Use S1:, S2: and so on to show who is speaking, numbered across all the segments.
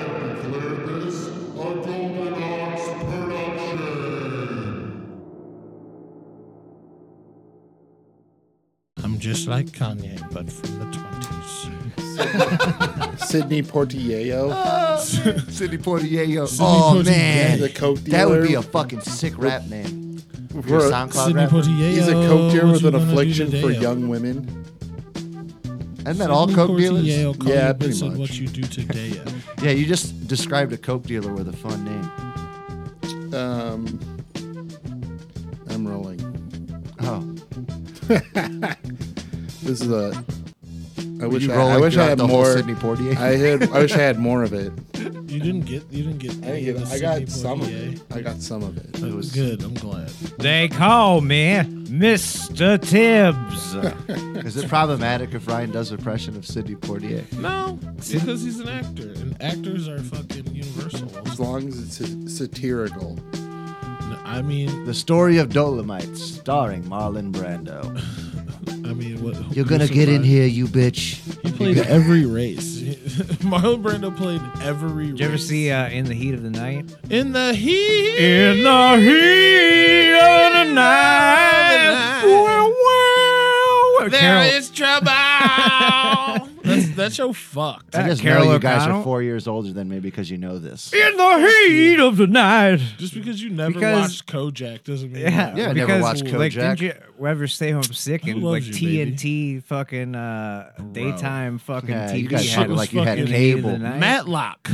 S1: declare this a Golden Ox production.
S2: I'm just like Kanye, but from the 20s.
S3: Sydney Portillo,
S4: City Portiello. Oh man,
S3: the coke
S4: that would be
S3: dealer.
S4: a fucking sick rap name. Your
S3: We're-
S4: SoundCloud
S2: Sidney
S4: rap.
S2: Poitier.
S3: he's a coke dealer with an affliction for young women.
S4: Isn't that all coke dealers?
S3: Yeah,
S2: yeah,
S3: pretty
S2: pretty
S3: much.
S2: What you do today? yo.
S4: Yeah, you just described a coke dealer with a fun name.
S3: Um, I'm rolling.
S4: Oh,
S3: This is a. I
S4: were
S3: wish
S4: you
S3: I, I
S4: rolling
S3: wish I
S4: throughout
S3: had
S4: the whole
S3: more.
S4: Sidney Poitier.
S3: I had. I wish I had more of it.
S2: You didn't get. You didn't get.
S3: I didn't get. I got some of it. I got some of it.
S2: It was good. I'm glad.
S5: They call me Mr. Tibbs.
S4: Is it problematic if Ryan does impression of Sidney Portier?
S2: No, because he's an actor, and actors are fucking universal.
S3: As long as it's satirical.
S2: I mean,
S4: The story of Dolomites, starring Marlon Brando.
S2: I mean, what?
S4: You're gonna
S2: who's
S4: get in
S2: surprised?
S4: here, you bitch.
S2: He played every race. Marlon Brando played every.
S5: Did you ever
S2: race.
S5: see uh, In the Heat of the Night?
S2: in the heat?
S5: In the heat of the night. Wow, wow. Oh, Carol,
S2: trouble. That's, that show fucked.
S4: I
S5: Uh,
S4: just
S5: Carol
S4: know you guys
S5: O'Connell?
S4: are four years older than me because you know this.
S5: In the heat of the night.
S2: Just because you never
S5: Because-
S2: watched Kojak doesn't mean
S5: Yeah,
S4: Yeah, I never
S5: because,
S4: watched
S5: Like,
S4: Kojak.
S5: didn't you ever stay home sick
S2: Who
S5: and like
S2: loves you, baby?
S5: TNT fucking uh, daytime fucking
S4: Yeah,
S5: TV?
S4: you guys
S2: had
S4: acted
S2: was
S4: like you had
S2: fucking-
S4: cable.
S5: Night.
S2: Matlock.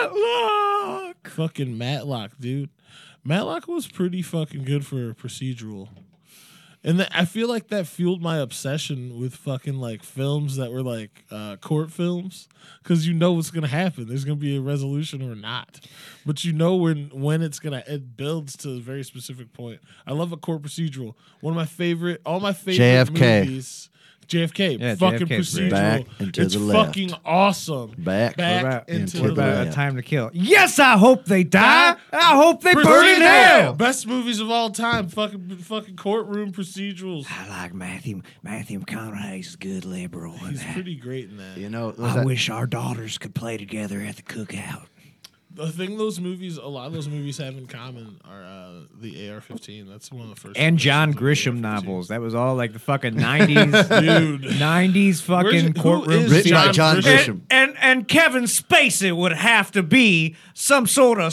S5: Matlock.
S2: Fucking Matlock, dude. Matlock was pretty fucking good for a procedural. And that I feel like that fueled my obsession with fucking like films that were like uh, court films, because you know what's gonna happen. There's gonna be a resolution or not, but you know when when it's gonna. It builds to a very specific point. I love a court procedural. One of my favorite, all my favorite
S4: JFK.
S2: movies. JFK,
S5: Yeah,
S2: fucking
S5: JFK 's
S2: procedural.
S5: great.
S4: Back and to
S2: it's
S4: the left.
S2: fucking awesome.
S4: Back
S2: back
S5: What about,
S2: into
S4: and
S5: what
S2: the
S4: to
S5: about
S4: left.
S5: a time to kill? Yes, I hope they die.
S2: Die.
S5: I hope they burn in
S2: Procedural.
S5: hell.
S2: Best movies of all time. Fucking fucking courtroom procedurals.
S5: I like Matthew Matthew McConaughey's a good liberal. in
S2: He's
S5: that.
S2: pretty great in that.
S4: You know, what was
S5: I
S4: that?
S5: wish our daughters could play together at the cookout.
S2: The thing those movies, a lot of those movies have in common are uh, the AR-15. That's one of the first.
S5: And John
S2: impressions of
S5: Grisham
S2: the AR-15.
S5: novels. That was all like the fucking nineties,
S2: Dude.
S5: nineties
S2: Where's-
S5: fucking
S2: who
S5: courtroom.
S2: is
S4: Written by John Grisham.
S5: And, and and Kevin Spacey would have to be some sort of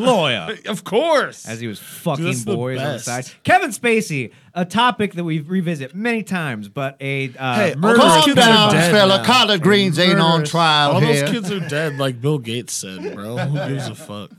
S5: lawyer.
S2: Of course.
S5: As he was fucking
S2: Just the
S5: boys on the
S2: best.
S5: side. Kevin Spacey, a topic that we've revisited many times, but a uh,
S4: Hey,
S5: murderous
S4: calm
S5: killer
S4: down,
S5: dead
S4: fella.
S5: now.
S4: Collard greens ain't on trial
S2: all
S4: here.
S2: those kids are dead, like Bill Gates said, bro. Who gives a fuck?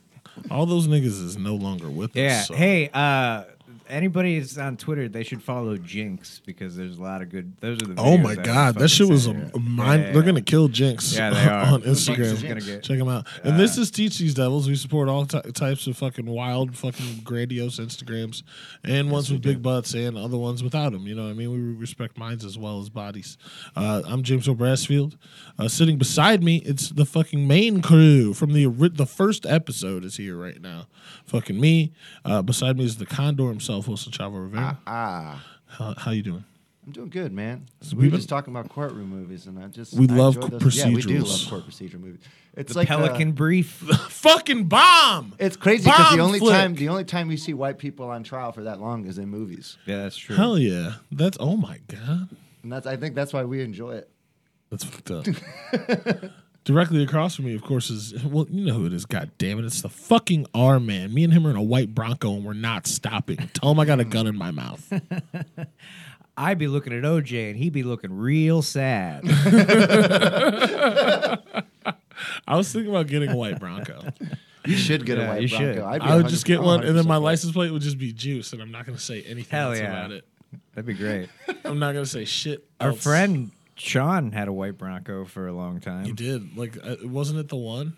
S2: All those niggas is no longer with
S5: Yeah.
S2: us. so-
S5: Hey, uh, anybody is on Twitter, they should follow Jinx because there's a lot of good. Those are the.
S2: Oh
S5: videos
S2: my
S5: that
S2: God,
S5: fucking
S2: that shit was a
S5: send
S2: a
S5: you.
S2: mind.
S5: Yeah.
S2: They're gonna kill Jinx.
S5: Yeah, they are.
S2: on
S5: Jinx is
S2: Instagram.
S5: gonna get-
S2: Check them out. And this is Teach These Devils. We support all ty- types of fucking wild, fucking grandiose Instagrams, and ones with big butts and other ones without them. You know, what I mean, we respect minds as well as bodies. Uh, I'm James O'Brassfield. Uh, sitting beside me, it's the fucking main crew from the ori- the first episode is here right now. Fucking me. Uh, beside me is the Condor himself, Wilson Chavo Rivera.
S4: Ah,
S2: How, how you doing?
S4: I'm doing good, man.
S2: we
S4: we were
S2: been-
S4: just talking about courtroom movies, and I just
S2: We
S4: I
S2: love
S4: enjoy
S2: co-
S4: those. Yeah, we do
S2: procedurals.
S4: love court procedural movies. It's
S5: The
S4: like uh,
S5: Pelican Brief.
S2: Fucking bomb.
S4: it's crazy because
S2: Bomb
S4: the only
S2: flick.
S4: time the only time you see white people on trial for that long is in movies,
S5: yeah, that's true.
S2: Hell yeah. That's oh my god.
S4: and that's I think that's why we enjoy it.
S2: That's fucked up. Directly across from me, of course, is well, you know who it is. God damn it, it's the fucking R man. Me and him are in a white Bronco, and we're not stopping. Tell him I got a gun in my mouth.
S5: I'd be looking at OJ and he'd be looking real sad.
S2: I was thinking about getting a white Bronco.
S4: You should get
S5: Yeah,
S4: a white
S5: you
S4: Bronco.
S5: should.
S4: I'd be
S2: I would just
S4: 100%
S2: get one, and then my
S4: 100%
S2: license plate would just be juice, and I'm not going to say anything
S5: Hell
S2: else
S5: yeah.
S2: about it.
S5: That'd be great.
S2: I'm not going to say shit.
S5: Our
S2: else.
S5: friend Sean had a white Bronco for a long time.
S2: you did like uh, wasn't it the one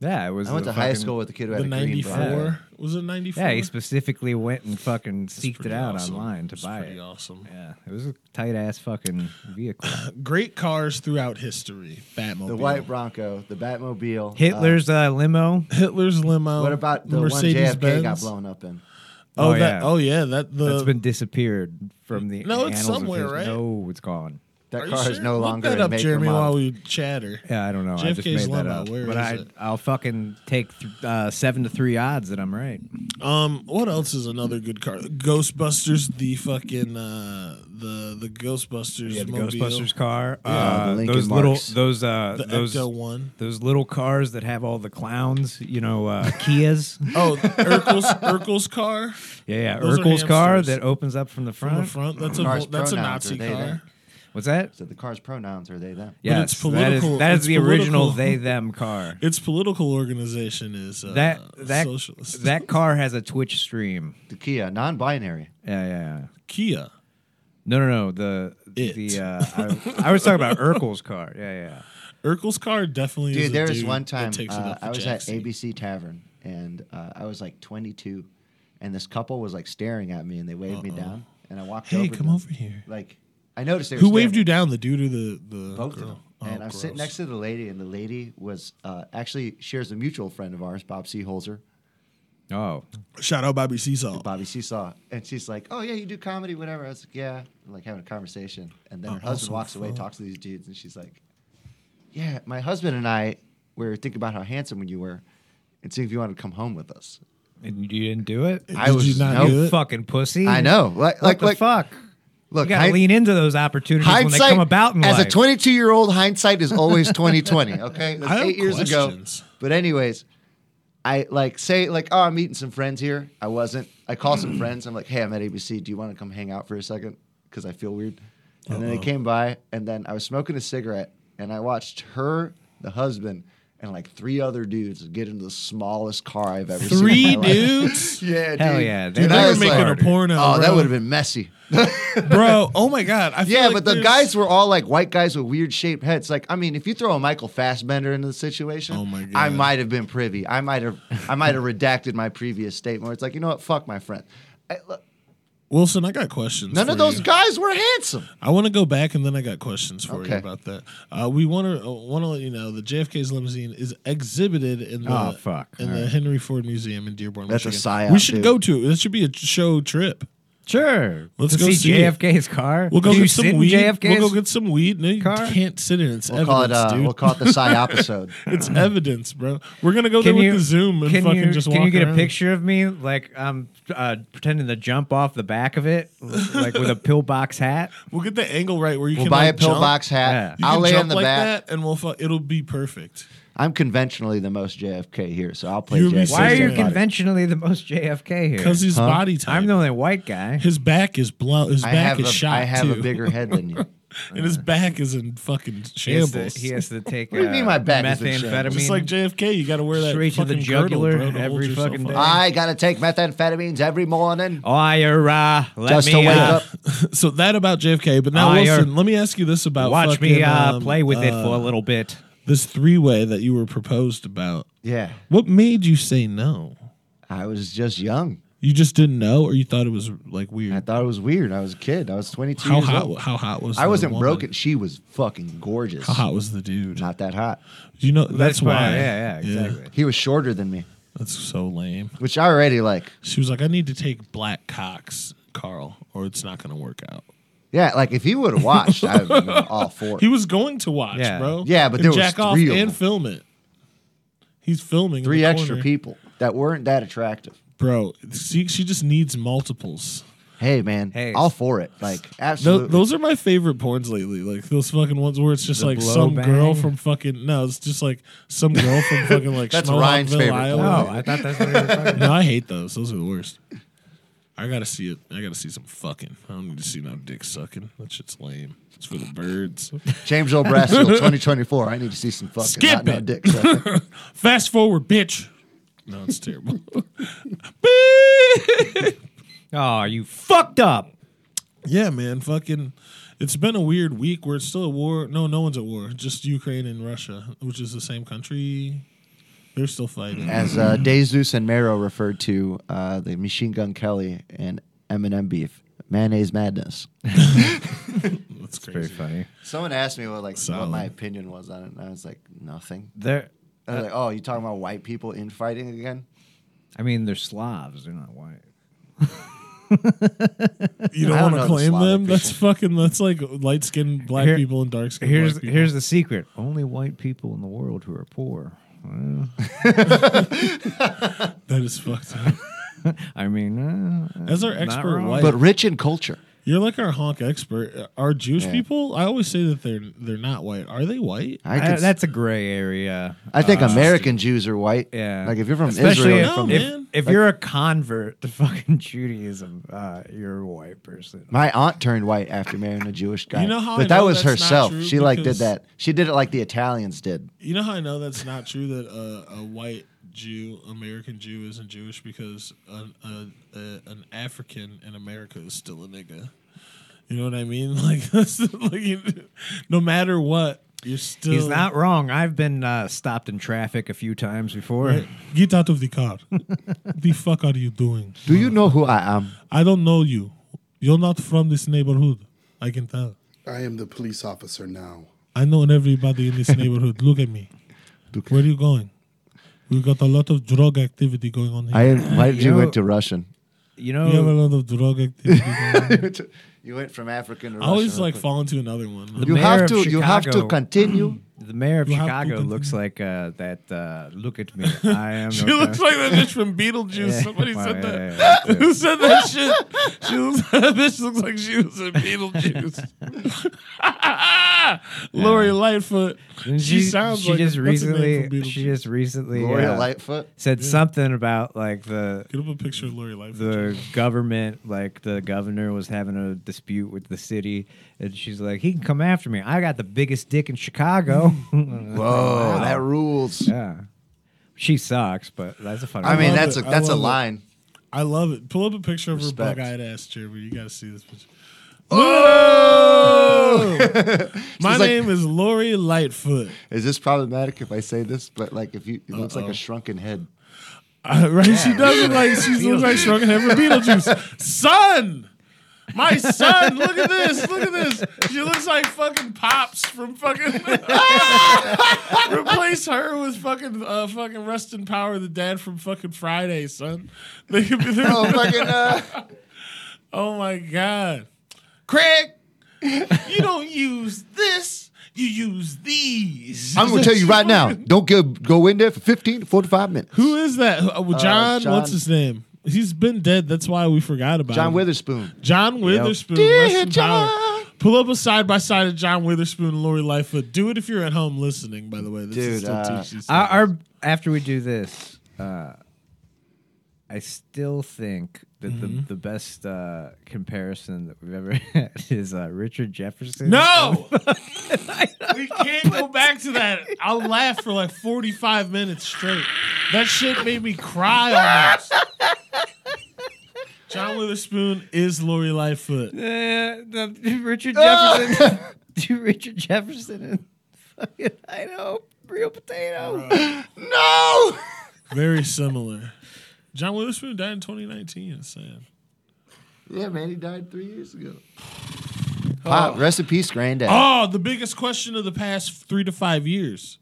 S5: Yeah, it was.
S4: I went
S5: the
S4: to high
S5: fucking-
S4: school with a kid who
S2: the
S4: had a green Bronco.
S2: '94 was it '94?
S5: Yeah, he specifically went and fucking seeked it out online to
S2: it's
S5: buy
S2: pretty
S5: it.
S2: Awesome.
S5: Yeah, it was a tight ass fucking vehicle.
S2: Great cars throughout history. Batmobile.
S4: The white Bronco, the Batmobile,
S5: Hitler's uh, limo.
S2: Hitler's limo.
S4: Uh, what about the one JFK got blown up in?
S2: Oh,
S5: Oh,
S2: that,
S5: yeah.
S2: oh yeah, that the
S5: that's been disappeared from the
S2: No, it's
S5: annals of
S2: somewhere,
S5: his-
S2: right?
S5: No, it's gone.
S4: That
S2: Are you
S4: car is
S2: sure?
S4: no
S2: Look
S4: longer
S2: that
S4: in
S2: up,
S4: make or
S2: Jeremy,
S4: model.
S2: while we chatter.
S6: Yeah, I don't know. I just
S2: JFK's
S6: made that
S2: lemma,
S6: up.
S2: where
S6: but
S2: is
S6: I,
S2: it?
S6: I'll fucking take th- uh, seven to three odds that I'm right.
S2: Um, what else is another good car? Ghostbusters, the fucking uh, the the Ghostbusters,
S5: Yeah, the
S2: mobile.
S5: Ghostbusters car.
S4: Yeah,
S5: uh,
S4: the Lincoln
S5: those
S4: Marks.
S5: little those uh
S2: the
S5: those
S2: Ecto one.
S5: those little cars that have all the clowns, you know, uh, Kias.
S2: Oh, Urkel's Urkel's car
S5: yeah, yeah,
S2: Those are
S5: Urkel's car
S2: hamsters.
S5: that opens up from the
S2: from the
S5: front.
S2: front. That's a
S4: Cars
S2: that's a
S4: pronouns,
S2: Nazi
S4: are they
S2: car.
S4: there?
S6: What's that?
S4: So the car's pronouns are they them?
S2: But
S5: Yes,
S2: it's
S5: that is-
S2: political-
S5: that is
S2: it's
S5: the original
S2: political.
S5: they them car.
S2: Its political organization is uh,
S5: That- that-
S2: socialist.
S5: that car has a Twitch stream.
S4: The Kia, non-binary.
S5: Yeah, yeah. yeah.
S2: Kia.
S5: No, no, no. The
S2: It.
S5: the uh, I, I was talking about Urkel's car. Yeah, yeah.
S2: Urkel's car definitely. is
S4: Dude,
S2: a
S4: there was
S2: dude
S4: one
S2: that
S4: time
S2: takes it
S4: uh,
S2: up for
S4: I was
S2: Jackson.
S4: at ABC Tavern and uh, I was like 22, and this couple was like staring at me and they waved me down, and I walked over.
S2: Hey,
S4: to
S2: come
S4: them.
S2: over here.
S4: Like I noticed they were
S2: Who waved
S4: staring
S2: you down? The dude or the the
S4: both
S2: girl?
S4: of them.
S2: Oh,
S4: and I was sitting
S2: gross.
S4: next to the lady, and the lady was uh, actually shares a mutual friend of ours, Bob Seeholzer,
S5: yeah. Oh,
S2: Shout out Bobby Seesaw.
S4: Bobby Seesaw. And she's like, Oh, yeah, you do comedy, whatever. I was like, Yeah, I'm, like having a conversation. And then her
S2: Oh,
S4: husband
S2: awesome.
S4: walks away,
S2: Fuck.
S4: talks to these dudes, and she's like, Yeah, my husband and I were thinking about how handsome you were and seeing if you wanted to come home with us.
S5: and you didn't do it.
S4: I
S2: Did
S4: was-
S2: you not
S4: no
S2: do it?
S5: fucking pussy.
S4: I know. Like,
S5: What
S4: like,
S5: the
S4: like
S5: fuck?
S4: look,
S5: You gotta
S4: hind-
S5: lean into those opportunities when they
S4: hindsight,
S5: come about in
S4: as
S5: life.
S4: a 22 year old, hindsight is always 2020. Okay,
S2: I
S4: that's
S2: have
S4: eight years
S2: questions.
S4: ago. But anyways, I like say like, oh, I'm meeting some friends here. I wasn't. I call some friends. I'm like, hey, I'm at ABC. Do you want to come hang out for a second? Because I feel weird. And then they came by, and then I was smoking a cigarette, and I watched her, the husband, and like three other dudes get into the smallest car I've ever seen.
S2: Three
S4: in my life.
S2: dudes.
S4: Yeah,
S5: Hell
S4: dude.
S5: yeah,
S4: Dude,
S5: they're-
S4: I
S2: they were
S4: was
S2: making
S4: like,
S2: a porno.
S4: Oh, that
S2: bro.
S4: would have been messy.
S2: bro. Oh my god. I feel
S4: Yeah,
S2: like
S4: but the
S2: there's-
S4: guys were all like white guys with weird shaped heads. Like, I mean, if you throw a Michael Fassbender into the situation,
S2: Oh my
S4: I
S2: God.
S4: might have been privy. I might have, I might have redacted my previous statement. Where it's like, you know what? Fuck my friend. I- look,
S2: Wilson, I got questions.
S4: none of
S2: for
S4: those
S2: you.
S4: guys were handsome.
S2: I want to go back, and then I got questions for you
S4: Okay.
S2: about that. Uh, we want to want to let you know that JFK's limousine is exhibited in the
S5: Oh, fuck.
S2: in
S5: All
S2: the
S5: right.
S2: Henry Ford Museum in Dearborn.
S4: That's a
S2: Michigan.
S4: psyop,
S2: We should
S4: dude.
S2: go to it. This should be a show trip.
S5: sure.
S2: Let's
S5: to
S2: go
S5: see,
S2: see it.
S5: JFK's car.
S2: We'll go
S5: Can you
S2: get some
S5: sit in
S2: weed.
S5: JFK's
S2: We'll go get some weed. No, you
S5: car?
S2: can't sit in. it. It's
S4: We'll call it,
S2: evidence,
S4: uh,
S2: dude.
S4: we'll call it the psy episode.
S2: it's evidence, bro. We're gonna go there with the Zoom and
S5: uh, can
S2: fucking
S5: you,
S2: just
S5: can
S2: walk
S5: you get
S2: around.
S5: a picture of me like I'm uh, pretending to jump off the back of it, like with a pillbox hat?
S2: We'll get the angle right where you
S4: We'll
S2: can
S4: buy
S2: like,
S4: a
S2: jump.
S4: pillbox
S5: Yeah.
S4: hat.
S2: You
S4: I'll
S2: can
S4: lay
S2: jump
S4: in the
S2: like
S4: back.
S2: that, and we'll. Fu- it'll be perfect.
S4: I'm conventionally the most JFK here, so I'll play
S2: You'll be
S4: JFK.
S5: Why are you
S2: Somebody.
S5: conventionally the most JFK here?
S2: Because his body type.
S5: I'm the only white guy.
S2: his back is blown. His
S4: I
S2: back
S4: have,
S2: is
S4: a,
S2: shot.
S4: I have a
S2: too.
S4: bigger head than you.
S2: and his back is in fucking
S5: He has,
S2: shambles.
S5: to, he has to take
S4: What do you
S5: uh,
S4: mean my back is in
S5: methamphetamine.
S4: shambles?
S2: Just like JFK, you got to wear that
S5: Straight to the
S2: fucking girdle,
S5: jugular
S2: bro, to hold
S5: every
S2: yourself
S5: fucking
S2: up.
S5: day.
S4: I gotta take methamphetamines every morning.
S5: oh, you're, uh, let
S4: Just
S5: me
S4: to wake
S5: uh,
S4: up.
S2: so that about JFK, but now
S5: Oh, you're-
S2: Wilson, let me ask you this about
S5: Watch
S2: fucking,
S5: me uh,
S2: um,
S5: play with it
S2: uh,
S5: for a little bit.
S2: this three way that you were proposed about.
S4: Yeah,
S2: What made you say no?
S4: I was just young.
S2: You just didn't know, or you thought it was like
S4: I
S2: weird.
S4: thought it was weird. I was a kid. I was 22
S2: How
S4: years
S2: hot?
S4: old.
S2: How hot was?
S4: I
S2: the
S4: wasn't
S2: woman?
S4: broken. She was fucking gorgeous.
S2: How hot was the dude?
S4: Not that hot.
S2: You know that's, why.
S5: Yeah, yeah, exactly.
S4: He was shorter than me,
S2: That's so lame.
S4: which I already like.
S2: She was like, "I need to take black cocks, Carl, or it's not going to work out."
S4: Yeah, like if he would have watched, I would have been all for
S2: He
S4: it.
S2: was going to watch,
S5: Yeah.
S2: bro.
S4: Yeah, but
S2: And
S4: there was
S2: jack off
S4: three of
S2: and
S4: them.
S2: film it. He's filming in
S4: Three
S2: the
S4: extra
S2: corner.
S4: people that weren't that attractive.
S2: bro. She, she just needs multiples.
S4: Hey man,
S5: Hey.
S4: all for it. Like
S2: Tho-
S4: absolutely.
S2: those are my favorite porns lately. Like those fucking ones where it's just
S5: The
S2: like
S5: blow
S2: some
S5: bang?
S2: girl from fucking no, it's just like some girl from fucking like
S4: That's
S2: Schmohawkville,
S4: Ryan's favorite
S2: Iowa.
S5: Oh, I thought that's what you were talking about.
S2: No, I hate those. Those are the worst. I gotta see it. I gotta see some fucking. I don't need to see no dick sucking. That shit's lame. It's for the birds.
S4: James Earl Brassfield, 2024. I need to see some fucking
S2: Skip
S4: not no
S2: it.
S4: dick. sucking.
S2: Fast forward, bitch. No, it's terrible.
S5: Oh, you fucked up.
S2: Yeah, man, fucking. It's been a weird week where it's still at war. No, no one's at war. Just Ukraine and Russia, which is the same country. They're still fighting.
S4: As uh, Jesus and Mero referred to uh, the Machine Gun Kelly and Eminem beef, mayonnaise madness.
S2: That's
S5: Very
S2: crazy.
S5: funny.
S4: Someone asked me what like
S2: Solid.
S4: what my opinion was on it, and I was like, nothing.
S5: They're,
S4: I
S2: Uh,
S4: was like, oh, you talking about white people infighting again?
S5: I mean, they're Slavs. They're not white.
S2: You don't,
S4: I don't
S2: want
S4: know
S2: to
S4: the
S2: claim
S4: Slavic
S2: them? That's
S4: people.
S2: fucking. That's like light skinned black
S5: Here-
S2: people and dark skinned.
S5: Here's
S2: black people.
S5: here's the secret. Only white people in the world who are poor. Well,
S2: that is fucked up.
S5: I mean, uh,
S2: As our
S5: not
S2: expert
S5: wrong.
S2: white,
S4: But rich in culture.
S2: you're like our honk expert. Are Jewish
S4: Yeah.
S2: people? I always say that they're they're not white. Are they white?
S4: I,
S5: I-
S4: could,
S5: that's a gray area.
S4: I think
S2: uh,
S4: American Jews are white.
S5: Yeah.
S4: Like if you're from
S5: Especially
S4: Israel,
S5: if,
S2: No,
S5: if,
S2: man.
S5: if you're a convert to fucking Judaism, uh, you're a white person.
S4: my aunt turned white after marrying a Jewish guy.
S2: You know how
S4: but
S2: I
S4: that
S2: know
S4: was
S2: that's not
S4: herself.
S2: true?
S4: She like did
S2: Because-
S4: that. She did it like the Italians did.
S2: You know how I know that's not true that uh, a white Jew, American Jew, isn't Jewish because an, a, a, an African in America is still a nigga. You know what I mean? Like, that's- like you, no matter what, you're still.
S5: He's not wrong. I've been uh, stopped in traffic a few times before.
S2: Get out of the car. the fuck are you doing?
S4: Do you know who I am?
S2: I don't know you. You're not from this neighborhood. I can tell.
S3: I am the police officer now.
S2: I know everybody in this neighborhood. Look at me. Where are you going? We've got a lot of drug activity going on here.
S4: I am. Why did you,
S5: You
S4: went
S5: know-
S4: to Russian?
S5: You
S2: we have a
S5: know,
S2: lot of drug activity going on.
S4: you went from African to
S2: I always like fall into another one.
S5: The
S4: You
S5: mayor
S4: have
S5: of
S4: to. You have to
S5: Chicago-
S4: continue.
S5: the mayor of
S2: You have to
S5: Chicago
S2: continue.
S5: looks like uh, that. Uh, look at me. I am.
S2: She
S5: no-
S2: looks like that bitch from Beetlejuice.
S5: Yeah.
S2: Somebody
S5: Wow,
S2: said
S5: yeah,
S2: that.
S5: yeah, yeah.
S2: Who said that shit? She looks, that bitch looks like she was in Beetlejuice. Lori Lightfoot. She,
S5: Didn't
S2: sounds
S5: she
S2: like
S5: just
S2: what's her name
S5: recently
S2: from
S5: she
S2: Beetlejuice?
S5: just recently
S4: Gloria
S5: uh,
S4: Lightfoot.
S5: said something about like the
S2: Get up a picture of Lori Lightfoot.
S5: the government like the governor was having a dispute with the city and she's like he can come after me i got the biggest dick in chicago
S4: Whoa, that rules.
S5: yeah she sucks but that's a fun
S4: I mean,
S2: love
S4: that's a
S2: it. I
S4: that's a
S2: love it.
S4: line.
S2: I love it. Pull up a picture of her
S4: Respect.
S2: bug-eyed ass, Jeremy. You got to see this picture.
S4: Oh!
S2: My
S4: She's like-
S2: name is Lori Lightfoot.
S4: Is this problematic if I say this? But like, if you, it looks like a shrunken head.
S2: Uh, right? she doesn't like. She looks like shrunken head from Beetlejuice. Son, my son, look at this. Look at this. She looks like fucking pops from fucking. Replace her with fucking uh, fucking Rustin Power, the dad from fucking Friday, son. They could be. they're-
S4: Oh fucking! Uh,
S2: Oh my god, Craig, you don't use this. You use these.
S4: I'm gonna tell you right now. Don't go go in there for 15 to 45 minutes.
S2: Who is that? Uh, well, John,
S4: John-
S2: What's his name? He's been dead. That's why we forgot about
S4: John
S2: him.
S4: Witherspoon.
S2: John Witherspoon.
S4: Dear
S2: rest in
S4: John.
S2: power. Pull up a side by side of John Witherspoon and Lori Lightfoot. Do it if you're at home listening. By the way, this
S4: Dude,
S2: is still
S4: uh,
S2: TC.
S5: our, our- after we do this uh i still think that the, the best uh comparison that we've ever had is uh richard jefferson
S2: no, we can't go back to that. I'll laugh for like 45 minutes straight. That shit made me cry almost. John Witherspoon is Lori Lightfoot.
S5: Uh, the, Richard
S2: Ah!
S5: Jefferson. Richard Jefferson and fucking Idaho real potato.
S4: No.
S2: Very similar. John Witherspoon died in 2019. It's sad.
S4: Yeah, man, he died three years ago. Pop, rest in peace, Granddad.
S2: Oh, the biggest question of the past three to five years.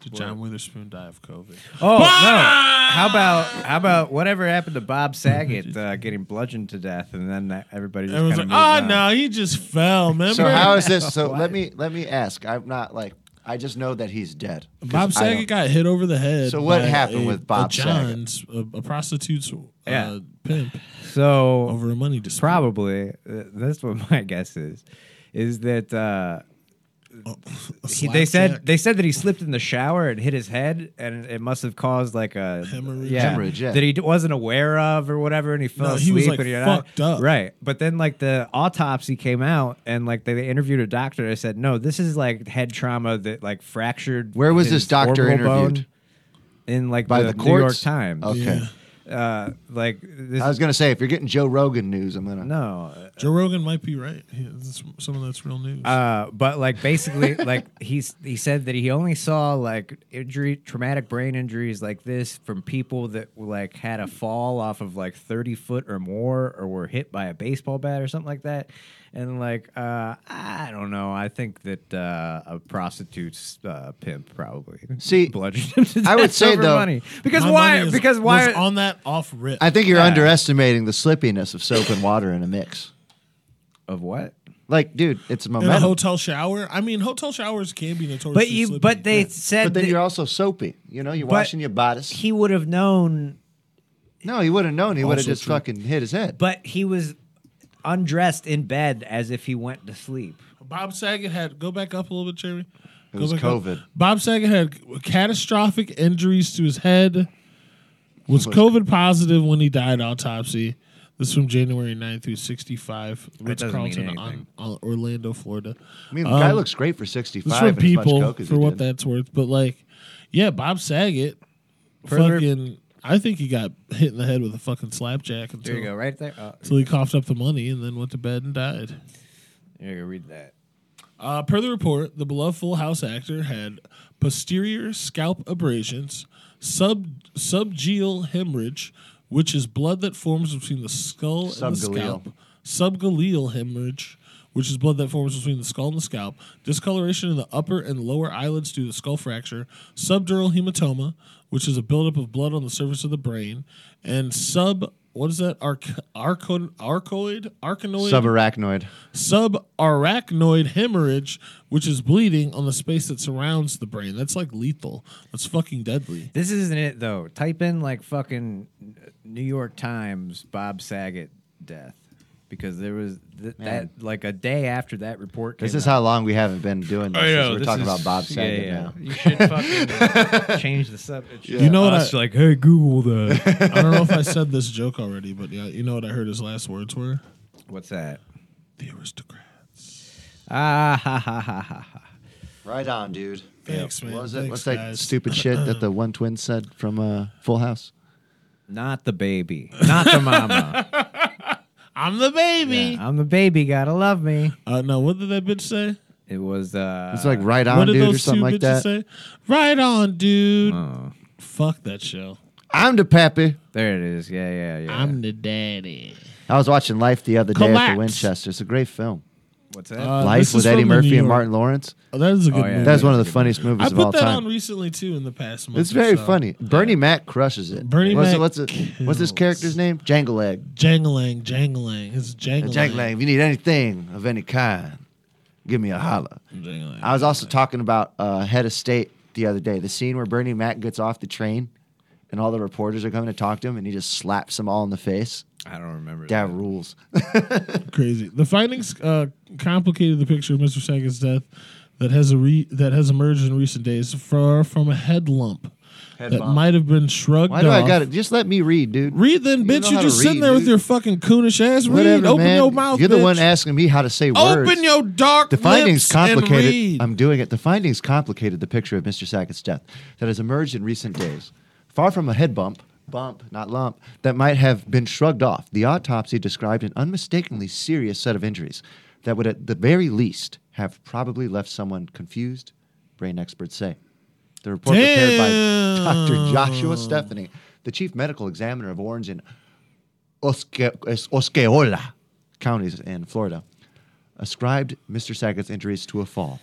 S2: Did John Witherspoon die of COVID?
S5: Oh no! How about how about whatever happened to Bob Saget uh, getting bludgeoned to death, and then that, everybody just
S2: Everyone's
S5: kind
S2: like,
S5: of
S2: oh, no, he just fell, man.
S4: So how is this? So let me let me ask. I'm not like I just know that he's dead. 'Cause
S2: Bob
S4: I don't-
S2: Saget got hit over the head.
S4: So what
S2: by
S4: happened
S2: a-
S4: with Bob
S2: a John's, A, a prostitute's uh,
S5: Yeah.
S2: pimp
S5: So
S2: over a money dispute.
S5: probably uh, that's what my guess is, is that. Uh,
S2: Oh, A
S5: he, they said
S2: slapjack.
S5: they said that he slipped in the shower and hit his head, and it must have caused like a
S2: Hemorrhage.
S4: Hemorrhage, yeah.
S5: that he d- wasn't aware of or whatever, and he fell
S2: No,
S5: asleep.
S2: he was, like,
S5: and he had-
S2: fucked up.
S5: right? But then like the autopsy came out, and like they, they interviewed a doctor. that said, no, this is like head trauma that like fractured.
S4: Where was this
S5: his
S4: doctor
S5: orbital bone
S4: interviewed?
S5: In like
S4: By
S5: the,
S4: the
S5: New York
S4: courts?
S5: Times.
S4: Okay.
S2: Yeah.
S5: Uh, like this.
S4: I was gonna say if you're getting Joe Rogan news, I'm gonna.
S5: no,
S2: Joe Rogan might be right. He- this- Some of that's real news.
S5: Uh, but like basically, like he's he said that he only saw like injury, traumatic brain injuries like this from people that were, like had a fall off of like thirty foot or more, or were hit by a baseball bat or something like that. and like uh, I don't know. I think that uh, a prostitute's uh, pimp probably
S4: See,
S5: bludgeoned him to
S4: I would
S5: death
S4: say,
S5: over
S4: though-
S5: money. because
S2: My
S5: why
S2: money is-
S5: because why
S2: was on that off rip?
S4: I think you're
S5: Yeah.
S4: underestimating the slippiness of soap and water in a mix.
S5: of what?
S4: Like, dude, it's a
S2: in a
S4: momentum.
S2: hotel shower. I mean, hotel showers can be notoriously.
S5: But you
S2: slippy.
S5: but they
S2: Yeah.
S5: said
S4: but then
S5: that
S4: you're also soapy. You know, you're
S5: But-
S4: washing your bodice.
S5: he would have known,
S4: No, he wouldn't have known. He would have
S2: Also
S4: just
S2: true.
S4: fucking hit his head.
S5: but he was undressed in bed as if he went to sleep.
S2: Bob Saget had go back up a little bit, Jeremy.
S4: It
S2: Go
S4: was
S2: back up.
S4: COVID.
S2: Bob Saget had catastrophic injuries to his head. Was COVID positive when he died. Autopsy. This is from January 9th through 65, Ritz
S5: doesn't mean
S2: Carlton on,
S5: anything.
S2: on Orlando, Florida.
S4: I mean, the guy
S2: Um,
S4: looks great for
S2: This
S4: 65.
S2: is from
S4: and as much
S2: people
S4: coke as
S2: for
S4: he
S2: what
S4: did.
S2: that's worth. But like, yeah, Bob Saget,
S5: Further-
S2: fucking. I think he got hit in the head with a fucking slapjack
S5: There you go,
S2: until,
S5: right there. Oh,
S2: until he coughed up the money and then went to bed and died.
S5: there you go, read that.
S2: Uh, per the report, the beloved Full House actor had posterior scalp abrasions, sub subgeal hemorrhage, which is blood that forms between the skull and the
S4: Subgaleal.
S2: scalp. Subgaleal hemorrhage, which is blood that forms between the skull and the scalp. Discoloration in the upper and lower eyelids due to skull fracture. Subdural hematoma, which is a buildup of blood on the surface of the brain, and sub. What is that? Arc, arco, arcoid? Arcanoid?
S4: Subarachnoid.
S2: subarachnoid hemorrhage, which is bleeding on the space that surrounds the brain. That's like lethal. That's fucking deadly.
S5: This isn't it though. Type in like fucking New York Times Bob Saget death because there was th-
S4: Man.
S5: that like a day after that report. Came
S4: This is
S5: out.
S4: how long we haven't been doing
S5: Oh,
S4: this. is We're talking about Bob Saget now.
S5: You should fucking uh, change the subject. Uh,
S2: You know what
S5: Us
S2: I-
S5: like, hey, Google that.
S2: I don't know if I said this joke already, but yeah, you know what I heard his last words were?
S5: What's that?
S2: The aristocrats.
S5: Ah ha ha ha ha. ha.
S4: Right on, dude.
S2: Thanks,
S4: What
S2: man.
S4: was it? What's
S2: Thanks,
S4: that
S2: guys.
S4: stupid shit that the one twin said from uh, Full House?
S5: Not the baby. Not the mama.
S2: I'm the baby.
S5: I'm the baby. Gotta love me.
S2: Uh, no, what did that bitch say?
S5: It was. uh
S4: It's like right
S2: what
S4: on,
S2: did
S4: dude, or
S2: those two
S4: something
S2: bitches
S4: like that.
S2: say? Right on, dude.
S5: oh,
S2: Fuck that show.
S4: I'm the pappy.
S5: there it is. Yeah, yeah, yeah.
S2: I'm the daddy.
S4: I was watching Life the other day at
S2: Collapse.
S4: the Winchester. It's a great film.
S5: What's that?
S2: Uh, this
S4: Life
S2: is
S4: with Eddie
S2: from the New
S4: Murphy and
S2: York-
S4: Martin Lawrence.
S2: Oh, that is a good
S5: yeah.
S2: movie.
S4: That's one of the
S5: Yeah.
S4: funniest movies
S2: I
S4: of all
S2: put that
S4: time.
S2: on recently too in the past month.
S4: It's
S2: or
S4: very
S2: so.
S4: funny. Bernie Mac crushes it.
S2: Bernie
S4: what's,
S2: Mac
S4: what's, it- what's
S2: kills.
S4: his character's name? Jangle Egg.
S2: Jangling, jangling. It's jangling.
S4: Jangle Egg, if you need anything of any kind, give me a holla.
S2: Jangling.
S4: I was also talking about uh, Head of State the other day. The scene where Bernie Mac gets off the train and all the reporters are coming to talk to him and he just slaps them all in the face.
S5: I don't remember.
S4: That rules.
S2: crazy. The findings uh, complicated the picture of Mr. Saget's death that has a re- that has emerged in recent days far from a head lump that might have been shrugged
S4: Why do I
S2: off.
S4: got it? Just let me read, dude.
S2: Read then,
S4: don't
S2: bitch.
S4: know
S2: You
S4: how to
S2: just sitting
S4: read,
S2: there with
S4: dude.
S2: your fucking coonish ass. Read. Open
S4: man.
S2: your mouth.
S4: You're the
S2: bitch.
S4: one asking me how to say words.
S2: Open your dark.
S4: The findings
S2: lips And
S4: complicated.
S2: read.
S4: I'm doing it. The findings complicated the picture of Mr. Sackett's death that has emerged in recent days. Far from a head bump, bump, not lump, that might have been shrugged off, the autopsy described an unmistakably serious set of injuries that would, at the very least, have probably left someone confused, brain experts say. The report prepared by Dr. Joshua Stephanie, the chief medical examiner of Orange and Osce- es- Osceola counties in Florida ascribed Mr. Sackett's injuries to a fall.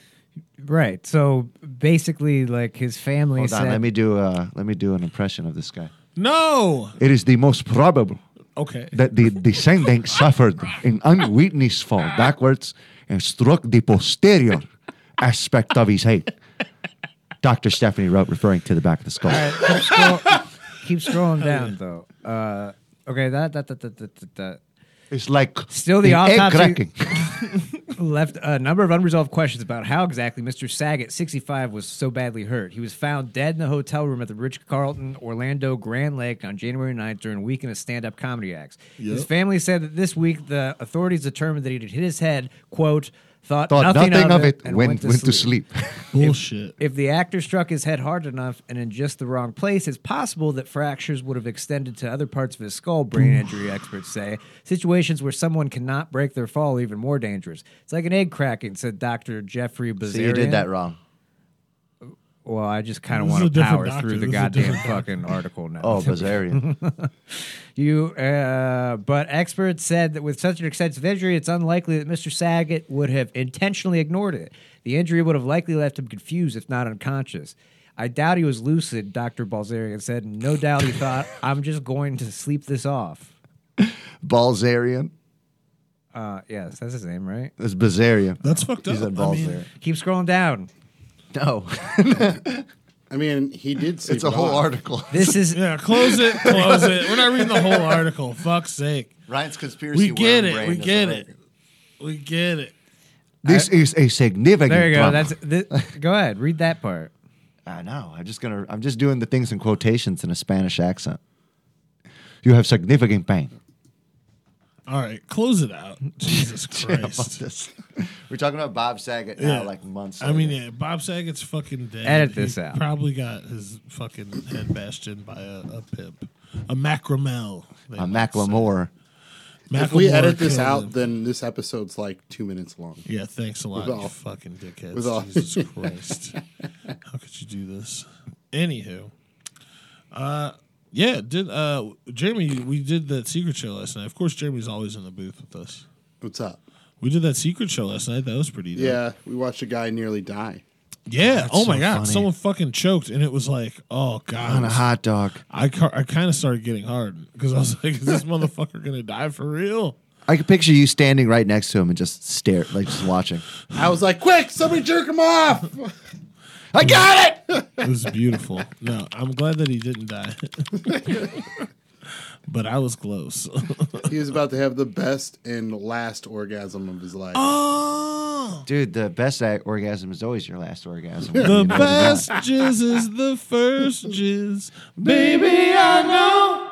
S5: Right. So basically, like his family
S4: Hold
S5: said,
S4: on, let me do uh, let me do an impression of this guy.
S2: No.
S4: It is the most probable
S2: Okay.
S4: that the descendant suffered an unwitnessed fall backwards and struck the posterior aspect of his head. Dr. Stephanie wrote, referring to the back of the skull.
S5: All right, keep, scroll- keep scrolling down though. Uh, okay, that that that that that, that, that.
S4: It's like
S5: Still the
S4: an egg
S5: autopsy-
S4: cracking.
S5: left a number of unresolved questions about how exactly Mr. Saget, 65, was so badly hurt. He was found dead in a hotel room at the Rich Carlton Orlando Grand Lake on January 9th during a weekend of stand-up comedy acts. His family said that this week the authorities determined that he had hit his head. "Quote." Thought,
S4: Thought nothing, of it,
S5: and
S4: went, went, to sleep.
S2: Bullshit.
S5: If the actor struck his head hard enough and in just the wrong place, it's possible that fractures would have extended to other parts of his skull, brain injury experts say. Situations where someone cannot break their fall are even more dangerous. It's like an egg cracking, said Dr. Jeffrey Bazarian.
S4: so you did that wrong.
S5: Well, I just kind of
S2: This is
S5: want
S2: a
S5: to
S2: different
S5: power
S2: doctor.
S5: through the
S2: This is a
S5: goddamn
S2: different
S5: fucking article now.
S4: Oh, Bazarian.
S5: You, uh, but experts said that with such an extensive injury, it's unlikely that Mr. Saget would have intentionally ignored it. The injury would have likely left him confused, if not unconscious. I doubt he was lucid, Dr. Balzarian said. and No doubt he thought, I'm just going to sleep this off.
S4: Balzarian.
S5: Uh, yes, that's his name, right?
S4: That's Bazarian.
S2: That's fucked
S4: He
S2: up.
S4: said
S2: I mean,
S4: Balzarian.
S5: Keep scrolling down.
S4: No,
S3: I mean, he did sleep.
S4: it's a
S3: it
S4: whole
S3: off.
S4: article.
S5: This is
S2: yeah, close it, close it. We're not reading the whole article. Fuck's sake.
S4: Ryan's conspiracy.
S2: We get
S4: worm
S2: it.
S4: brain
S2: We
S4: is
S2: get
S4: amazing.
S2: it. We get it.
S4: This is a significant.
S5: there. You go.
S4: drama.
S5: That's thi- go ahead. Read that part.
S4: I know. I'm just gonna. I'm just doing the things in quotations in a Spanish accent. You have significant pain.
S2: All right, close it out. Jesus Christ.
S4: We're talking about Bob Saget
S2: Yeah.
S4: now, like months.
S2: I mean,
S4: later.
S2: yeah, Bob Saget's fucking dead.
S5: Edit this out.
S2: Probably got his fucking head bashed in by a, a pimp, a macramel. they
S4: a
S2: might say.
S4: Macklemore.
S2: Macklemore
S3: If we edit this
S2: killed
S3: out,
S2: him.
S3: then this episode's like two minutes long.
S2: yeah, thanks a lot,
S3: with
S2: you
S3: all-
S2: fucking dickheads.
S3: with all-
S2: Jesus Christ, how could you do this? Anywho, uh, yeah, did uh, Jeremy? We did that secret show last night. Of course, Jeremy's always in the booth with us.
S3: What's up?
S2: We did that secret show last night. That was pretty. dope.
S3: Yeah, we watched a guy nearly die.
S2: Yeah. Oh, my
S4: so
S2: God.
S4: funny.
S2: Someone fucking choked, and it was like, oh God.
S4: On a hot dog.
S2: I ca- I kind of started getting hard because I was like, is this motherfucker gonna die for real?
S4: I can picture you standing right next to him and just stare, like just watching.
S3: I was like, "Quick, somebody jerk him off!"
S4: I got it.
S2: It was beautiful. No, I'm glad that he didn't die, but I was close.
S3: he was about to have the best and last orgasm of his life.
S2: oh,
S4: Dude, the best a- orgasm is always your last orgasm. You know
S2: the
S4: it's not.
S2: best jizz is the first jizz, baby. I know.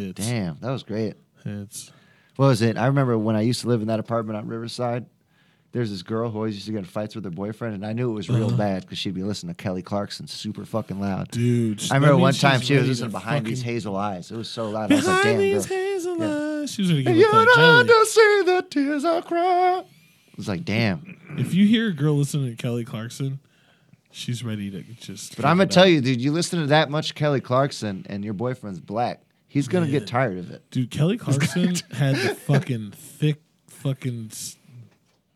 S2: Hits.
S4: Damn, that was great.
S2: Hits.
S4: What was it? I remember when I used to live in that apartment on Riverside. There's this girl who always used to get in fights with her boyfriend, and I knew it was real bad because she'd be listening to Kelly Clarkson super fucking loud.
S2: Uh-huh. Dude,
S4: I remember
S2: that
S4: one
S2: means
S4: time
S2: she's
S4: she was
S2: ready
S4: listening
S2: to
S4: behind these
S2: fucking-
S4: hazel eyes. It was so loud. I was like,
S2: Behind
S4: damn, girl.
S2: these hazel eyes. She was gonna get
S4: You
S2: with that
S4: don't
S2: jelly.
S4: see the tears I cry. It was like, damn.
S2: If you hear a girl listening to Kelly Clarkson, she's ready to just.
S4: But I'm gonna tell you, dude, you listen to that much Kelly Clarkson, and your boyfriend's black. He's gonna get tired of it.
S2: dude. Kelly Clarkson had the fucking thick, fucking s-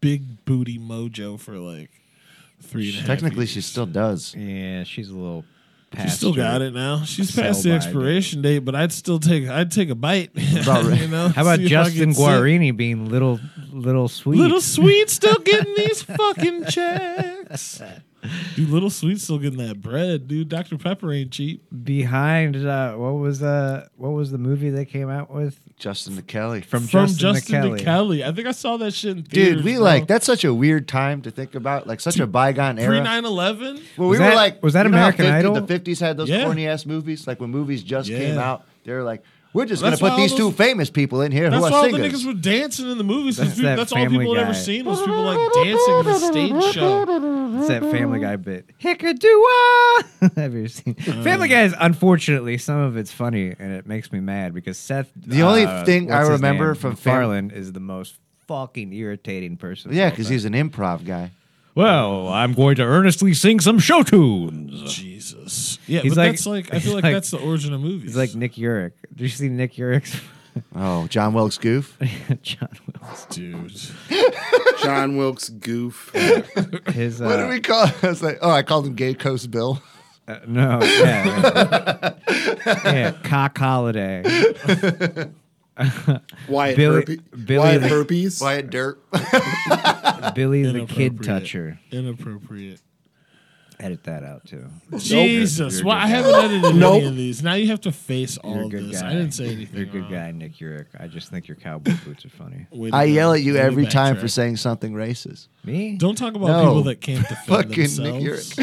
S2: big booty mojo for like three and a half.
S4: Technically,
S2: years.
S4: she still does.
S5: Yeah, she's a little.
S2: She still got it now. She's past the
S5: sell-by,
S2: expiration date, but I'd still take. I'd take a bite.
S4: about right.
S2: you know?
S5: How about
S2: See if I can
S5: Justin
S2: sit.
S5: Guarini being little, little sweet?
S2: Little Sweet still getting these fucking checks. Dude, Little Sweet still getting that bread, dude. Dr. Pepper ain't cheap.
S5: behind uh, what was uh what was the movie they came out with
S4: Justin to Kelly.
S5: from,
S2: From
S5: Justin,
S2: Justin,
S5: to Kelly?
S2: to Kelly. I think I saw that shit in theaters.
S4: Dude, we
S2: bro.
S4: like that's such a weird time to think about, like such a bygone
S2: pre
S4: era.
S2: 9 11.
S4: Well,
S5: Was
S4: we
S5: that-
S4: were like,
S5: was that
S4: you know how
S5: American
S4: 50
S5: Idol?
S4: The fifties had those
S2: Yeah.
S4: corny ass movies. Like when movies just came
S2: Yeah.
S4: out, they were like, we're just
S2: Well,
S4: gonna
S2: that's
S4: put
S2: why all
S4: these two
S2: those-
S4: famous people in here who
S2: That's why
S4: are
S2: all the niggas
S4: singers.
S2: were dancing in the movies. 'cause
S5: That's
S2: people-
S5: that
S2: That's, all
S5: Family
S2: people had ever
S5: Guy.
S2: seen was people like dancing in the stage show.
S5: It's that Family Guy bit. Uh. Hickadoodle. Have you seen Family Guy? Is unfortunately, some of it's funny and it makes me mad because Seth.
S4: The only
S5: uh,
S4: thing
S5: what's
S4: I
S5: his
S4: remember
S5: name?
S4: from Fam-
S5: Farland is the most fucking irritating person.
S4: yeah,
S5: of all
S4: because
S5: time.
S4: he's an improv guy.
S5: well, I'm going to earnestly sing some show tunes.
S2: Jesus. Yeah,
S5: He's
S2: but
S5: like-
S2: that's like, I
S5: he's
S2: feel like,
S5: like-
S2: that's the origin of movies.
S5: He's like Nick Urich. Did you see Nick Urich's
S4: Oh, John Wilkes Goof.
S5: John Wilkes?
S2: dude.
S3: John Wilkes Goof.
S5: His uh,
S4: What do we call? I was like, oh, I called him Gay Coast Bill.
S5: Uh, no, yeah, yeah. yeah, cock holiday.
S3: Wyatt
S5: Billy-
S3: Herpes.
S5: Billy
S3: Wyatt
S5: the-
S3: Herpes.
S4: Wyatt Dirt.
S5: Billy the Kid
S2: Inappropriate.
S5: Toucher.
S2: Inappropriate.
S5: Edit that out too.
S2: Jesus.
S5: You're a
S2: Why I
S5: good
S2: haven't edited
S3: Nope.
S2: any of these. Now you have to face all
S5: You're a
S2: of
S5: good
S2: this.
S5: guy.
S2: I didn't say anything.
S5: You're a good
S2: wrong.
S5: guy, Nick Urich. I just think your cowboy boots are funny.
S2: Way to
S4: I
S2: go.
S4: yell at you
S2: Way to
S4: every time for
S2: backtrack.
S4: saying something racist.
S5: Me?
S2: Don't talk about
S4: No.
S2: people that can't defend
S4: Fucking Nick
S2: themselves.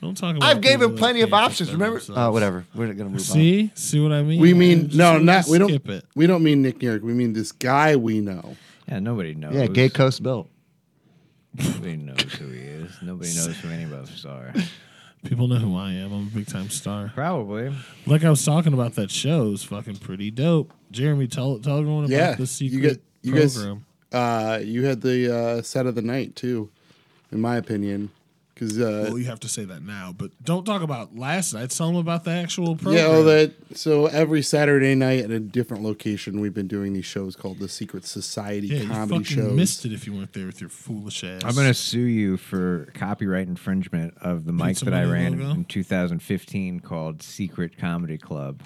S2: Don't talk about
S4: I've gave
S2: people
S4: him
S2: that
S4: plenty of
S2: can't
S4: options.
S2: defend
S4: Remember?
S2: themselves.
S4: Oh, whatever. We're gonna move on.
S2: See, see what I mean?
S3: We mean
S2: Just
S3: no,
S2: wanted
S3: not
S2: to
S3: we don't.
S2: skip it.
S3: We don't mean Nick Nurk. We mean this guy we know.
S5: Yeah, nobody knows.
S4: Yeah, Gay Coast Bill.
S5: Nobody knows who he is. Nobody knows who any of us are.
S2: People know who I am. I'm a big time star.
S5: Probably.
S2: Like I was talking about that show is fucking pretty dope. Jeremy, tell tell everyone about
S3: Yeah,
S2: the secret
S3: you get you guys.
S2: program.
S3: Uh, you had the uh, set of the night too, in my opinion. Because uh,
S2: Well, you have to say that now, but don't talk about last night. Tell them about the actual program.
S3: yeah, all that. So every Saturday night at a different location, we've been doing these shows called the Secret Society
S2: Yeah, you
S3: comedy
S2: fucking
S3: shows.
S2: missed it if you weren't there with your foolish ass.
S5: I'm gonna sue you for copyright infringement of the mic
S2: Pizza
S5: that I
S2: Money
S5: ran
S2: logo?
S5: in 2015 called Secret Comedy Club.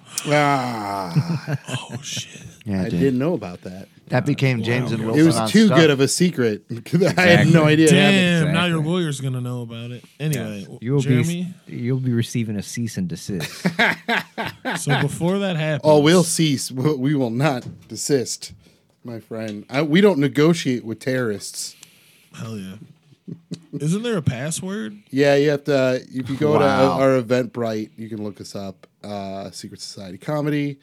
S3: Ah,
S2: Oh shit!
S4: Yeah,
S3: I
S4: dude.
S3: didn't know about that.
S4: That became James and Wilson.
S3: It was
S4: on
S3: too
S4: Stuck.
S3: good of a secret. I had no
S5: Exactly.
S3: idea. it happened.
S2: Damn, now
S5: exactly.
S2: your lawyer's gonna know about it. Anyway,
S5: You'll
S2: Jeremy.
S5: be you'll be receiving a cease and desist.
S2: so before that happens,
S3: Oh, we'll cease. We we will not desist, my friend. I, we don't negotiate with terrorists.
S2: hell yeah! Isn't there a password?
S3: Yeah, you have to. If you go
S4: Wow.
S3: to our Eventbrite, you can look us up. Uh, Secret Society Comedy.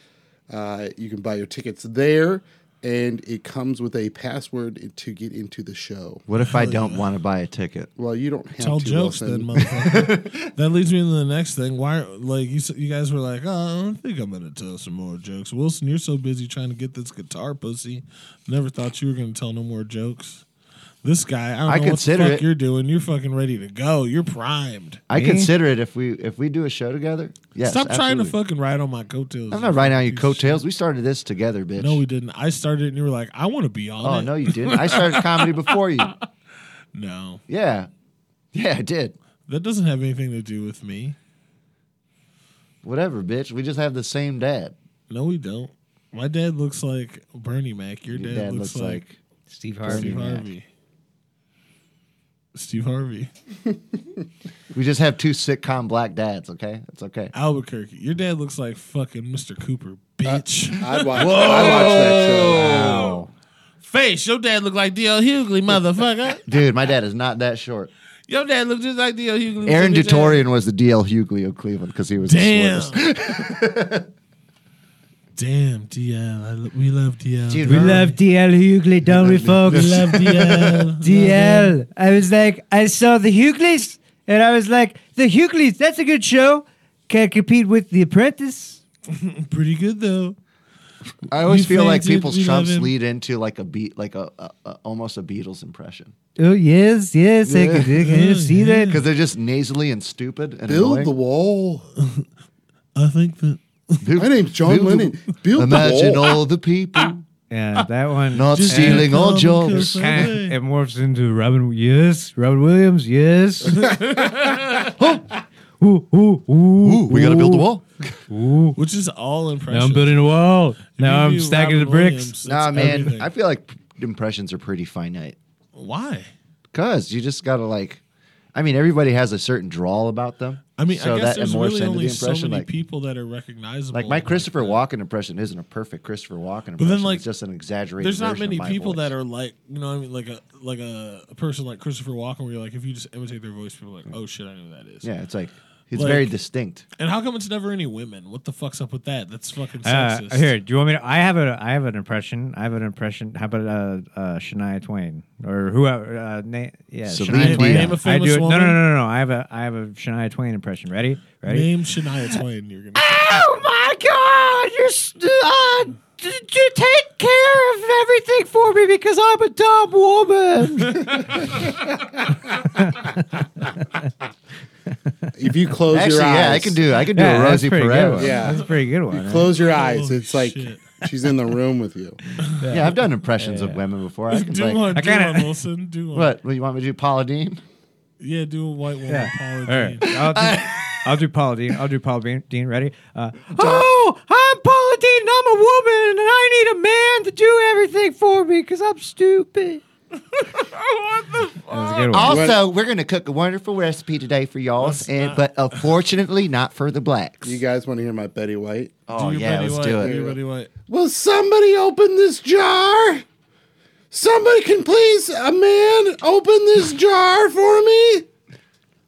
S3: Uh, you can buy your tickets there, and it comes with a password to get into the show.
S4: What if I don't want to buy a ticket?
S3: Well, you don't have
S2: Tell
S3: to.
S2: jokes
S3: Wilson.
S2: then, motherfucker. that leads me into the next thing. Why, like you, s- you guys were like, oh, I don't think I'm gonna tell some more jokes. Wilson, you're so busy trying to get this guitar pussy. Never thought you were gonna tell no more jokes. This guy, I don't
S4: I
S2: know what the
S4: consider
S2: fuck
S4: it.
S2: you're doing. You're fucking ready to go. You're primed.
S4: I
S5: Me?
S4: consider it if we if we do a show together. Yes,
S2: Stop trying to
S4: absolutely.
S2: fucking ride on my coattails.
S4: I'm not riding on your
S2: Piece of shit.
S4: coattails. We started this together, bitch.
S2: No, we didn't. I started it and you were like, I want to be on
S4: oh
S2: it.
S4: no, you didn't. I started comedy before you.
S2: No,
S4: Yeah, yeah, I did.
S2: that doesn't have anything to do with me.
S4: Whatever, bitch. We just have the same dad.
S2: No, we don't. My dad looks like Bernie Mac. Your,
S4: Your dad looks like
S5: Steve
S2: Steve
S5: Harvey.
S2: Harvey. Steve Harvey.
S4: we just have two sitcom black dads. Okay, it's okay.
S2: Albuquerque. Your dad looks like fucking Mr. Cooper, bitch.
S3: I'd watch. I'd watch that show.
S4: Oh,
S2: Face, your dad looked like D.L. Hughley, motherfucker.
S4: dude, my dad is not that short.
S2: your dad looked just like D.L. Hughley.
S4: Aaron
S2: Your dad-
S4: Duttorian was the DL Hughley of Cleveland because he was the
S2: Damn.
S4: shortest.
S2: Damn, DL. I lo- we love DL.
S4: Dude,
S5: We love DL Hughley, don't we,
S2: we
S5: folks?
S2: love DL.
S5: DL. I was like, I saw the Hughleys, and I was like, the Hughleys. That's a good show. Can't compete with The Apprentice.
S2: Pretty good, though.
S4: I always
S2: You
S4: feel
S2: think,
S4: like
S2: dude,
S4: people's
S2: we love
S4: trumps
S2: him?
S4: lead into like a beat, like a, a, a almost a Beatles impression
S5: Oh yes, yes, I
S4: Yeah.
S5: can, I can
S2: Yeah,
S5: see that.
S4: because they're just nasally and stupid and
S3: Build the
S4: annoying.
S3: wall.
S2: I think that.
S3: My name's John
S4: Build the-
S3: Lennon. Build
S4: Imagine
S3: the wall.
S4: all the people
S5: Yeah, that one.
S4: not
S2: Ah. Just
S4: stealing
S2: come
S4: all
S2: to
S4: jobs.
S2: some-
S5: Kind of-
S2: Hey.
S5: it morphs into Robin. Yes, Robin Williams. Yes. Ooh, ooh, ooh,
S4: Ooh, we gotta build the wall.
S5: oooo.
S2: Which is all
S5: Now
S2: impressions.
S5: I'm building a wall.
S2: If you
S5: Now I'm
S2: do
S5: stacking the
S2: Robin
S5: bricks.
S2: Williams,
S4: Nah,
S2: it's
S4: man,
S2: everything.
S4: I feel like p- impressions are pretty finite
S2: Why?
S4: because you just gotta like. I mean, everybody has a certain drawl about them.
S2: I mean,
S4: so
S2: I guess
S4: that
S2: there's
S4: morphs
S2: really
S4: into the
S2: only so
S4: impression
S2: many
S4: like
S2: people that are recognizable.
S4: Like my Christopher
S2: that.
S4: Walken impression isn't a perfect Christopher Walken impression.
S2: then, like,
S4: it's just an exaggerated.
S2: There's not
S4: version of
S2: many
S4: my
S2: people
S4: voice.
S2: that are like you know what I mean like a like a, a person like Christopher Walken where you're like if you just imitate their voice people are like oh shit I know who that is
S4: Yeah, it's like it's
S2: Like-
S4: very distinct.
S2: and how come it's never any women what the fuck's up with that that's fucking
S5: Uh,
S2: sexist
S5: here, do you want me to? I have a, I have an impression. I have an impression. How about uh, uh, Shania Twain or whoever? Uh, na- yeah,
S4: Celine
S5: Shania Twain.
S4: Dion. Name
S2: a
S5: I do
S2: famous
S5: it. No, no,
S2: woman.
S5: no, no, no. I have a, I have a Shania Twain impression. Ready? Ready?
S2: name Shania Twain you're gonna
S5: Oh my God! You're, s- uh, d- you take care of everything for me because I'm a dumb woman.
S3: If you close
S4: Actually,
S3: your eyes,
S4: yeah, I can do. I can do a
S5: that's
S4: Rosie
S5: pretty
S4: Perez.
S5: good one.
S3: Yeah.
S5: that's a pretty good one.
S3: Close your eyes.
S2: Oh,
S3: it's like
S2: shit.
S3: she's in the room with you.
S4: Yeah. I've done impressions of women before. I can
S2: do
S4: like,
S2: one
S5: I
S2: do
S5: kinda-
S2: one Wilson do one
S4: what? What you want me to do? Paula Dean?
S2: yeah do a white woman
S5: Yeah.
S2: Paula
S5: All
S2: Dean.
S5: right. Uh, I'll do, I'll do Paula Dean. I'll do Paula Dean. Dean, ready? Uh, oh, I'm Paula Dean. and I'm a woman, and I need a man to do everything for me because I'm stupid. what the fuck? That was a good one.
S4: Also, we're gonna cook a wonderful recipe today for y'all, and but unfortunately not for the blacks.
S3: You guys want to hear my Betty White?
S4: oh
S2: Do your
S4: yeah,
S2: Betty
S4: let's
S2: White,
S4: do
S2: do
S4: it.
S2: your Betty White.
S3: Will somebody open this jar? Somebody can please, a man, open this jar for me.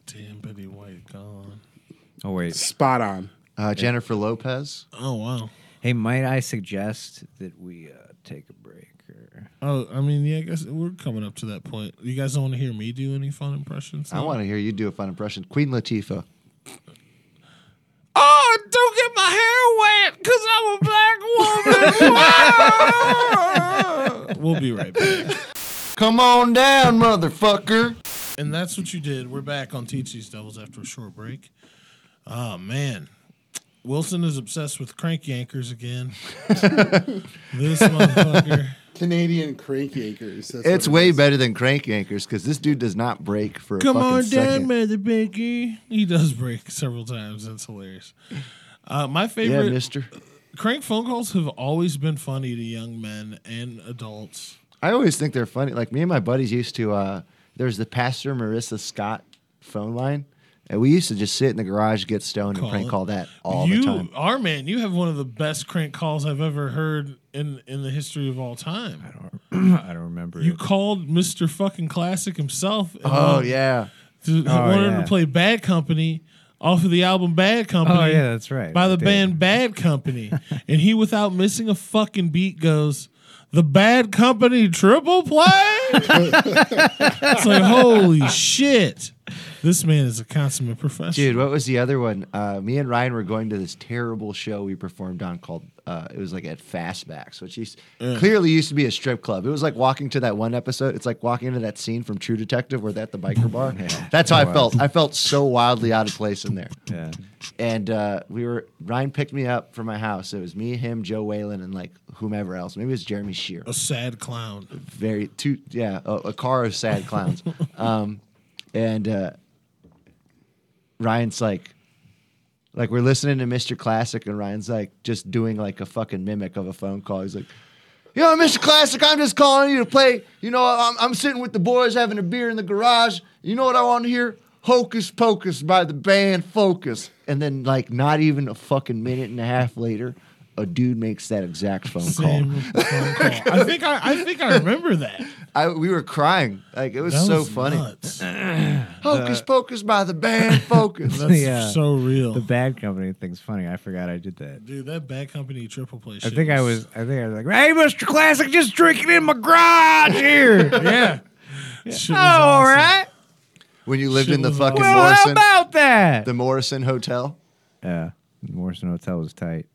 S2: damn Betty White gone
S5: Oh wait.
S3: Spot on.
S4: Uh, Jennifer Lopez.
S2: oh wow
S5: Hey, might I suggest that we uh, take a break? Or...
S2: oh I mean yeah I guess we're coming up to that point you guys don't want to hear me do any fun impressions
S4: I
S5: Uh-huh.
S4: want to hear you do a fun impression. Queen Latifah.
S2: Oh, don't get my hair wet because I'm a black woman. we'll be right back.
S4: Come on down, motherfucker.
S2: and that's what you did. We're back on Teach These Devils after a short break. Oh, man. Wilson is obsessed with crank yankers again. this motherfucker.
S3: Canadian crank yankers. That's
S4: It's
S3: what it
S4: way
S3: is.
S4: better than crank anchors because this dude does not break for a
S2: Come
S4: fucking
S2: on down,
S4: second.
S2: Mother Becky. He does break several times. That's hilarious. Uh, my
S4: Yeah,
S2: favorite
S4: mister.
S2: crank phone calls have always been funny to young men and adults.
S4: I always think they're funny. Like me and my buddies used to. Uh, there's the Pastor Marissa Scott phone line, and we used to just sit in the garage, get stoned,
S2: Call
S4: and prank
S2: it.
S4: call that all
S2: you
S4: the time.
S2: are man. You have one of the best crank calls I've ever heard in in the history of all time.
S6: I don't remember.
S2: You called Mister Fucking Classic himself. And
S4: Oh
S2: wanted-
S4: yeah,
S2: to-
S6: Oh,
S2: wanted
S6: yeah.
S2: to play Bad Company off of the album Bad Company.
S6: Oh, yeah, that's right.
S2: By the
S6: I did.
S2: band Bad Company, and he without missing a fucking beat goes. The Bad Company triple play. it's like holy shit! This man is a consummate professional.
S4: dude. What was the other one? Uh, me and Ryan were going to this terrible show we performed on called. Uh, it was like at Fastbacks, which used, clearly used to be a strip club. It was like walking to that one episode. It's like walking into that scene from True Detective where they're at the biker bar. That's how I felt. I felt so wildly out of place in there.
S6: Yeah.
S4: and uh, we were Ryan picked me up from my house. It was me, him, Joe Whalen, and like whomever else. Maybe it was Jeremy Shear.
S2: a sad clown.
S4: Very two, yeah, a, a car of sad clowns. um, and uh, Ryan's like, like we're listening to Mr. Classic, and Ryan's like just doing like a fucking mimic of a phone call. He's like. You know, Mr. Classic, I'm just calling you to play. You know, I'm, I'm sitting with the boys having a beer in the garage. You know what I want to hear? Hocus Pocus by the band Focus. And then, like, not even a fucking minute and a half later, a dude makes that exact phone call.
S2: Same phone call. I think I, I think I remember that.
S4: I, we were crying. Like, it was
S2: That
S4: so
S2: was
S4: funny.
S2: nuts.
S3: Uh,
S4: Hocus Pocus by the band Focus.
S2: That's
S6: Yeah.
S2: so real,
S6: The bad company thing's funny. I forgot I did that.
S2: dude. That bad company triple play.
S6: I
S2: Shit
S6: think I was. I think I was like, "Hey, Mister Classic, just drinking in my garage here."
S2: Yeah. Shit was
S6: Oh, All
S2: awesome.
S6: right.
S4: when you lived in the
S2: Shit was
S4: fucking
S6: Well,
S4: Morrison,
S6: how about that?
S4: the Morrison Hotel.
S6: Yeah, the Morrison Hotel was tight.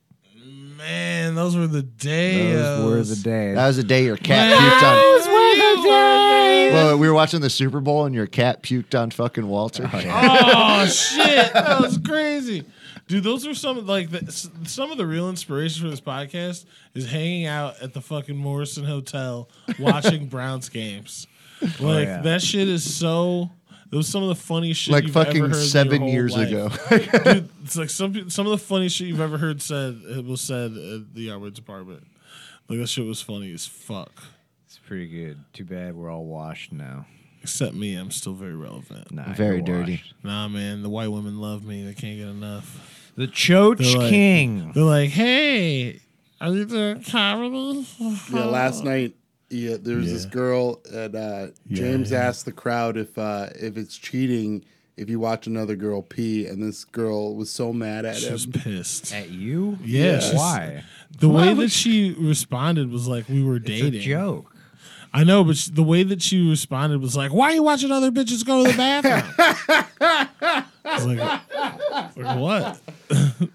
S2: Man, those were the days.
S6: Those were the days.
S4: That was the day your cat puked on.
S2: were the days.
S4: Well, we were watching the Super Bowl and your cat puked on fucking Walter.
S2: Oh shit, that was crazy. Dude, those are some of, like the, s- some of the real inspiration for this podcast is hanging out at the fucking Morrison Hotel watching Browns games.
S4: Oh,
S2: Like
S6: yeah.
S2: that shit is so. That was some of the funniest shit.
S4: like
S2: you've ever heard
S4: fucking
S2: in your
S4: seven
S2: whole
S4: years
S2: life.
S4: ago.
S2: Dude, it's like some peo- some of the funniest shit you've ever heard said it was said at the Yards apartment. Like that shit was funny as fuck.
S6: it's pretty good. Too bad we're all washed now.
S2: Except me, I'm still very relevant.
S6: Nah,
S4: Very
S6: you're
S4: dirty.
S6: washed.
S2: Nah, man, the white women love me. They can't get enough.
S6: The Choach
S2: They're like-
S6: King.
S2: They're like, hey, are you doing comedy?
S3: Yeah, last night, yeah, there was this
S2: Yeah.
S3: girl, and uh, James asked the crowd if uh, if it's cheating if you watch another girl pee, and this girl was so mad at
S2: She
S3: him.
S2: was pissed.
S6: At you?
S2: Yeah, she's-
S6: Why?
S2: The way
S6: would
S2: that she responded was like we were dating.
S6: It's a joke.
S2: I know, but she, the way that she responded was like, "Why are you watching other bitches go to the bathroom?" I was like, like, "What?"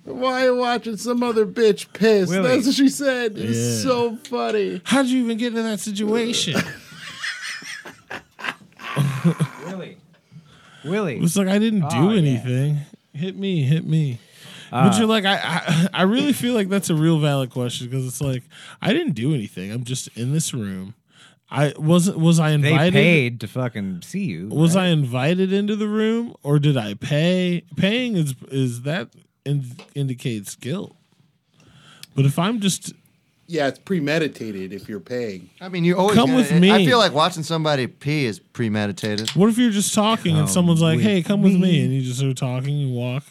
S3: Why you watching some other bitch piss?
S6: Willie.
S3: That's what she said. It
S2: Yeah.
S3: was so funny.
S2: How'd you even get into that situation?
S6: Willie. Willie.
S2: It's like I didn't
S6: Oh,
S2: do
S6: yeah. Uh,
S2: anything. Hit me, hit me. but you're like, I, I, I really feel like that's a real valid question because it's like I didn't do anything. I'm just in this room. I wasn't. Was I
S6: They
S2: invited?
S6: paid to fucking see you.
S2: Was I invited into the room or did I pay? Paying is is that in, indicates guilt. But if I'm just
S3: Yeah, it's premeditated if you're paying.
S4: I mean, you always
S2: Come
S4: gonna-
S2: with me.
S4: I feel like watching somebody pee is premeditated.
S2: What if you're just talking and
S6: Come
S2: someone's like,
S6: with
S2: "Hey, come with me," and you just are talking, you walk,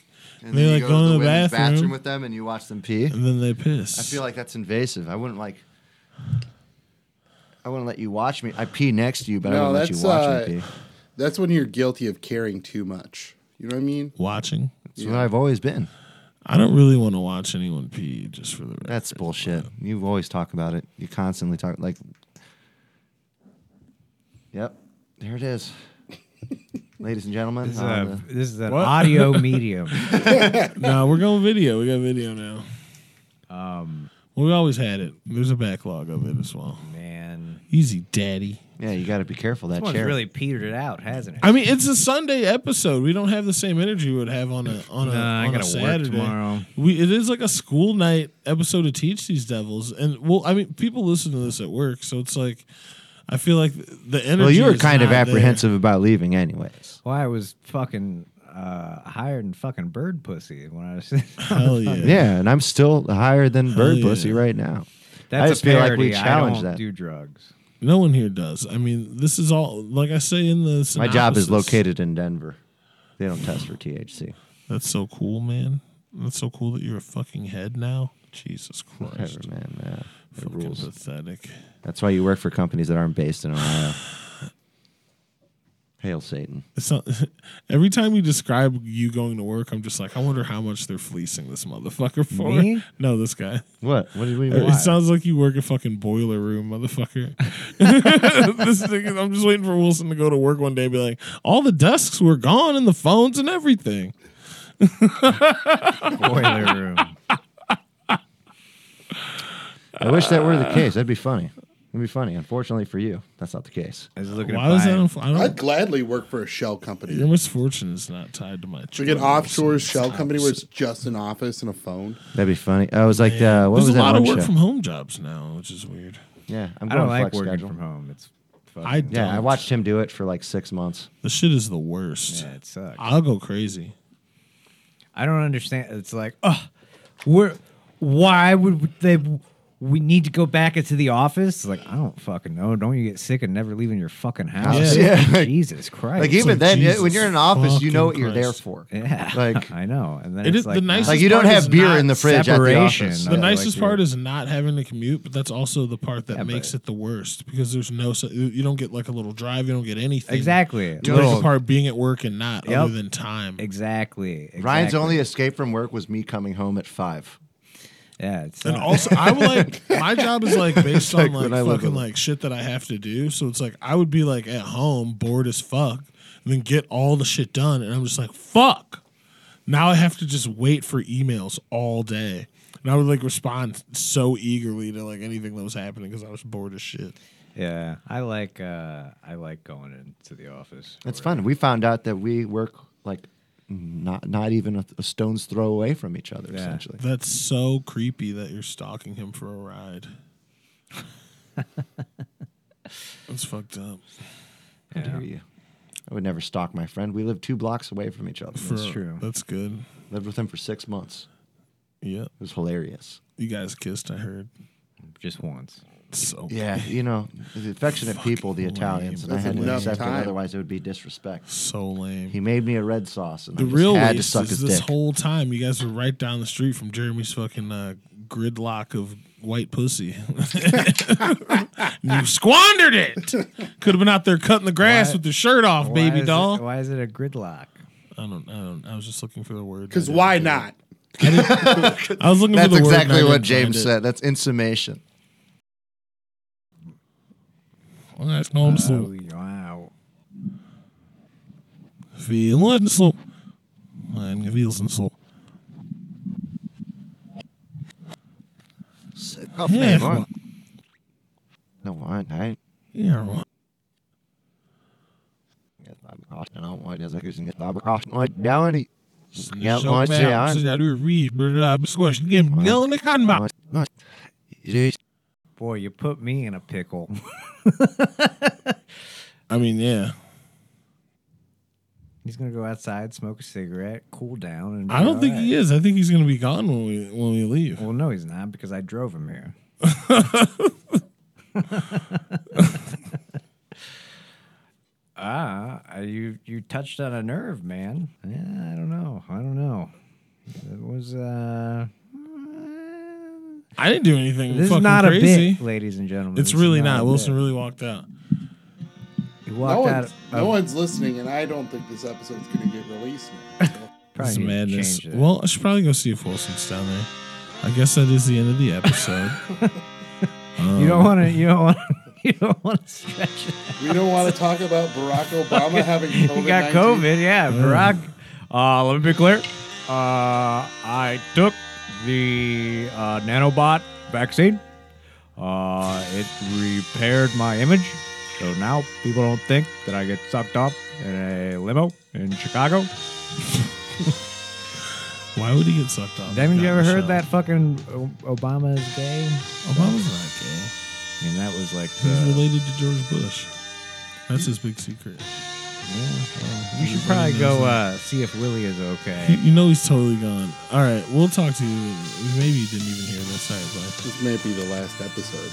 S2: and, they like
S4: you
S2: go, in the,
S4: women's
S2: bathroom,
S4: with them and you watch them pee.
S2: and then they piss.
S4: I feel like that's invasive. I wouldn't like. I wouldn't let you watch me. I pee next to you, but I
S3: No,
S4: wouldn't let you
S3: that's,
S4: watch
S3: uh,
S4: me pee.
S3: That's when you're guilty of caring too much. You know what I mean?
S2: watching.
S4: That's what I've always been.
S2: I don't really want to watch anyone pee, just for the record.
S4: That's bullshit. You always talk about it. You constantly talk like. Yep, there it is, ladies and gentlemen.
S6: This is,
S4: on
S6: a,
S4: the-
S6: this is an
S2: What?
S6: audio medium.
S2: no, we're going video. We got video now. Um, we always had it. There's a backlog of it as well.
S6: Man.
S2: Easy, daddy.
S4: Yeah, you got to be careful that
S5: This one's
S4: chair.
S5: really petered it out, hasn't it?
S2: I mean, it's a Sunday episode. We don't have the same energy we would have on a on a,
S5: Nah, I
S2: on a
S5: gotta work
S2: Saturday.
S5: tomorrow.
S2: We it is like a school night episode to teach these devils, and well, I mean, people listen to this at work, so it's like I feel like the energy.
S4: well, you were
S2: is
S4: kind of
S2: not there.
S4: apprehensive about leaving, anyways.
S5: Well, I was fucking uh, higher than fucking bird pussy when I was.
S2: Hell yeah.
S4: Yeah, and I'm still higher than bird
S2: yeah.
S4: pussy right now.
S5: That's
S4: I just
S5: a
S4: feel like
S5: parody.
S4: we
S5: I
S4: challenge
S5: don't
S4: that.
S5: do drugs.
S2: No one here does. I mean, this is all like I say in the. Synopsis.
S4: My job is located in Denver. They don't test for THC.
S2: That's so cool, man. That's so cool that you're a fucking head now. Jesus Christ,
S4: Whatever, man. Yeah, it
S2: fucking
S4: rules.
S2: pathetic.
S4: That's why you work for companies that aren't based in Ohio. Hail Satan.
S2: It's not. Every time you describe you going to work, I'm just like, I wonder how much they're fleecing this motherfucker for.
S5: Me?
S2: No, this guy.
S4: What? What did we?
S2: It sounds like you work a fucking boiler room, motherfucker. this thing is, I'm just waiting for Wilson to go to work one day and be like, all the desks were gone and the phones and everything.
S5: Boiler room.
S4: I wish that were the case. That'd be funny. It'd be funny. Unfortunately for you, that's not the case.
S5: I was looking
S2: Why
S5: at
S2: was that?
S5: buying-
S2: On, I don't.
S3: I'd gladly work for a shell
S2: your
S3: company.
S2: misfortune is not tied to my.
S3: Like an
S2: choice.
S3: offshore
S2: It's
S3: shell
S2: tied
S3: company
S2: to
S3: where it's just an office and a phone.
S4: That'd be funny. I was like, uh, what
S2: There's
S4: was
S2: a
S4: that
S2: lot of
S4: one
S2: work
S4: show?
S2: from home jobs now, which is weird.
S4: Yeah, I'm
S5: I
S4: going
S5: don't like
S4: flex
S5: working
S4: schedule.
S5: from home. It's fucking,
S2: I don't.
S4: Yeah, I watched him do it for like six months.
S2: The shit is the worst.
S5: yeah, it sucks.
S2: I'll go crazy.
S5: I don't understand. It's like, oh, we're why would they? We need to go back into the office. It's like I don't fucking know. Don't you get sick of never leaving your fucking house?
S4: Yeah. Yeah.
S5: Jesus Christ.
S4: Like even
S2: like,
S4: then,
S2: Jesus
S4: when you're in an office, you know what
S2: fucking
S4: you're there
S2: Christ.
S4: for.
S5: yeah,
S4: like-
S5: I know. And then
S2: It
S5: it's
S2: is- the
S5: like,
S2: nicest
S4: Like you don't
S2: part is
S4: have beer
S2: not
S4: in the fridge
S5: separation.
S4: at the office.
S2: The
S5: The Oh, Yeah, like
S2: nicest
S5: you-
S2: part is not having to commute, but that's also the part that
S5: Yeah,
S2: makes
S5: but-
S2: it the worst because there's no so- you you don't get like a little drive, you don't get anything.
S5: exactly,
S2: The nicest part being at work and not
S5: Yep.
S2: other than time.
S5: exactly, exactly.
S4: Ryan's only escape from work was me coming home at five.
S5: yeah. It's
S2: And also, I would like my job is like based
S4: like
S2: on
S4: when
S2: like
S4: I live
S2: fucking
S4: alone.
S2: like shit that I have to do. So it's like I would be like at home bored as fuck, and then get all the shit done, and I'm just like fuck. Now I have to just wait for emails all day, and I would like respond so eagerly to like anything that was happening because I was bored as shit.
S5: yeah. I like uh, I like going into the office.
S4: It's fun. We found out that we work like not not even a, a stone's throw away from each other.
S5: Yeah.
S4: Essentially,
S2: That's so creepy that you're stalking him for a ride. That's fucked up.
S4: How dare you? I would never stalk my friend. We lived two blocks away from each other.
S5: That's true.
S2: That's good.
S4: lived with him for six months.
S2: Yeah.
S4: It was hilarious.
S2: You guys kissed, I heard.
S5: Just once.
S2: So
S4: Yeah, you know, the affectionate people, the Italians, and I
S3: That's
S4: had to
S3: enough
S4: accept
S3: time.
S4: it. Otherwise, it would be disrespect.
S2: so lame.
S4: He made me a red sauce, and
S2: the
S4: I just
S2: real
S4: had to
S2: waste
S4: suck
S2: is
S4: his
S2: this
S4: dick.
S2: whole time you guys were right down the street from Jeremy's fucking uh, gridlock of white pussy. you squandered it. Could have been out there cutting the grass
S5: Why-
S2: with your shirt off,
S5: Why
S2: baby
S5: is it-
S2: doll.
S5: why is it a gridlock?
S2: I don't. I don't. I was just looking for the word.
S3: Because
S2: I didn't
S3: why
S2: get it.
S3: not?
S2: I was looking.
S4: That's
S2: for the word and I
S4: exactly
S2: didn't
S4: what
S2: find
S4: James
S2: it.
S4: said. That's in summation.
S2: Well, that's normal.
S5: Oh, wow.
S2: Feeling so. Mine feels so. Yeah,
S4: No, what? I
S2: yeah. well,
S4: don't want to get what down. he- Yeah,
S2: so
S4: what?
S2: bad,
S4: Yeah,
S2: since I do read, but I'm squashing him. Yelling the cotton mouth.
S4: what? What? It
S5: Boy, you put me in a pickle.
S2: I mean, yeah.
S5: He's gonna go outside, smoke a cigarette, cool down, and
S2: I don't think he is. I think he's gonna be gone when we when we leave.
S5: Well, no, he's not because I drove him here. ah, you you touched on a nerve, man. Yeah, I don't know. I don't know. It was uh,
S2: I didn't do anything.
S5: this is
S2: fucking
S5: not
S2: crazy.
S5: a bit, ladies and gentlemen.
S2: It's
S5: This is
S2: really not.
S5: a
S2: Wilson
S5: bit.
S2: really walked out.
S5: He
S3: No
S5: walked out.
S3: one's,
S5: of- Oh.
S3: no one's listening, and I don't think this episode's going to get released. now.
S5: probably
S2: It's
S5: need to
S2: madness.
S5: change that.
S2: Well, I should probably go see if Wilson's down there. I guess that is the end of the episode.
S5: you don't want to. You don't want. You don't want to stretch it.
S3: We don't want to talk about Barack Obama having COVID.
S5: He got COVID, yeah. Barack. Uh, let me be clear. Uh, I took the uh, nanobot vaccine.
S6: Uh, it repaired my image, so now people don't think that I get sucked off in a limo in Chicago.
S2: Why would he get sucked off?
S6: Damon,
S2: the
S6: you ever heard
S2: show?
S6: that fucking O- Obama is gay?
S2: Obama's not gay.
S6: I mean, that was like
S2: He's
S5: Uh,
S6: the,
S2: related to George Bush. That's his big secret.
S6: we should probably go uh, see if Willie is okay.
S2: You, you know he's totally gone. All right, we'll talk to you. later. Maybe you didn't even hear this. Sorry, bud.
S3: This may be the last episode.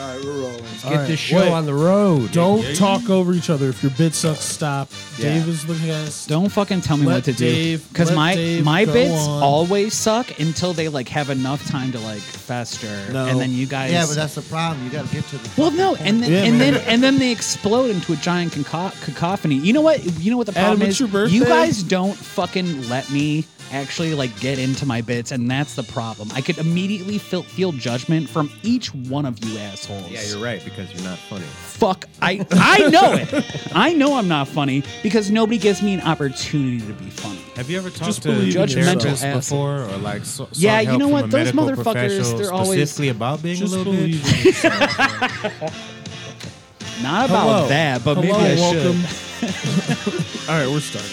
S3: All right, we're rolling.
S6: Get
S2: right,
S6: this show
S2: wait.
S6: on the road.
S2: Don't talk over each other. If your bit sucks, stop. Dave is the guest.
S7: Don't fucking tell me
S2: Let
S7: what to do.
S2: Dave-
S7: Because
S2: let
S7: my
S2: Dave
S7: my
S2: go
S7: bits
S2: on.
S7: always suck until they like have enough time to like fester,
S4: No.
S7: and then you guys.
S4: Yeah, but that's the problem. You got to get to the.
S7: Well, no, and then,
S2: Yeah,
S7: and
S2: man.
S7: then and then they explode into a giant conco- cacophony. You know what? You know what the
S2: Adam,
S7: problem
S2: it's
S7: is.
S2: your birthday.
S7: You guys don't fucking let me actually like get into my bits, and that's the problem. I could immediately feel, feel judgment from each one of you assholes.
S6: Yeah, you're right because you're not funny.
S7: Fuck, I I know it. I know I'm not funny because nobody gives me an opportunity to be funny.
S8: Have you ever talked
S2: Just
S8: to
S2: believe in
S8: judgmental
S7: Judgmental
S8: therapists
S7: ass.
S8: before, or like so, sought
S7: Yeah, you
S8: help
S7: know
S8: from
S7: what?
S8: a
S7: Those
S8: medical
S7: motherfuckers,
S8: professional
S7: they're always-
S8: specifically about being
S2: Just
S8: a little
S2: believe
S8: bitch.
S2: in yourself.
S7: Not about
S2: Hello.
S7: that, but
S2: Hello,
S7: maybe I should.
S2: welcome. All right, we're starting.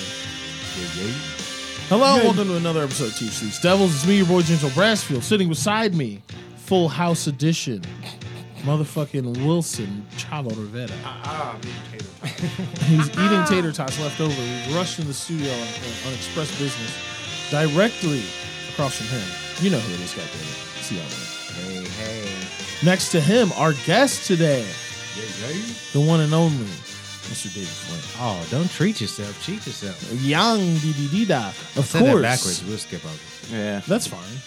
S2: Hello, welcome to another episode of Teach These Devils. It's me, your boy Gentle Brassfield, sitting beside me, Full House Edition, motherfucking Wilson Chavo Rivera. He's eating tater tots left over. We rushed in the studio on, on express business, directly across from him. You know who it is, goddamn it. See y'all later.
S6: Hey, hey.
S2: Next to him, our guest today, the one and only, Mr. David Flynn.
S6: Oh, don't treat yourself. Cheat yourself.
S2: Young dee dee dee da. Of
S8: Say
S2: course.
S8: that backwards. We'll skip over.
S6: Yeah.
S2: That's fine.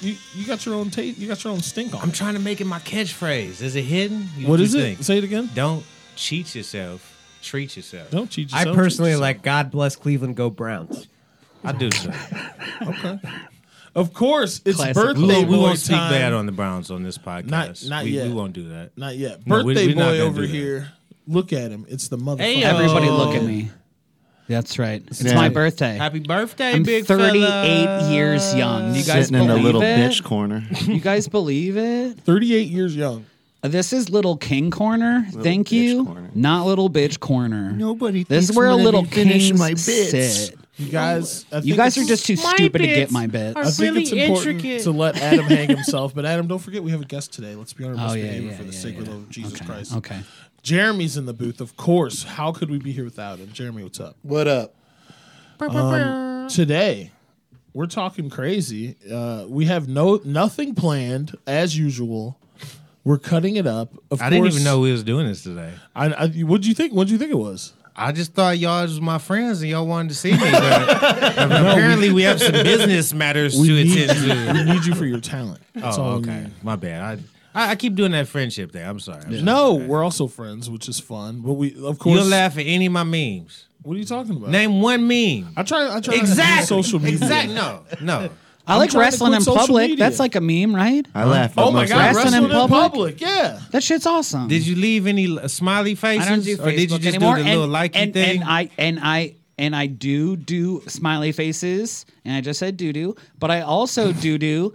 S2: You you got your own tape. You got your own stink on.
S8: I'm
S2: it.
S8: trying to make it my catchphrase. Is it hidden? You-
S2: What
S8: you
S2: is it?
S8: think?
S2: Say it again.
S8: Don't cheat yourself. Treat yourself.
S2: Don't cheat
S6: I
S2: yourself. cheat
S6: personally
S2: yourself.
S6: like God bless Cleveland, go Browns.
S8: I do so.
S2: Of course, it's
S7: Classic.
S8: we
S2: birthday
S8: won't, we
S2: boy
S8: won't speak
S2: time.
S8: bad on the Browns on this podcast.
S2: Not- not
S8: we,
S2: yet.
S8: We won't do that.
S2: Not yet.
S8: No, we-
S2: Birthday
S8: we're not
S2: boy
S8: gonna
S2: over
S8: do that.
S2: here. Look at him. It's the motherfucker.
S8: Hey,
S7: Everybody,
S8: Oh.
S7: look at me. That's right. It's
S4: Yeah.
S7: my birthday.
S8: Happy birthday,
S7: I'm
S8: big
S7: 38
S8: fella.
S7: years young. You guys
S4: Sitting in
S7: believe
S4: a little
S7: it?
S4: bitch corner.
S7: You guys believe it?
S2: Thirty-eight years young.
S7: This is Little King Corner. Thank
S4: bitch
S7: you.
S4: corner.
S7: Not Little Bitch Corner.
S4: Nobody
S7: This is
S4: thinks
S7: where a
S4: when I
S7: little
S4: finish
S7: king
S4: my
S7: my
S4: bits.
S7: sit.
S2: You guys. I
S7: Oh, You
S2: think
S7: guys are
S2: it's-
S7: just too stupid to get my bits.
S2: I think it's important to let Adam hang himself, but Adam, don't forget we have a guest today. Let's be on our best
S7: Oh, yeah,
S2: behavior
S7: yeah,
S2: for the
S7: yeah,
S2: sake of
S7: yeah.
S2: the love of Jesus
S7: Okay,
S2: Christ.
S7: okay.
S2: Jeremy's in the booth, of course. How could we be here without him? Jeremy, what's up?
S3: What up?
S2: today we're talking crazy uh we have no nothing planned as usual we're cutting it up of
S8: I didn't
S2: course-
S8: even know we was doing this today.
S2: I, I what'd you think what'd you think it was
S8: I just thought y'all was my friends and y'all wanted to see me. But apparently, we have some business matters to
S2: need,
S8: attend
S2: you,
S8: to.
S2: we need you for your talent that's
S8: Oh,
S2: all we
S8: okay.
S2: need.
S8: My bad. I, I I keep doing that friendship thing. I'm sorry. I'm sorry.
S2: no we're also friends which is fun but we of course
S8: You'll laugh at any of my memes.
S2: what are you talking about
S8: Name one meme.
S2: i try i try to
S8: Exactly.
S2: do social media
S8: Exactly. No. No.
S7: I
S2: I'm trying
S7: like
S2: to
S7: wrestling
S2: quit
S7: in
S2: social
S7: public.
S2: media.
S7: That's like a meme, right?
S4: I laugh.
S2: oh my god
S7: Wrestling in
S2: wrestling, in, public?
S7: public?
S2: yeah
S7: That shit's awesome.
S8: Did you leave any uh, smiley faces?
S7: I don't do
S8: or did you
S7: Facebook
S8: just
S7: anymore.
S8: do the
S7: and,
S8: little likey
S7: and,
S8: thing?
S7: and I and I and I do do smiley faces, and I just said doo doo, but I also do do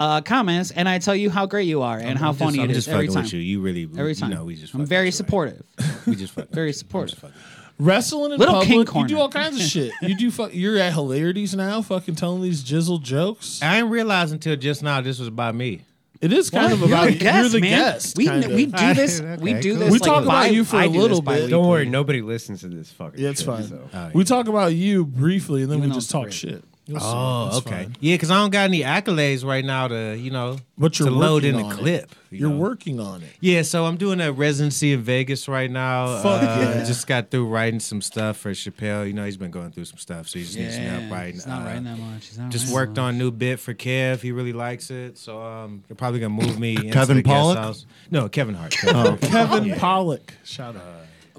S7: uh, comments, and I tell you how great you are and how
S8: I'm
S7: funny
S8: just,
S7: it
S8: I'm
S7: is
S8: just
S7: every
S8: fucking
S7: time.
S8: with you. You really,
S7: Every time.
S8: You know, we just
S7: I'm
S8: fucking
S7: very
S8: with you.
S7: supportive.
S8: We just fucking
S7: Very
S8: with you.
S7: supportive.
S8: I'm just fucking with you.
S2: wrestling in
S7: Little
S2: public
S7: King
S2: you
S7: Corner.
S2: do all kinds of shit you do fuck, you're at hilarities now fucking telling these jizzle jokes
S8: I didn't realize until just now this was about me.
S2: It is kind of about
S7: you're the guest,
S2: you're the
S7: man.
S2: guest.
S7: we
S2: kind
S7: we
S2: of.
S7: do this.
S8: Okay,
S7: we do
S8: cool.
S7: this.
S2: We
S7: like,
S2: talk about
S7: bi-
S2: you for
S7: I
S2: a
S7: do this
S2: little bit.
S7: bi-weekly.
S2: Don't
S6: Don't worry, nobody listens to this fucking
S2: yeah, it's
S6: shit,
S2: fine.
S6: so.
S2: We talk about you briefly, and then we
S7: Even though
S2: just
S7: it's
S2: talk
S7: great.
S2: shit. You'll see.
S8: Oh,
S2: It's
S8: okay.
S2: fine.
S8: Yeah, because I don't got any accolades right now to you know
S2: But you're
S8: to load
S2: working
S8: in
S2: on
S8: a
S2: it.
S8: clip. you
S2: You're
S8: know.
S2: working on it.
S8: Yeah, so I'm doing a residency in Vegas right now.
S2: Fuck
S8: Uh,
S2: yeah.
S8: Just got through writing some stuff for Chappelle. You know, he's been going through some stuff, so he just needs to
S7: Yeah,
S8: help writing.
S7: he's not
S8: Uh,
S7: writing that much. He's not
S8: Just
S7: writing
S8: worked
S7: that much.
S8: on new bit for Kev. He really likes it, so um, they're probably gonna move me. into
S4: Kevin
S8: the guest
S4: Pollak?
S8: house. No, Kevin Hart. Kevin Hart.
S2: Kevin Pollock, shout out.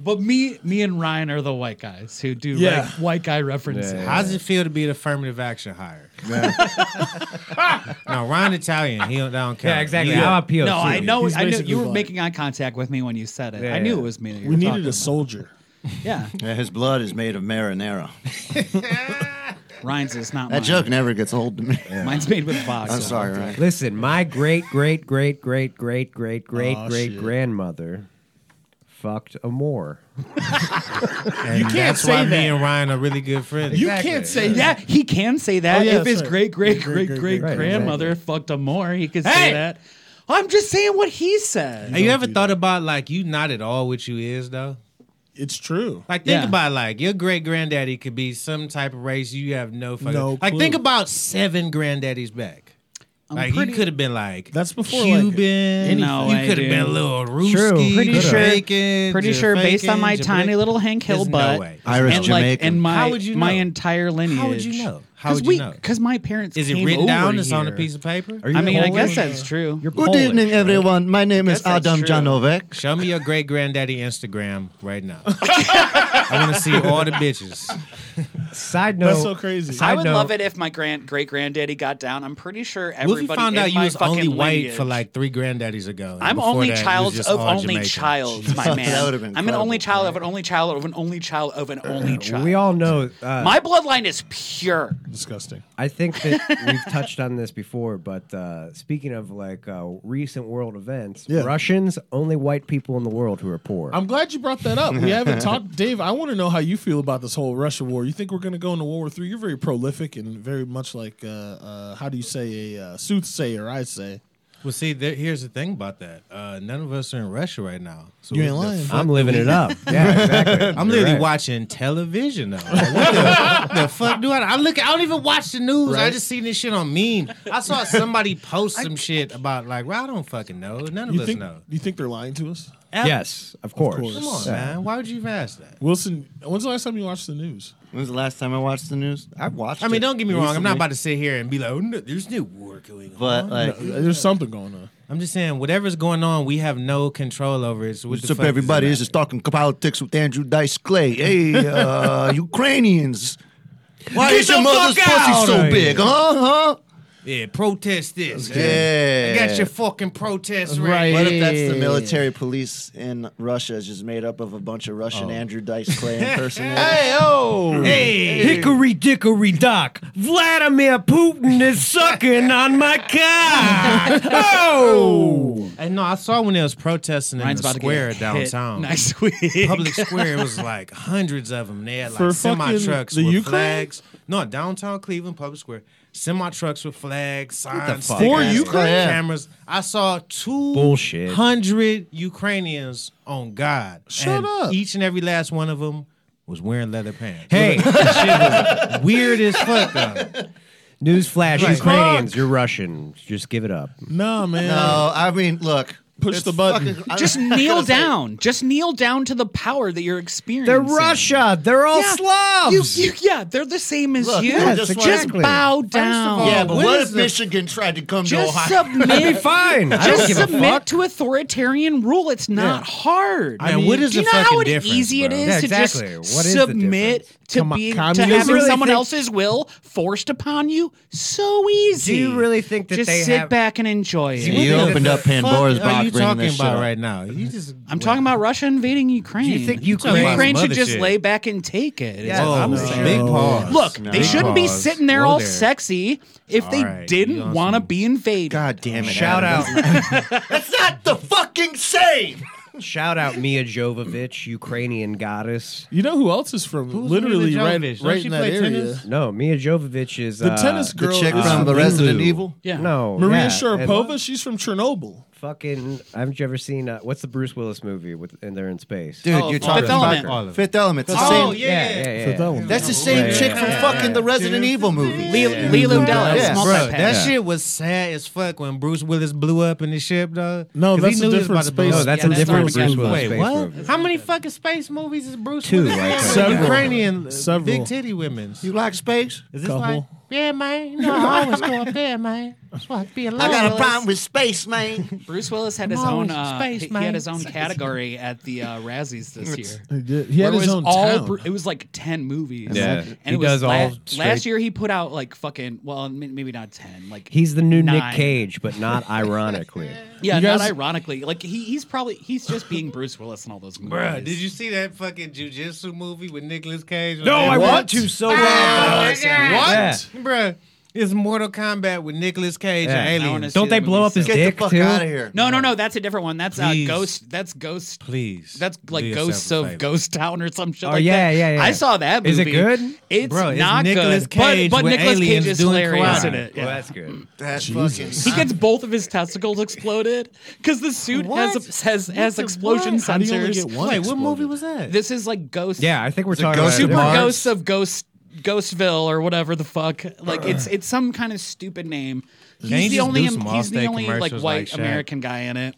S7: But me, me and Ryan are the white guys who do
S2: Yeah.
S7: like, white guy references.
S8: How does it feel to be an affirmative action hire? no, Ron Italian. He don't, that don't care.
S9: Yeah, exactly. I'm a POC.
S7: No, I know.
S2: He's
S7: I knew
S2: basically
S7: you were
S2: black.
S7: making eye contact with me when you said it.
S9: Yeah,
S7: I knew
S9: yeah.
S7: it was me. That you
S2: We
S7: were
S2: needed
S7: talking
S2: a soldier.
S7: about. Yeah,
S4: Yeah, his blood is made of marinara.
S7: Ryan's is not
S4: That
S7: mine.
S4: joke never gets old to me.
S7: Mine's made with vodka.
S4: I'm sorry, right?
S5: Listen, my great, great, great, great, great, great, great,
S2: Aw,
S5: great
S2: shit.
S5: grandmother fucked a Moor.
S8: you can't that's
S7: say
S8: why
S7: that.
S8: me and Ryan are really good friends.
S2: You can't say
S7: Yeah, he can say that
S2: Oh, yeah,
S7: if
S2: that's
S7: his
S2: right.
S7: great great great great,
S5: great-
S7: grandmother fucked a Moor, he could say that. I'm just saying what he said.
S8: Have you ever thought about like you not at all what you is though?
S2: It's true.
S8: Like think
S7: Yeah.
S8: about like your great granddaddy could be some type of race you have no fucking.
S2: No
S8: like think
S2: clue.
S8: about seven granddaddies back. like
S7: pretty-
S8: you could have been like
S2: That's before, like,
S8: Cuban.
S7: No
S8: you
S7: way,
S8: could have
S7: dude.
S8: been a little Ruski.
S5: True, pretty
S8: Jamaican,
S5: sure-
S7: Pretty sure, based on my
S8: Jamaican,
S7: tiny
S8: Jamaican-
S7: little Hank Hill
S8: There's no
S7: butt,
S8: way.
S4: Irish
S7: and like
S4: Jamaican.
S7: and my
S8: How would you
S7: my
S8: know?
S7: entire lineage.
S8: How would you know? How
S7: Because
S8: would
S7: we
S8: you know?
S7: because my parents
S8: Is it
S7: came
S8: written down?
S7: over
S8: It's on a
S7: here.
S8: piece of paper.
S5: Are you
S7: I mean, I guess
S5: Polish?
S7: that's true.
S5: You're
S4: Good
S5: Polish,
S4: evening,
S5: right?
S4: everyone. My name is
S7: Guess that's
S4: Adam
S7: true.
S4: Janovek.
S8: Show me your great granddaddy Instagram right now. I want to see all the bitches.
S5: Side note.
S2: That's so crazy.
S7: I
S5: I
S7: would
S5: know-
S7: love it if my grand great granddaddy got down. I'm pretty sure
S8: What
S7: everybody
S8: if you found
S7: in
S8: out you
S7: my
S8: was
S7: fucking
S8: only white
S7: lineage-
S8: for like three granddaddies ago? and
S7: I'm
S8: before
S7: only
S8: that, you was
S7: child
S8: just
S7: of
S8: all
S7: only
S8: Jamaican?
S7: child, my man.
S4: That would've been
S7: I'm an only
S4: incredible,
S7: child of an only child of an only child of an only child.
S5: We all know. Uh,
S7: my bloodline is pure.
S2: Disgusting.
S5: I think that we've touched on this before, but uh, speaking of like uh, recent world events,
S2: Yeah.
S5: Russians only white people in the world who are poor.
S2: I'm glad you brought that up. We haven't talked, Dave. I want to know how you feel about this whole Russia war. You think we're going to go into World War Three? You're very prolific and very much like, uh, uh, how do you say, a uh, soothsayer? I say.
S8: Well, see, there, here's the thing about that. Uh, none of us are in Russia right now. So
S2: You ain't
S8: what the
S2: lying.
S8: fuck
S5: I'm living it up. Yeah, exactly.
S8: I'm
S5: You're
S8: literally
S5: right.
S8: watching television though. Like, what the, the fuck do I? I look. I don't even watch the news. I
S2: Right.
S8: just seen this shit on meme. I saw somebody post some shit about like, well, I don't fucking know. None of
S2: You
S8: us
S2: think?
S8: know.
S2: You think they're lying to us?
S5: Yes, of course.
S2: course.
S8: Come on,
S5: Yeah.
S8: man. Why would you even ask that?
S2: Wilson, when's the last time you watched the news?
S4: When's the last time I watched the news? I watched.
S8: I mean,
S4: it
S8: don't get me wrong. I'm
S4: recently,
S8: not about to sit here and be like, oh, no, there's no war going on.
S4: But like,
S2: There's something going on.
S8: I'm just saying, whatever's going on, we have no control over it. So what
S4: what's
S8: the
S4: up,
S8: fuck does it
S4: everybody?
S8: matter?
S4: This is talking politics with Andrew Dice Clay. Hey, uh, Ukrainians. Why
S8: Get
S4: is your
S8: the
S4: mother's
S8: fuck
S4: pussy
S8: out of
S4: so
S8: here.
S4: big? Huh? Huh?
S8: yeah. Protest this.
S4: Yeah.
S8: I got your fucking protest right.
S4: What if that's the military police in Russia is just made up of a bunch of Russian Andrew Dice Clay impersonators?
S8: Hey, oh, hey.
S5: Hickory dickory dock. Vladimir Putin is sucking on my cock. Oh!
S8: Hey, no, I saw when they was protesting in
S7: Ryan's
S8: the
S7: about to
S8: square
S7: get hit
S8: downtown.
S7: next week.
S8: Public square it was like hundreds of them. They had like
S2: For
S8: semi
S2: fucking
S8: trucks
S2: the
S8: with
S2: Ukraine?
S8: flags. No, downtown Cleveland Public Square, semi trucks with flags, signs,
S4: fuck?
S8: stickers,
S2: For Ukraine?
S8: cameras. I saw two
S5: Bullshit.
S8: hundred Ukrainians on God.
S2: Shut
S8: and
S2: up.
S8: Each and every last one of them was wearing leather pants.
S5: Hey,
S8: weird as fuck. Though.
S5: newsflash,
S8: Right.
S5: Ukrainians, you're Russian. Just give it up.
S2: No, man.
S4: No, I mean, look.
S2: Push
S4: it's
S2: the button.
S4: fucking- I-
S7: Just
S4: I
S7: kneel
S4: was like,
S7: down. Just kneel down to the power that you're experiencing.
S5: They're Russia. They're all
S7: You,
S5: Slavs.
S7: you, yeah, they're the same as
S4: Look,
S7: you.
S4: yeah,
S7: just
S4: just
S5: exactly.
S7: bow down.
S4: Yeah, but
S8: When
S4: Oh, what
S8: is
S4: if
S8: the-
S4: Michigan tried to come to
S7: just
S4: Ohio?
S5: I'd be
S7: submit.
S5: fine. I don't
S7: Just
S5: give a fuck.
S7: submit to authoritarian rule. It's not hard.
S8: I mean, what is
S7: Do you
S8: the
S7: know how
S8: fucking
S7: it-
S8: difference,
S7: easy it
S8: bro?
S7: is
S5: Yeah,
S7: to
S5: exactly.
S7: just
S5: What is the
S7: submit
S5: difference?
S7: to
S5: Come on,
S7: being to
S5: communism?
S7: having
S5: You really
S7: someone
S5: think-
S7: else's will forced upon you? So easy.
S5: Do you really think that
S7: just
S5: they
S7: sit
S5: have-
S7: back and enjoy it?
S4: You opened up Pandora's
S8: Fuck are
S4: box
S8: you
S4: bringing
S8: talking
S4: this shit
S8: about
S4: up.
S8: right now? You just
S7: I'm talking about Russia invading Ukraine.
S5: Do you think
S8: talking about
S7: Ukraine
S8: some
S7: should
S8: other
S7: just
S8: shit.
S7: lay back and take it?
S5: Yeah.
S8: Oh,
S5: I'm
S8: no.
S5: saying-
S8: big pause.
S7: Look, they
S4: Big
S7: shouldn't be
S8: pause.
S7: sitting there
S8: Whoa
S7: all
S8: there.
S7: sexy if they
S8: All right, you
S7: didn't
S8: on
S7: want to
S8: some-
S7: be invaded.
S4: God damn it.
S5: Shout
S4: Adam.
S5: out,
S4: That's not the fucking same.
S5: shout out, Mia Jovovich, Ukrainian goddess.
S2: You know who else is from literally
S8: Mila
S2: right,
S8: Jovovich? Don't
S2: right
S8: she
S2: in that
S8: play
S2: area?
S8: tennis?
S5: No, Mia Jovovich is
S2: The
S5: uh,
S2: tennis
S4: The
S2: girl
S4: chick
S2: is
S4: from the
S2: Hulu.
S4: Resident Evil?
S7: Yeah.
S5: No,
S2: Maria
S5: yeah,
S2: Sharapova.
S5: and
S2: she's from Chernobyl.
S5: Fucking, haven't you ever seen uh, what's the Bruce Willis movie with and they're in space?
S4: Dude,
S7: Oh,
S4: you're
S7: Fifth
S4: talking
S7: Element.
S4: about Fifth Element. It's the
S8: Oh,
S4: same.
S8: yeah.
S5: yeah, yeah.
S4: That's the same
S5: Yeah,
S4: chick
S5: yeah,
S4: from
S5: yeah,
S4: fucking
S5: yeah.
S4: the Resident Evil movie.
S7: Le- Leland Dell.
S4: Yeah.
S7: small
S4: Bro,
S7: fat
S8: That
S7: pack.
S8: shit was sad as fuck when Bruce Willis blew up in the ship, though.
S2: No,
S8: 'Cause
S2: that's
S8: he
S2: a
S8: knew he was
S2: different
S8: about to blow
S2: space.
S5: No,
S8: up.
S5: that's
S7: Yeah,
S5: a
S7: that's
S5: different
S7: Armageddon.
S5: Bruce Willis
S7: Wait,
S5: space
S8: What?
S5: movie.
S8: How many fucking space movies is Bruce
S5: Two,
S8: Willis
S5: I
S8: in?
S5: think.
S2: Several.
S8: Ukrainian uh,
S2: Several.
S8: big titty women. Is
S4: You like space?
S8: this
S2: Couple.
S8: like Yeah, man. No, I always go up there, man. That's why I'd be alone.
S10: I got a
S7: Willis.
S10: problem with space, man.
S7: Bruce Willis had his
S8: I'm
S7: own
S8: always
S7: uh,
S8: space,
S7: he, he
S8: man.
S7: had his own category at the uh, Razzies this year.
S2: He, did- he had
S7: Where it
S2: his
S7: was
S2: own
S7: all
S2: town.
S7: Bru- it was like ten movies.
S11: Yeah.
S7: and
S11: He
S7: it was
S11: does all
S7: la-
S11: straight-
S7: last year. He put out like fucking well, m- maybe not ten. Like
S11: He's the new
S7: Nine.
S11: Nick Cage, but not ironically.
S7: yeah,
S2: You guys-
S7: not ironically. Like he, he's probably he's just being Bruce Willis in all those movies.
S8: Bruh, did you see that fucking jujitsu movie with Nicolas Cage?
S11: no, I
S8: What?
S11: want to so bad.
S8: Oh, my God.
S11: Yeah.
S8: Bruh, it's Mortal Kombat with Nicolas Cage
S6: Yeah.
S8: and
S7: I wanna
S8: aliens.
S7: see
S6: Don't
S7: that
S6: they blow
S7: movie
S6: up his
S7: so-
S10: Get
S6: dick
S10: the fuck
S6: too?
S10: out of here.
S7: No, no, no. That's a different one. That's uh,
S8: Please.
S7: ghost. That's ghost.
S8: Please.
S7: That's like
S8: do
S7: ghosts
S8: yourself a
S7: of
S8: favor.
S7: Ghost Town or some shit.
S6: Oh,
S7: like
S6: yeah,
S7: that.
S6: yeah, yeah.
S7: I saw that movie.
S6: Is it good?
S7: It's
S8: Bro, it's
S7: not
S8: Nicolas
S7: good. but-
S8: Cage
S7: but
S8: with
S7: Nicolas Cage
S8: aliens
S7: is
S8: doing
S7: hilarious
S8: karate.
S7: in it.
S6: Well,
S7: Yeah.
S6: that's good.
S10: That
S7: He
S10: fucking.
S7: gets both of his testicles exploded because the suit has has has explosion
S2: How do you only
S7: sensors.
S2: get one
S8: Wait, what
S2: exploded?
S8: movie was that?
S7: This is like ghost.
S6: Yeah, I think we're talking
S10: ghost
S6: about
S7: super
S10: of Mars?
S7: ghosts of ghost Ghostville or whatever the fuck. Like it's it's some kind of stupid name. He's
S8: you
S7: the
S8: just
S7: only
S8: do some
S7: he's the
S8: off-day
S7: only like
S8: commercials
S7: white
S8: like Shaq?
S7: American guy in it.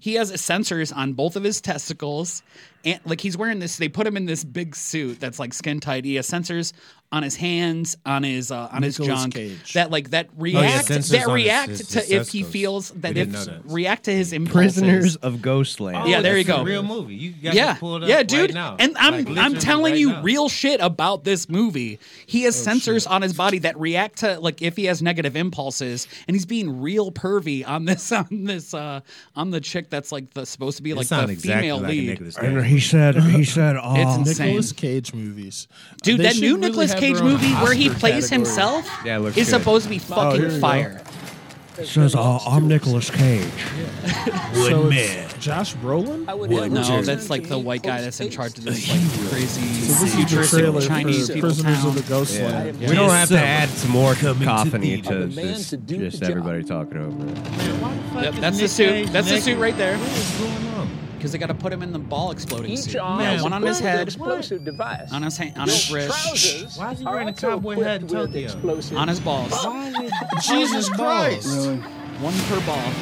S7: He has sensors on both of his testicles, and like he's wearing this. They put him in this big suit that's like skin tight. He has sensors on his hands, on his uh, on his
S2: Nicolas
S7: junk
S2: Cage.
S7: that like that react
S8: Oh, sensors
S7: that
S8: on his-
S7: react
S8: his-
S7: to
S8: his
S7: if he
S8: testicles.
S7: feels that
S8: We didn't
S7: if
S8: know that.
S7: react to his impulses.
S11: Prisoners of Ghostland.
S7: Yeah, there you
S8: Oh, that's
S7: go.
S8: a real movie. You got
S7: Yeah,
S8: to pull it up
S7: yeah,
S8: right
S7: dude.
S8: now.
S7: And I'm
S8: Like,
S7: I'm
S8: literally
S7: telling
S8: right
S7: you
S8: now.
S7: real shit about this movie. He has sensors on his body that react to like if he has negative impulses, and he's being real pervy on this on this uh on the chick that's like the supposed to be
S8: It
S7: like the
S8: sound exactly
S7: female
S8: like a
S7: lead.
S8: Nicolas Cage.
S6: he said he said
S5: "Oh,
S7: It's
S6: all.
S7: insane.
S2: Nicolas Cage movies.
S7: Dude,
S2: They
S7: that
S2: should
S7: new
S2: really
S7: Nicolas
S2: have
S7: Cage
S2: their own
S7: movie where he
S2: Oscar
S7: plays
S2: category.
S7: himself
S11: Yeah, it looks
S7: is
S11: good.
S7: supposed to be fucking
S2: Oh, here we go.
S7: fire.
S6: says all.
S5: uh,
S6: I'm Nicholas Cage.
S2: So it's Josh Brolin?
S7: No, that's like the white guy that's in charge of this like crazy
S2: This is the trailer
S7: futuristic Chinese
S2: for
S7: people
S2: Prisoners
S7: town.
S2: of the Ghostland.
S11: We don't have to add some more
S6: thee.
S11: cacophony to
S12: man
S11: this,
S12: to do
S11: just
S12: the job.
S11: everybody talking over it.
S7: Yep, that's the suit. That's the suit right there.
S8: What's going on?
S7: Because they got to put him in the ball exploding
S12: Each
S7: suit.
S12: arm
S7: yeah,
S12: is
S7: one on his
S12: equipped with
S7: head,
S12: explosive device.
S7: on his hand, on his
S12: Your
S7: wrist,
S12: trousers
S8: Why is he
S12: are
S8: wearing a
S12: also
S8: cowboy hat
S12: equipped with
S8: Tokyo?
S12: explosive-
S7: on his balls.
S2: Jesus Christ.
S7: One per ball.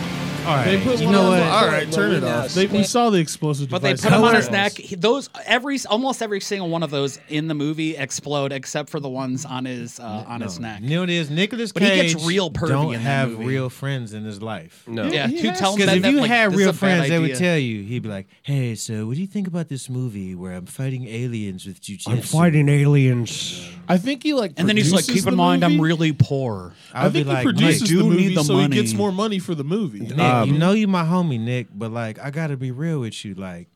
S8: All
S2: They
S8: right.
S2: put
S8: you
S2: one
S8: know
S2: on the-
S8: what?
S2: All right, turn it
S12: Well, we
S2: off. They, we saw the explosive
S7: But they
S2: device
S7: put him on his
S2: themselves.
S7: neck. He- those every almost every single one of those in the movie explode, except for the ones on his uh, on his neck.
S8: You know what it is? Nicolas Cage
S7: But he gets real pervy
S8: don't
S7: in that
S8: have
S7: movie.
S8: real friends in his life.
S11: No.
S7: Yeah, you tell him
S8: Because
S7: that,
S8: if
S7: that,
S8: you
S7: like,
S8: had
S7: this is a
S8: real
S7: bad
S8: friends, they would
S7: idea.
S8: tell you. He'd be like, "Hey, so what do you think about this movie where I'm fighting aliens with jujitsu?"
S6: aliens.
S2: I think he like.
S7: And then he's like,
S2: produces
S7: "Keep in
S2: the
S7: mind, I'm
S2: movie."
S7: really poor."
S2: I
S8: I'd be
S2: think he
S8: like,
S2: produces
S7: "Nick,
S2: the
S7: do need
S2: movie
S7: the
S2: so
S7: money."
S2: he gets more money for the movie.
S8: Nick, you know you my homie, Nick, but like I gotta be real with you, like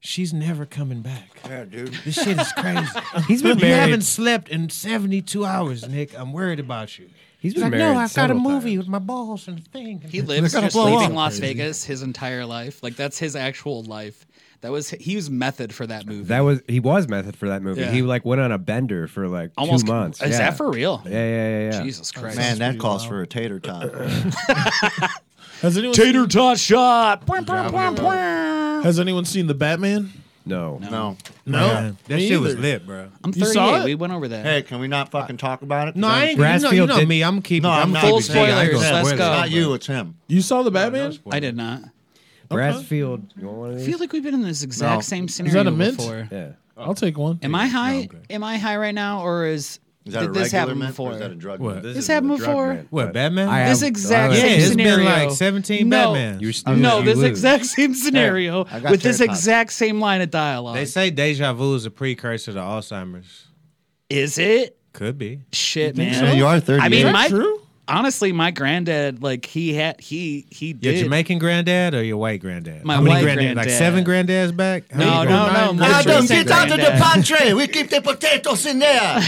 S8: she's never coming back.
S10: Yeah, dude.
S8: This shit is crazy.
S6: He's been
S8: you haven't
S6: married.
S8: slept in 72 hours, Nick. I'm worried about you.
S6: He's
S8: He's
S6: been
S8: like,
S6: married.
S8: no, I've got a
S6: several
S8: movie
S6: times.
S8: with my balls and thing.
S7: He lives
S8: They're gonna
S7: just
S8: blow
S7: leaving
S8: up.
S7: Las Vegas his entire life. Like that's his actual life. That was he was method for that movie.
S11: That was he was method for that movie.
S7: Yeah.
S11: He like went on a bender for like
S7: almost
S11: two months.
S7: Is
S11: yeah.
S7: that for real?
S11: Yeah, yeah, yeah, yeah.
S7: Jesus Christ,
S10: Man, that calls for a tater tot.
S2: Has anyone
S7: Tater tot shot.
S2: Has anyone seen the Batman?
S11: No.
S10: No.
S2: No,
S8: Yeah, that
S2: me
S8: shit was
S2: either.
S8: lit, bro.
S7: I'm
S2: You saw
S7: 38.
S2: it?
S7: We went over that.
S10: Hey, can we not fucking talk about it?
S8: No, I ain't. You know,
S6: Brassfield
S8: you know
S6: did-
S8: me. I'm keeping.
S10: No, I'm
S8: I'm,
S10: not.
S7: Full
S10: It's him.
S7: spoilers,
S10: I ain't gonna
S7: let's
S10: spoil it.
S7: go.
S10: It's not you. It's him.
S2: You saw the Batman?
S7: I did not.
S6: Brassfield. You want one of
S7: I
S6: these?
S7: feel like we've been in this exact
S10: No.
S7: same
S2: that
S7: scenario
S2: a mint?
S7: before.
S11: Yeah.
S2: I'll take one.
S7: Am I high? Am I high right now, or is,
S10: Is that
S7: did
S10: a
S7: this
S10: regular
S7: happen
S10: mint
S7: before?
S10: or is that a drug
S8: What?
S10: mint?
S11: This
S7: This
S11: is a
S7: happened
S11: drug
S7: before?
S11: man,
S8: What
S11: but-
S8: Batman?
S6: I
S7: this
S6: have-
S7: exact
S6: I
S8: yeah,
S7: same
S8: it's
S7: scenario.
S8: been like 17
S7: no,
S8: Batmans.
S11: You're still
S7: no,
S11: you
S7: this
S11: lose.
S7: exact same scenario
S10: I got
S7: with this
S10: tater tots.
S7: exact same line of dialogue.
S8: They say deja vu is a precursor to Alzheimer's.
S7: is it?
S8: Could be.
S7: Shit,
S10: so? Yeah,
S7: man.
S10: you are 38.
S7: I
S2: Is
S7: mean,
S2: that
S7: my
S2: true?
S7: honestly, my granddad, like he had, he he
S8: Your
S7: did.
S8: Jamaican granddad or your white granddad?
S7: My
S8: How many
S7: white
S8: granddad- Like
S7: granddad.
S8: seven granddads back? How
S7: No,
S8: many
S7: no,
S8: granddads?
S7: no, more
S10: Now, don't
S7: recent
S10: get out of the
S7: granddad.
S10: pantry. We keep the potatoes in there.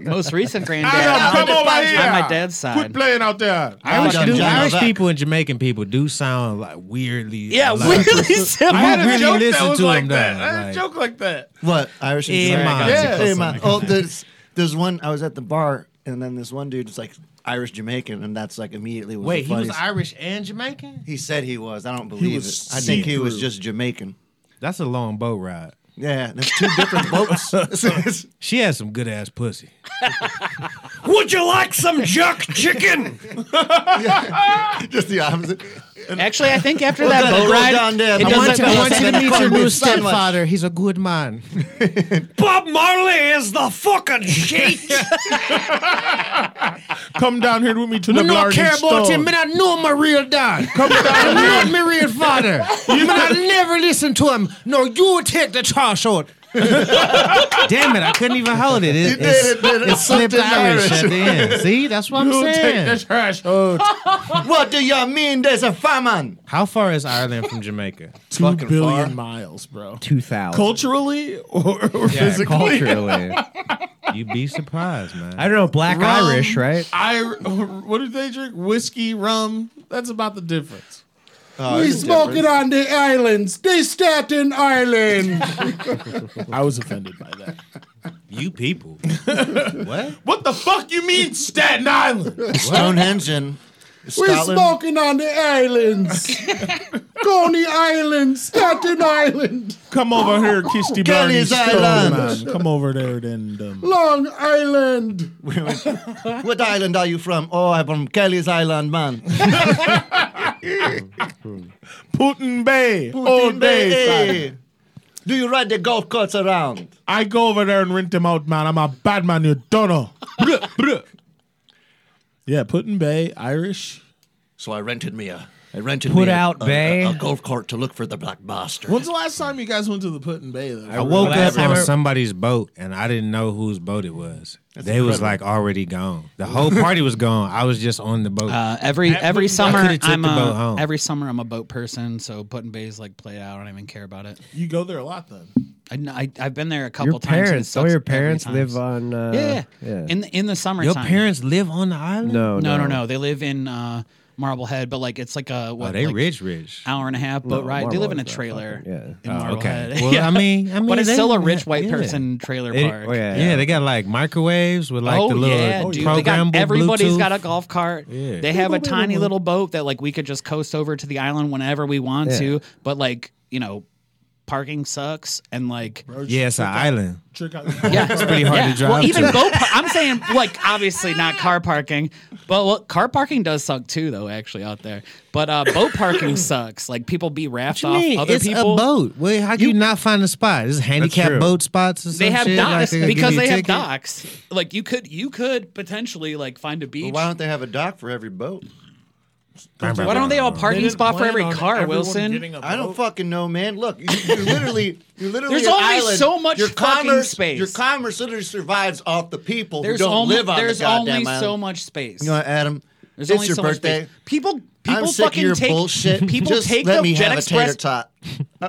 S7: most recent
S10: Adam,
S7: granddad
S10: come
S7: on,
S10: over
S2: here.
S7: my dad's side.
S2: playing out there.
S8: Irish,
S10: Nah,
S8: dude,
S10: John
S8: Irish
S10: Novak.
S8: people and Jamaican people do sound like weirdly.
S7: Yeah,
S8: alike.
S7: really
S8: I
S7: similar.
S8: had a really joke listen to like him, that.
S2: joke like that.
S10: What Irish and
S8: Yeah,
S10: Jamaican?
S8: man.
S2: Yes.
S10: Hey, man. Oh, there's there's one. I was at the bar, and then this one dude was like Irish Jamaican, and that's like immediately was
S8: Wait,
S10: the
S8: he was
S10: funniest-
S8: Irish and Jamaican?
S10: He said he was. I don't believe
S2: was
S10: it. I think he was
S2: see-through.
S10: just Jamaican.
S8: That's a long boat ride.
S10: Yeah, there's two different boats.
S8: She has some good ass pussy.
S11: Would you like some jerk chicken?
S10: just the opposite.
S7: Actually, I think after that boat ride, it
S8: I want,
S7: does
S8: you, I want you to
S7: that.
S8: meet your new stepfather. He's a good man.
S13: Bob Marley is the fucking shit.
S2: Come down here with me to
S8: We
S2: the
S8: don't
S2: garden
S8: care about
S2: store.
S8: him. Man, I know my real dad. Come down I know my real father. Man, I never listen to him. No, you take the trash out. Damn it, I couldn't even hold it. It, it's-
S3: did it, did it.
S8: it slipped
S3: Something
S8: Irish
S3: Irish.
S8: at the end. See, that's what I'm saying.
S3: trash.
S4: What do you mean there's a famine?
S8: How far is Ireland from Jamaica?
S2: Two billion
S4: far.
S2: miles, bro.
S13: Two thousand.
S2: Culturally or, or
S8: Yeah,
S2: physically?
S5: Culturally.
S8: You'd be surprised, man.
S13: I don't know, black
S2: Rum.
S13: Irish, right?
S2: I, what did they drink? Whiskey, rum. That's about the difference.
S3: we smoke it on the islands. They Staten Island.
S2: I was offended by that.
S8: You people. what?
S2: What the fuck you mean Staten Island?
S4: Stonehenge and
S3: we
S4: Scotland.
S3: smoking on the islands. Coney Island, Staten Island,
S2: Come over here, Kisty Barney.
S4: Kelly's Island.
S2: Come over there and um,
S3: Long Island.
S4: What island are you from? Oh, I'm from Kelly's Island, man.
S2: Putin Bay all
S4: Putin Bay.
S2: day. son.
S4: Do you ride the golf carts around?
S2: I go over there and rent them out, man. I'm a bad man, you don't know. Bruh, bruh. yeah, Putin Bay, Irish.
S4: So I rented me a. I rented
S13: Put
S4: me a-
S13: out
S4: a,
S13: bay.
S4: a, a golf cart to look for the black bastard.
S2: When's the last time you guys went to the Putin Bay? Though?
S8: I woke
S13: Last
S8: up
S13: time
S8: on
S13: I-
S8: somebody's boat and I didn't know whose boat it was. they was like already gone. The whole party was gone. I was just on the boat.
S7: Uh, every every
S8: I
S7: summer
S8: could've took
S7: I'm
S8: the boat
S7: a,
S8: home.
S7: every summer I'm a boat person, so putting bays like played out. I don't even care about it.
S2: You go there a lot then.
S7: I, kn- I I've been there a couple
S5: Your
S7: times.
S5: parents, all your parents live
S7: on.
S5: on. Uh,
S7: yeah,
S5: yeah.
S7: in the, in the summertime.
S8: Your parents live on the island?
S5: no,
S7: No, no, no, They live in uh, Marblehead, but like it's like a what?
S8: Oh, they
S7: like
S8: rich, rich.
S7: Hour and a half boat
S5: No,
S7: ride. They live in a
S5: Marblehead's not
S7: trailer.
S5: fucking-
S7: in
S8: Oh,
S7: Marblehead.
S8: okay. Well, I mean- I mean,
S7: but it's
S8: they-
S7: still a rich white
S8: yeah.
S7: person trailer
S5: It-
S7: park.
S5: oh, yeah.
S8: Yeah, they got like microwaves with like
S7: oh
S8: the little
S7: yeah, dude! They
S8: programmable
S7: got, everybody's
S8: Bluetooth.
S7: got a golf cart.
S8: Yeah.
S7: They have a tiny little boat that like we could just coast over to the island whenever we want to. But like you know, parking sucks and like
S8: Yeah, it's an island.
S2: Trick out.
S7: yeah, it's pretty hard
S8: to drive
S7: Well, even
S8: to.
S7: go. Par- I'm saying like obviously not car parking, but well, car parking does suck too, though. Actually, out there, but uh, boat parking sucks. Like people be raft
S8: What
S7: off
S8: you mean?
S7: other
S8: it's
S7: people.
S8: a boat. Well, how can you, not find a spot? Is handicapped
S5: true.
S8: boat spots or
S7: They
S8: some
S7: have
S8: shit? Like,
S7: docks
S8: they gonna give
S7: because
S8: you a
S7: they have
S8: ticket?
S7: docks. Like you could you could potentially like find a beach.
S4: Why don't they have a dock for every boat?
S7: Why don't they all parking
S2: didn't
S7: spot for
S2: plan
S7: every
S2: on
S7: car,
S2: everyone
S7: Wilson?
S2: getting a
S4: I don't
S2: boat.
S4: fucking know, man. Look, you, you're literally, you're literally.
S7: There's
S4: an
S7: only
S4: island.
S7: so much
S4: your
S7: fucking
S4: commerce,
S7: space.
S4: Your commerce literally survives off the people
S7: There's
S4: who don't
S7: only
S4: live on
S7: there's
S4: the goddamn
S7: only
S4: island.
S7: so much space.
S4: You know, what, Adam,
S7: There's
S4: it's
S7: only
S4: your
S7: so
S4: birthday.
S7: Much space. People
S4: I'm
S7: people
S4: sick
S7: fucking
S4: of your
S7: take
S4: bullshit.
S7: people
S4: Just
S7: take
S4: let
S7: the
S4: me
S7: Jet
S4: have a
S7: Express
S4: tater tot.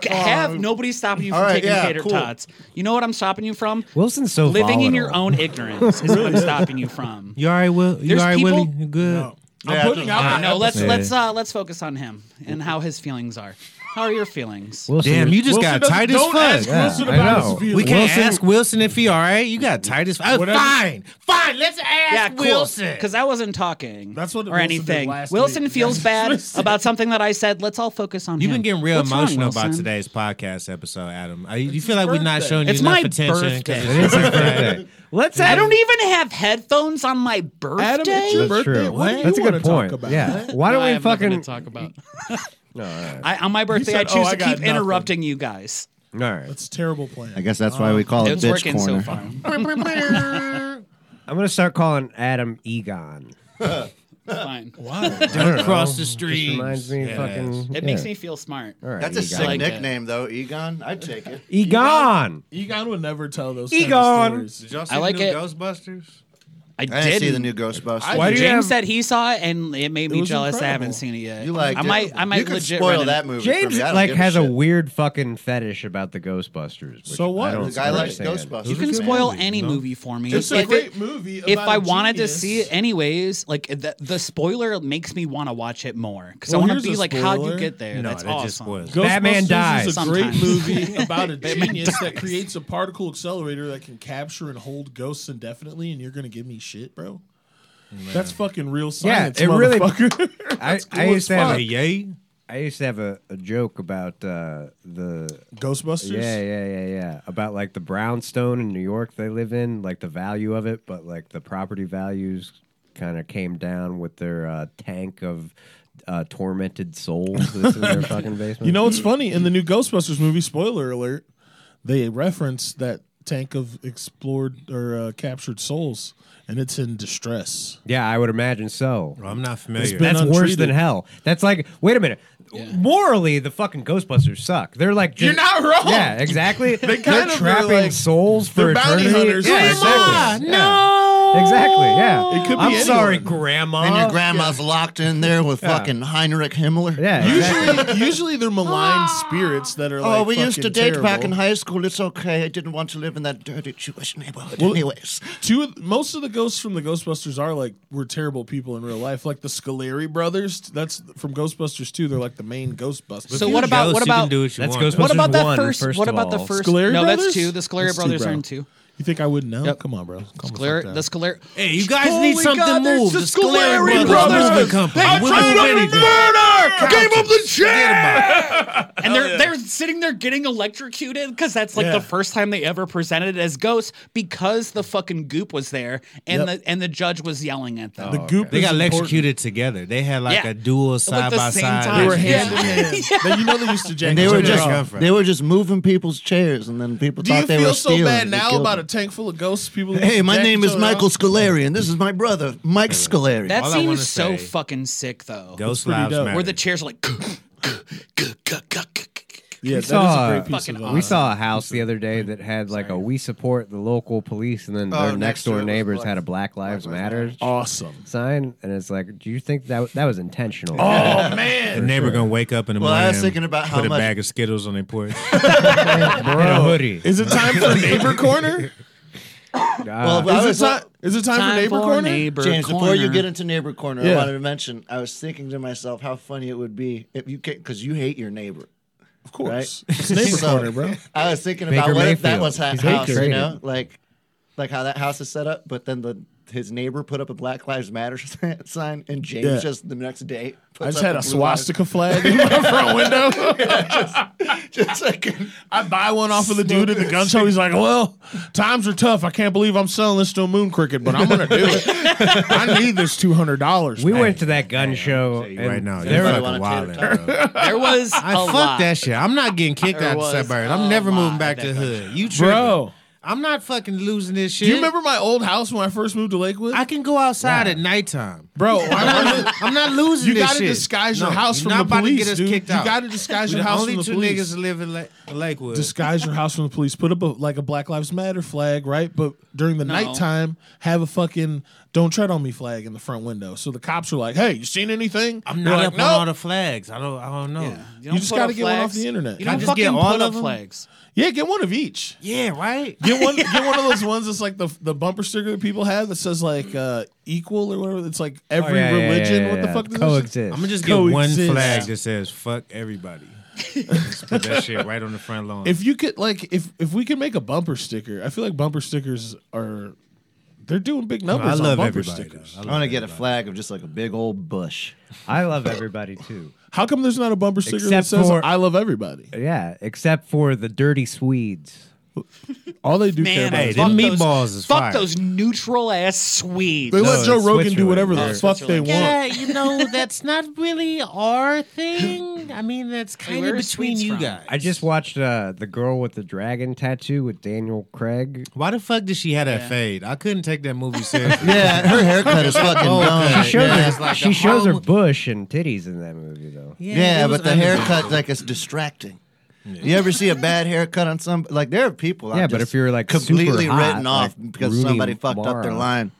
S7: G- have nobody stopping you from
S4: all right,
S7: taking
S4: yeah,
S7: tater
S4: cool.
S7: tots. You know what I'm stopping you from?
S5: Wilson's so
S7: living in your
S5: volatile.
S7: own ignorance is what I'm stopping you from.
S8: You all right, Will? You
S7: There's
S8: all right,
S7: people-
S8: Willie? You good?
S2: I'm
S4: Yeah,
S2: putting out. an
S7: No, let's
S5: Yeah.
S7: let's uh let's focus on him and how his feelings are. How are your feelings?
S5: Wilson,
S8: Damn, you just
S2: Wilson
S8: got tight
S2: doesn't- don't
S8: as fuck.
S2: ask Wilson
S5: I
S2: about
S5: know.
S2: his feelings.
S8: We can't
S5: Wilson-
S8: ask Wilson if he all right. You got tight as fuck.
S2: Whatever.
S8: Fine, fine. Let's ask Wilson.
S7: Because I wasn't talking.
S2: That's what
S7: or
S2: Wilson did
S7: anything.
S2: last
S7: Wilson
S2: week.
S7: feels
S2: That's
S7: bad
S2: what I
S7: about something that I said. Let's all focus on
S8: You've
S7: him.
S8: been getting real
S7: What's wrong,
S8: emotional about
S7: Wilson?
S8: today's podcast episode, Adam. I, you feel like we're not showing you
S7: It's
S8: enough
S7: my
S8: attention. 'cause
S7: birthday.
S8: it's your birthday.
S13: Let's
S7: I
S13: have
S7: don't even have headphones on my birthday.
S2: Adam, it's your
S5: That's
S2: birthday.
S5: true.
S2: What do you
S5: That's a
S2: wanna
S5: good
S2: talk
S5: point.
S2: about?
S5: Yeah. Why don't
S7: No, I
S5: we
S7: have
S5: fucking?
S7: nothing to talk about?
S5: No, all right.
S7: I, on my birthday,
S2: said,
S7: I choose
S2: "Oh, I
S7: to
S2: got
S7: keep
S2: nothing."
S7: interrupting you guys.
S5: All right.
S2: It's a terrible plan.
S4: I guess that's why we call it
S7: It's
S4: Oh, bitch
S7: working
S4: corner.
S7: so far.
S5: I'm gonna start calling Adam Egon.
S7: Fine.
S2: Wow.
S8: Across the
S5: Just
S8: street.
S5: reminds me of fucking.
S7: It makes me feel smart.
S5: All right,
S4: That's a
S5: Egon.
S4: sick
S7: Like that.
S4: nickname, though. Egon, I'd take it.
S5: Egon.
S2: Egon would never tell those
S5: Egon!
S2: kind of stories.
S8: y'all
S7: see I the like new it.
S8: Ghostbusters?
S7: I
S4: I didn't
S7: did
S4: see the new Ghostbusters.
S5: Why do you
S7: James
S5: have-
S7: said he saw it and it made me
S2: was
S7: jealous. I
S2: incredible.
S7: haven't seen it yet.
S4: You like?
S7: I might. I might
S4: you could
S7: legit
S4: spoil
S7: rent it.
S4: that movie. for
S5: James
S4: me. I don't
S5: like
S4: give a
S5: has a,
S4: shit.
S5: weird fucking fetish about the Ghostbusters. which
S2: So what?
S5: I don't
S4: The guy likes
S5: understand.
S4: Ghostbusters.
S7: You can
S4: man.
S7: spoil any movie for me.
S2: It's a
S7: If
S2: great
S7: it-
S2: movie.
S7: if
S2: about
S7: I
S2: a
S7: wanted to
S2: genius.
S7: see it anyways, like the, the spoiler makes me want to watch it more because
S2: Well,
S7: I want
S2: here's
S7: to be
S2: a
S7: like, how'd
S2: spoiler.
S7: you get there?
S8: No,
S7: That's
S8: that
S7: awesome.
S8: just spoils. it.
S5: Batman
S2: Ghostbusters
S5: dies.
S2: is a
S7: Sometimes.
S2: great movie about a genius that creates a particle accelerator that can capture and hold ghosts indefinitely, and you're gonna give me shit, bro. That's fucking real science,
S5: it really-
S2: motherfucker.
S5: I,
S2: That's cool
S5: I
S2: as
S5: used to have
S2: fuck.
S5: a,
S8: Yay.
S5: I used to have a, a joke about uh, the
S2: Ghostbusters.
S5: yeah yeah yeah yeah about like the brownstone in New York they live in like the value of it but like the property values kind of came down with their uh, tank of uh, tormented souls that's in their fucking basement.
S2: You know what's funny? In the new Ghostbusters movie, spoiler alert, they reference that tank of explored or uh, captured souls, and it's in distress.
S5: Yeah, I would imagine so.
S8: I'm not
S2: It's
S8: familiar.
S2: been
S5: That's worse
S2: untreated.
S5: than hell. That's like, wait a minute. Morally, the fucking Ghostbusters suck. They're like,
S7: You're not wrong.
S5: Yeah, exactly. they
S2: kind
S5: are
S2: of
S5: trapping
S2: are like-
S5: souls for
S2: they're bounty
S5: eternity.
S2: hunters.
S5: Yeah,
S2: Grandma,
S5: exactly. No. Exactly. Yeah.
S2: It could be
S5: I'm
S2: anyone.
S5: sorry, Grandma.
S4: and your grandma's locked in there with fucking Heinrich Himmler.
S5: yeah. exactly.
S2: Usually, usually they're malign spirits that are.
S4: Oh,
S2: like
S4: we used to
S2: fucking
S4: date back
S2: terrible.
S4: in high school. It's okay. I didn't want to live in that dirty Jewish neighborhood,
S2: Well-
S4: anyways.
S2: Two of, most of the ghosts from the Ghostbusters are like were terrible people in real life, like the Scaleri brothers. That's from Ghostbusters 2. They're like the main Ghostbusters.
S7: So what about what about
S5: That's
S7: what
S5: Ghostbusters
S7: about that
S5: one,
S7: first?
S5: first
S7: What
S5: of
S7: about the
S5: all.
S7: first?
S2: Scoleri
S7: no,
S2: brothers?
S7: that's two. The Scoleri
S2: That's two,
S7: brothers
S2: bro.
S7: are in two.
S2: you think I would know? Come on, bro. Calm
S7: Scoleri-
S2: the
S7: the Scoleri.
S8: Hey, you guys
S7: Holy
S8: need something
S7: God, there's
S8: moved.
S7: the
S8: The Scaleri
S7: Scoleri
S8: Brothers
S7: Brothers.
S8: Movement Company.
S7: I
S8: We'll do anything.
S7: Game of the And they're they're sitting there getting electrocuted because that's like
S2: Yeah.
S7: the first time they ever presented it as ghosts because the fucking goop was there and
S2: Yep.
S7: the and the judge was yelling at them.
S2: the goop.
S8: They
S2: is
S8: got
S2: important.
S8: electrocuted together. They had like
S7: Yeah.
S8: a duel side
S7: the
S8: by
S7: same
S8: side.
S7: time.
S2: They were
S7: Yeah.
S2: hand in hand. They- you know they used to jack.
S4: And they were
S2: each other off.
S4: just
S8: girlfriend.
S4: they were just moving people's chairs, and then people
S2: Do
S4: thought
S2: you
S4: they
S2: feel
S4: were
S2: so
S4: stealing.
S2: bad
S4: They
S2: now
S4: killed
S2: about a
S4: them.
S2: tank full of ghosts? People.
S4: Hey, my
S2: jack
S4: name
S2: each
S4: is
S2: other
S4: Michael
S2: off?
S4: Scolari, and this is my brother, Mike Scolari.
S7: that
S8: All I wanna
S7: seems so
S8: say-
S7: fucking sick though.
S8: Ghost
S2: pretty
S8: lives
S2: dope.
S8: matter.
S7: Where the chairs are like
S2: Yeah, that is
S5: saw-
S2: a great piece
S7: Fucking
S2: of.
S7: awesome.
S5: We saw a house the other day that had like a we support the local police, and then
S4: Oh,
S5: their next
S4: next
S5: door
S4: to it was
S5: neighbors
S4: Black-
S5: had a Black Lives Matter
S2: Awesome.
S5: sign, and it's like, do you think that that was intentional?
S2: Oh man.
S8: The neighbor gonna wake up in the
S4: Well,
S8: morning.
S4: I was thinking about how
S8: put
S4: much-
S8: a bag of Skittles on their porch. Bro, and a hoodie.
S2: Is it time for neighbor corner?
S4: well, I
S2: Is
S4: was
S2: it time? Is it time for neighbor corner?
S7: neighbor
S4: James, before
S7: corner.
S4: you get into neighbor corner,
S2: Yeah.
S4: I wanted to mention I was thinking to myself how funny it would be if you because you hate your neighbor.
S2: Of course.
S4: Right.
S2: It's neighbor
S4: So-
S2: corner, bro.
S4: I was thinking
S5: Baker
S4: about what if that
S5: Mayfield.
S4: was that
S5: He's
S4: house,
S5: Baker.
S4: you know, like like how that house is set up, but then the his neighbor put up a Black Lives Matter sign, and James
S2: Yeah.
S4: just the next day.
S2: I
S4: Puts
S2: just
S4: up
S2: had a
S4: blue lives-
S2: swastika flag in my front window.
S4: just like
S2: I buy one off of the dude at the gun show. He's like, "Well, times are tough. I can't believe I'm selling this to a moon cricket, but I'm gonna do it. I need this two hundred dollars."
S5: we went to that gun show and
S8: right now,
S5: There
S8: you're
S5: were-
S8: fucking
S4: want a
S8: wilding,
S4: tater
S8: bro.
S7: there was
S8: I
S7: a
S8: fuck
S7: lot.
S8: that shit. I'm not getting kicked
S7: There
S8: out of the
S7: was
S8: suburbs.
S7: a
S8: I'm never
S7: lot
S8: moving back
S7: of
S8: to the hood. You tripping?
S2: bro.
S8: I'm not fucking losing this shit.
S2: Do you remember my old house when I first moved to Lakewood,
S8: I can go outside at nighttime.
S2: bro? I
S8: I'm
S2: wanted-
S8: not, I'm not losing
S2: you
S8: this
S2: gotta
S8: shit.
S2: disguise your
S8: No,
S2: house
S8: you're
S2: from
S8: not
S2: the
S8: about to
S2: police,
S8: get us
S2: dude. You
S8: kicked out.
S2: gotta disguise
S8: We're
S2: your
S8: the
S2: house
S8: only
S2: from the
S8: two
S2: police.
S8: niggas that live in La- Lakewood.
S2: disguise your house from the police. Put up a, like a Black Lives Matter flag, right? But during the nighttime, have a fucking "Don't tread on me" flag in the front window. So the cops are like, "Hey, you seen anything?"
S8: I'm
S2: You're
S8: not
S2: like,
S8: up on all
S2: "Nope."
S8: the flags. I don't. I don't know.
S7: Yeah.
S8: Yeah,
S2: You,
S7: don't
S2: just
S7: put
S2: gotta
S7: up
S2: get one off
S7: flags.
S2: the internet.
S7: You
S8: I
S7: don't
S8: just get
S7: fucking
S8: all
S7: put
S8: of
S7: up
S8: them?
S7: flags.
S2: yeah, get one of each.
S8: right.
S2: Get one. get one of those ones that's like the the bumper sticker that people have that says like uh, "equal" or whatever. It's like
S5: Oh,
S2: every
S5: yeah, yeah,
S2: religion.
S5: yeah,
S2: what the
S5: yeah.
S2: fuck? does This shit-
S5: coexist?
S8: I'm gonna just get one
S2: Coexist.
S8: flag that says "fuck everybody." Just put that shit right on the front lawn.
S2: if you could like if if we could make a bumper sticker, I feel like bumper stickers are they're doing big numbers.
S8: I
S2: on
S8: love
S2: bumper
S8: everybody.
S2: stickers.
S8: though. I
S4: I
S8: love
S4: want to get a flag of just like a big old bush.
S5: I love everybody too.
S2: How come there's not a bumper sticker that
S5: Except
S2: says
S5: for-
S2: "I love everybody"?
S5: Yeah, except for the dirty Swedes.
S2: All they do care
S7: Man,
S2: about
S8: Hey,
S2: is
S8: them
S7: fuck
S2: bumper-
S8: meatballs
S7: those,
S8: is
S7: fuck
S8: fire.
S7: those neutral ass Swedes.
S2: They
S5: No,
S2: let Joe
S5: it's
S2: Rogan do
S5: Switzerland.
S2: whatever
S7: Yeah,
S2: the fuck they
S7: Switzerland.
S2: want.
S8: you know that's not really our thing. I mean, that's kind
S7: where are Swedes from?
S5: I just watched uh, the girl with the dragon tattoo with Daniel Craig.
S8: Why the fuck did she have that fade? I couldn't take that movie seriously.
S4: Yeah, her haircut is fucking dumb.
S5: She shows
S4: yeah,
S5: her, she shows her bush and titties in that movie though.
S4: yeah, but the haircut like it's distracting. You ever see a bad haircut on some? Like there are people. I'm
S5: Yeah, but
S4: just
S5: if you're, like, super
S4: completely
S5: hot,
S4: written off
S5: like
S4: because
S5: Rooney
S4: somebody fucked up their
S5: Mara.
S4: line.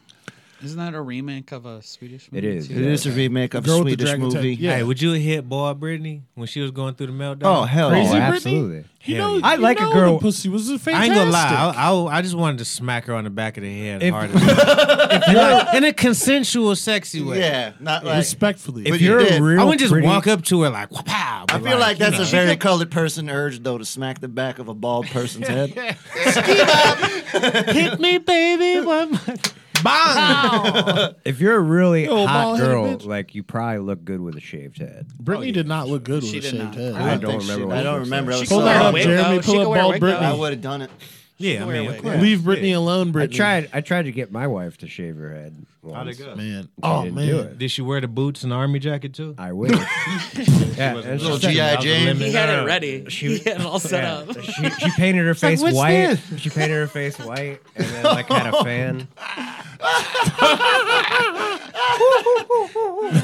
S7: Isn't that a remake of a Swedish
S5: It
S7: movie?
S5: is.
S7: too?
S4: It is a remake of a
S2: Girl with the
S4: Swedish
S2: dragon
S4: movie.
S2: tattoo. Yeah.
S8: Hey, would you have hit boy Brittany when she was going through the meltdown?
S4: Oh hell yeah.
S5: Crazy Oh,
S2: Brittany?
S5: absolutely.
S2: You
S8: Hell
S2: know,
S8: yeah.
S5: I
S2: you
S5: like a
S2: know
S5: girl-
S2: the pussy was fantastic.
S8: I ain't gonna lie. I, I, I just wanted to smack her on the back of the head
S5: If-
S8: hard as- Like, in a consensual, sexy way.
S4: Yeah, not like
S2: Respectfully,
S4: If
S5: If
S4: you
S5: you're
S4: did-
S5: a real
S8: I wouldn't just
S5: pretty-
S8: walk up to her like, wow.
S4: I feel like that's a very colored person urge, though, to smack the back of a bald person's head.
S8: hit me, baby. One more-
S5: If you're a really
S2: old
S5: hot
S2: bald-headed
S5: girl,
S2: bitch.
S5: like you probably look good with a shaved head.
S2: Brittany did not look good with
S7: She
S2: a
S7: did
S2: shaved
S7: not.
S2: head.
S5: I don't
S4: think
S5: remember
S4: she-
S5: what
S4: I
S5: she
S4: don't
S5: looks
S4: remember. I was
S7: She
S4: so
S2: Pull
S7: could wear
S2: that
S7: a
S2: up,
S4: young.
S7: wig,
S2: Jeremy.
S7: though. She
S2: Pull
S7: could
S2: up
S7: wear a
S2: bald
S7: wig,
S2: Britney.
S4: I
S7: though.
S4: would have done it.
S5: Yeah, I
S14: Where
S5: mean,
S14: we-
S5: of course.
S2: Leave Brittany
S5: Yeah.
S2: alone,
S5: I
S2: Brittany.
S5: tried. I tried to get my wife to shave her head.
S14: How'd it
S5: once.
S8: uh,
S14: go?
S2: Man.
S5: She
S2: Oh,
S5: didn't do
S2: man.
S5: it.
S14: Did she wear the boots and the army jacket too?
S5: I will. yeah,
S14: wasn't
S5: and
S14: little
S5: she said-
S4: G.I.
S14: Out the
S4: Jane.
S14: limit.
S7: He had
S5: no,
S7: it
S5: no.
S7: ready.
S5: She-
S7: He had it all set
S5: yeah,
S7: up.
S5: She, she painted her face
S14: "What's
S5: white.
S14: this?"
S5: She painted her face white, and then like had
S8: Oh.
S5: a fan.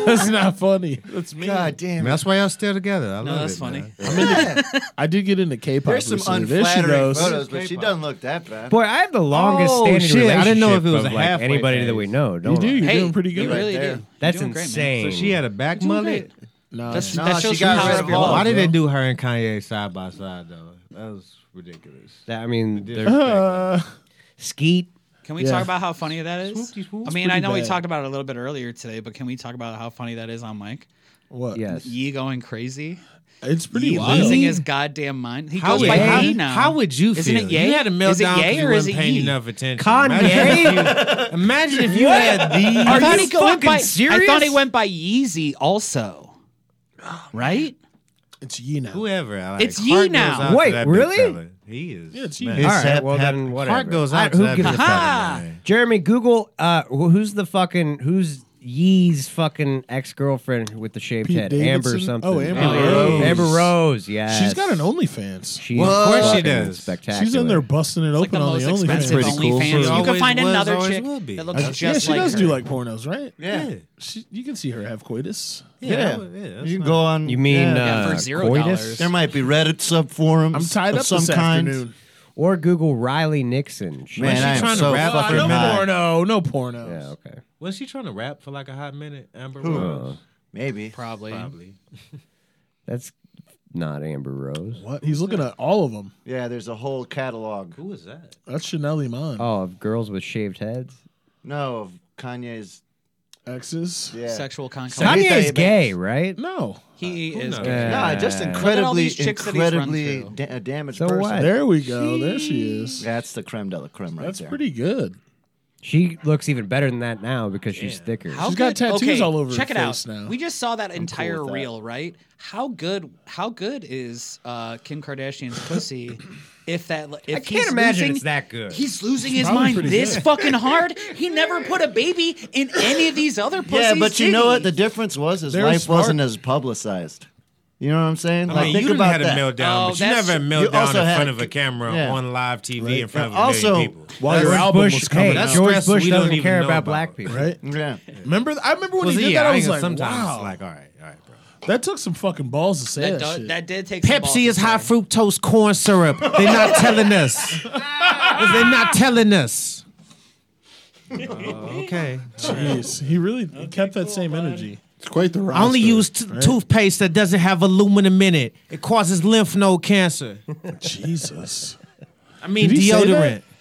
S2: That's not funny. That's me.
S4: God
S8: I mean,
S4: damn it.
S8: that's why y'all still together. I
S7: No,
S8: love
S7: that's
S8: it,
S7: funny.
S8: man.
S2: I did get into K-pop.
S4: There's some
S2: recently. There she
S4: unflattering
S2: goes.
S4: photos, but she doesn't look that bad.
S5: Boy, I have the longest
S8: Oh,
S5: standing
S8: shit.
S5: relationship
S8: I didn't know if it was
S5: of,
S8: a
S5: like,
S8: halfway
S5: anybody that
S8: phase.
S5: we know.
S2: You
S5: Don't
S2: do.
S5: I?
S2: You're
S7: hey,
S2: doing pretty good.
S7: You really
S4: there.
S7: do.
S5: That's
S7: You're doing great, man.
S5: insane.
S8: So she had a back
S7: You're doing
S8: mullet.
S7: great.
S2: No,
S7: That's,
S4: No,
S7: that shows
S4: she
S7: you
S4: got
S7: how
S4: rid
S7: it's
S4: of
S7: built.
S4: all
S8: Why
S4: of
S8: did
S4: bro.
S8: they do her and Kanye side by side though? That was ridiculous.
S5: That- I mean,
S8: Did-
S5: they're-
S2: Uh,
S5: Skeet.
S7: Can we
S2: Yeah.
S7: talk about how funny that is?
S2: Swoopty swoop's
S7: I mean, I
S2: pretty
S7: know we
S2: bad.
S7: talked about it a little bit earlier today, but can we talk about how funny that is on Mike?
S2: what?
S5: Yes.
S7: Ye going crazy.
S2: It's pretty
S7: Ye
S2: wild.
S7: losing his goddamn mind. He
S8: How
S7: goes
S8: would,
S7: by
S8: how,
S7: Ye now.
S8: how would you feel?
S7: Isn't it yay?
S8: You had a meltdown
S7: Is it yay
S8: 'cause you
S7: or is
S8: wasn't
S7: it
S8: paying
S7: ye?
S8: enough attention.
S5: Kanye?
S8: Imagine if you had the.
S7: I thought,
S5: you
S7: he went
S5: fucking
S7: by, I thought he
S5: serious?
S7: went by Yeezy also. Right?
S2: It's Ye now.
S8: Whoever. Like,
S7: It's ye
S8: heart goes
S7: now.
S8: out to
S5: Wait,
S8: that big
S5: really?
S8: fella. He is.
S2: Yeah, it's
S8: man.
S2: ye.
S5: All
S8: His
S5: right, well
S4: Hep-
S5: then, whatever.
S8: heart goes
S5: I-
S8: out to
S5: who
S8: that
S5: gives
S8: big
S5: a
S8: fella,
S5: fuck?
S7: Ha!
S8: man.
S5: Jeremy, Google uh, wh- who's the fucking who's Yee's fucking ex girlfriend with the shaved
S2: Pete
S5: head? Amber
S2: Davidson?
S5: something.
S2: Oh, Amber
S5: Rose.
S2: Rose.
S5: Amber Rose. Yes.
S2: She's got an OnlyFans.
S5: She's
S8: Well, of course she
S5: fucking
S8: does.
S5: Spectacular.
S2: She's in there busting it
S7: Like
S2: open
S7: the
S2: on
S7: most
S2: the
S7: expensive
S2: OnlyFans.
S8: Pretty cool.
S7: OnlyFans. You can
S8: Always
S7: find
S8: was,
S7: another
S8: always
S7: chick
S8: will be.
S7: that
S2: I-
S7: looks just
S2: yeah, she
S7: like
S2: does
S7: her.
S2: do like pornos, right?
S4: Yeah.
S2: She, you can see her have coitus.
S4: Yeah.
S8: Yeah. yeah
S4: You can go on.
S5: You mean
S4: yeah.
S7: Yeah,
S5: uh,
S7: for zero
S5: coitus?
S7: dollars.
S4: there might be Reddit subforums.
S2: I'm tied
S4: of
S2: up
S4: some
S2: this
S4: kind.
S2: afternoon.
S5: Or Google Riley Nixon. She-
S4: Man,
S8: she
S4: I am
S8: trying to
S4: so
S8: wrap up
S4: fucking
S8: her
S2: Uh, no
S4: mad.
S2: porno, no pornos.
S5: Yeah. Okay. Uh-huh.
S8: Was she trying to rap for like a hot minute, Amber
S4: Who?
S8: Rose?
S4: Maybe.
S7: Probably.
S8: Probably.
S5: That's not Amber Rose.
S2: What? He's looking at all of them.
S4: Yeah, there's a whole catalog.
S8: Who was that?
S2: That's Chanel Iman.
S5: Oh, of girls with shaved heads.
S4: No, of Kanye's.
S2: Exes?
S4: Yeah.
S7: Sexual conquest.
S5: Kanye is
S4: Anything,
S5: gay, right?
S2: No.
S7: He
S8: Who
S7: is.
S8: knows?
S7: gay.
S4: No, just
S5: Uh,
S4: incredibly,
S7: these chicks that he's run
S4: incredibly
S7: through.
S4: da- damaged
S5: So
S4: person.
S5: what?
S2: There we go. There she is.
S4: That's the creme de la creme right
S2: That's
S4: there.
S2: pretty good.
S5: She looks even better than that now because she's thicker.
S7: How
S2: She's got
S7: good-
S2: tattoos
S7: okay,
S2: all over her
S7: Check it
S2: face
S7: out.
S2: now.
S7: We just saw that entire
S4: with that.
S7: reel, right? How good? How good is uh, Kim Kardashian's pussy? If that, if
S5: I
S7: he's
S5: can't imagine
S7: losing,
S5: it's that good.
S7: He's losing his
S2: probably
S7: mind
S2: pretty
S7: this
S2: good.
S7: fucking hard. He never put a baby in any of these other pussies.
S4: Yeah, but you
S7: did
S4: know
S7: he?
S4: what? The difference was his
S2: They're
S4: life
S2: smart.
S4: wasn't as publicized. You know what I'm saying?
S8: I
S4: like,
S8: mean,
S4: think
S8: you didn't
S4: about
S8: had a
S4: that.
S8: meltdown,
S7: Oh,
S8: but you
S7: that's
S8: never had
S7: true.
S8: a
S4: You
S8: meltdown in
S4: also had-
S8: front of a camera
S4: yeah.
S8: on live TV in front of a
S4: Also-
S8: million people.
S2: While your
S5: George
S2: album
S5: Bush,
S2: was coming
S5: hey,
S2: out,
S5: George
S8: That's
S5: Bush
S8: we don't
S5: doesn't
S8: even
S5: care
S8: know
S5: about
S8: about
S5: black
S8: it.
S5: people.
S2: right?
S4: Yeah.
S2: Remember? th- I remember when
S8: Well,
S2: he did
S8: yeah,
S2: that. I
S8: I
S2: was
S8: guess
S2: like,
S8: sometimes it's
S2: wow,
S8: like, all right, all right, bro.
S2: that took some fucking balls to say
S7: that,
S2: that,
S7: do-
S2: shit.
S7: that did take some balls
S8: Pepsi
S7: to
S8: is high
S7: say.
S8: fructose corn syrup. They're not telling us. They're not telling us. Oh, okay.
S2: Jeez, he really he kept that same energy.
S15: It's quite the roster.
S8: I only use t- toothpaste that doesn't have aluminum in it. It causes lymph node cancer.
S2: Jesus.
S8: I mean
S2: he say
S8: deodorant.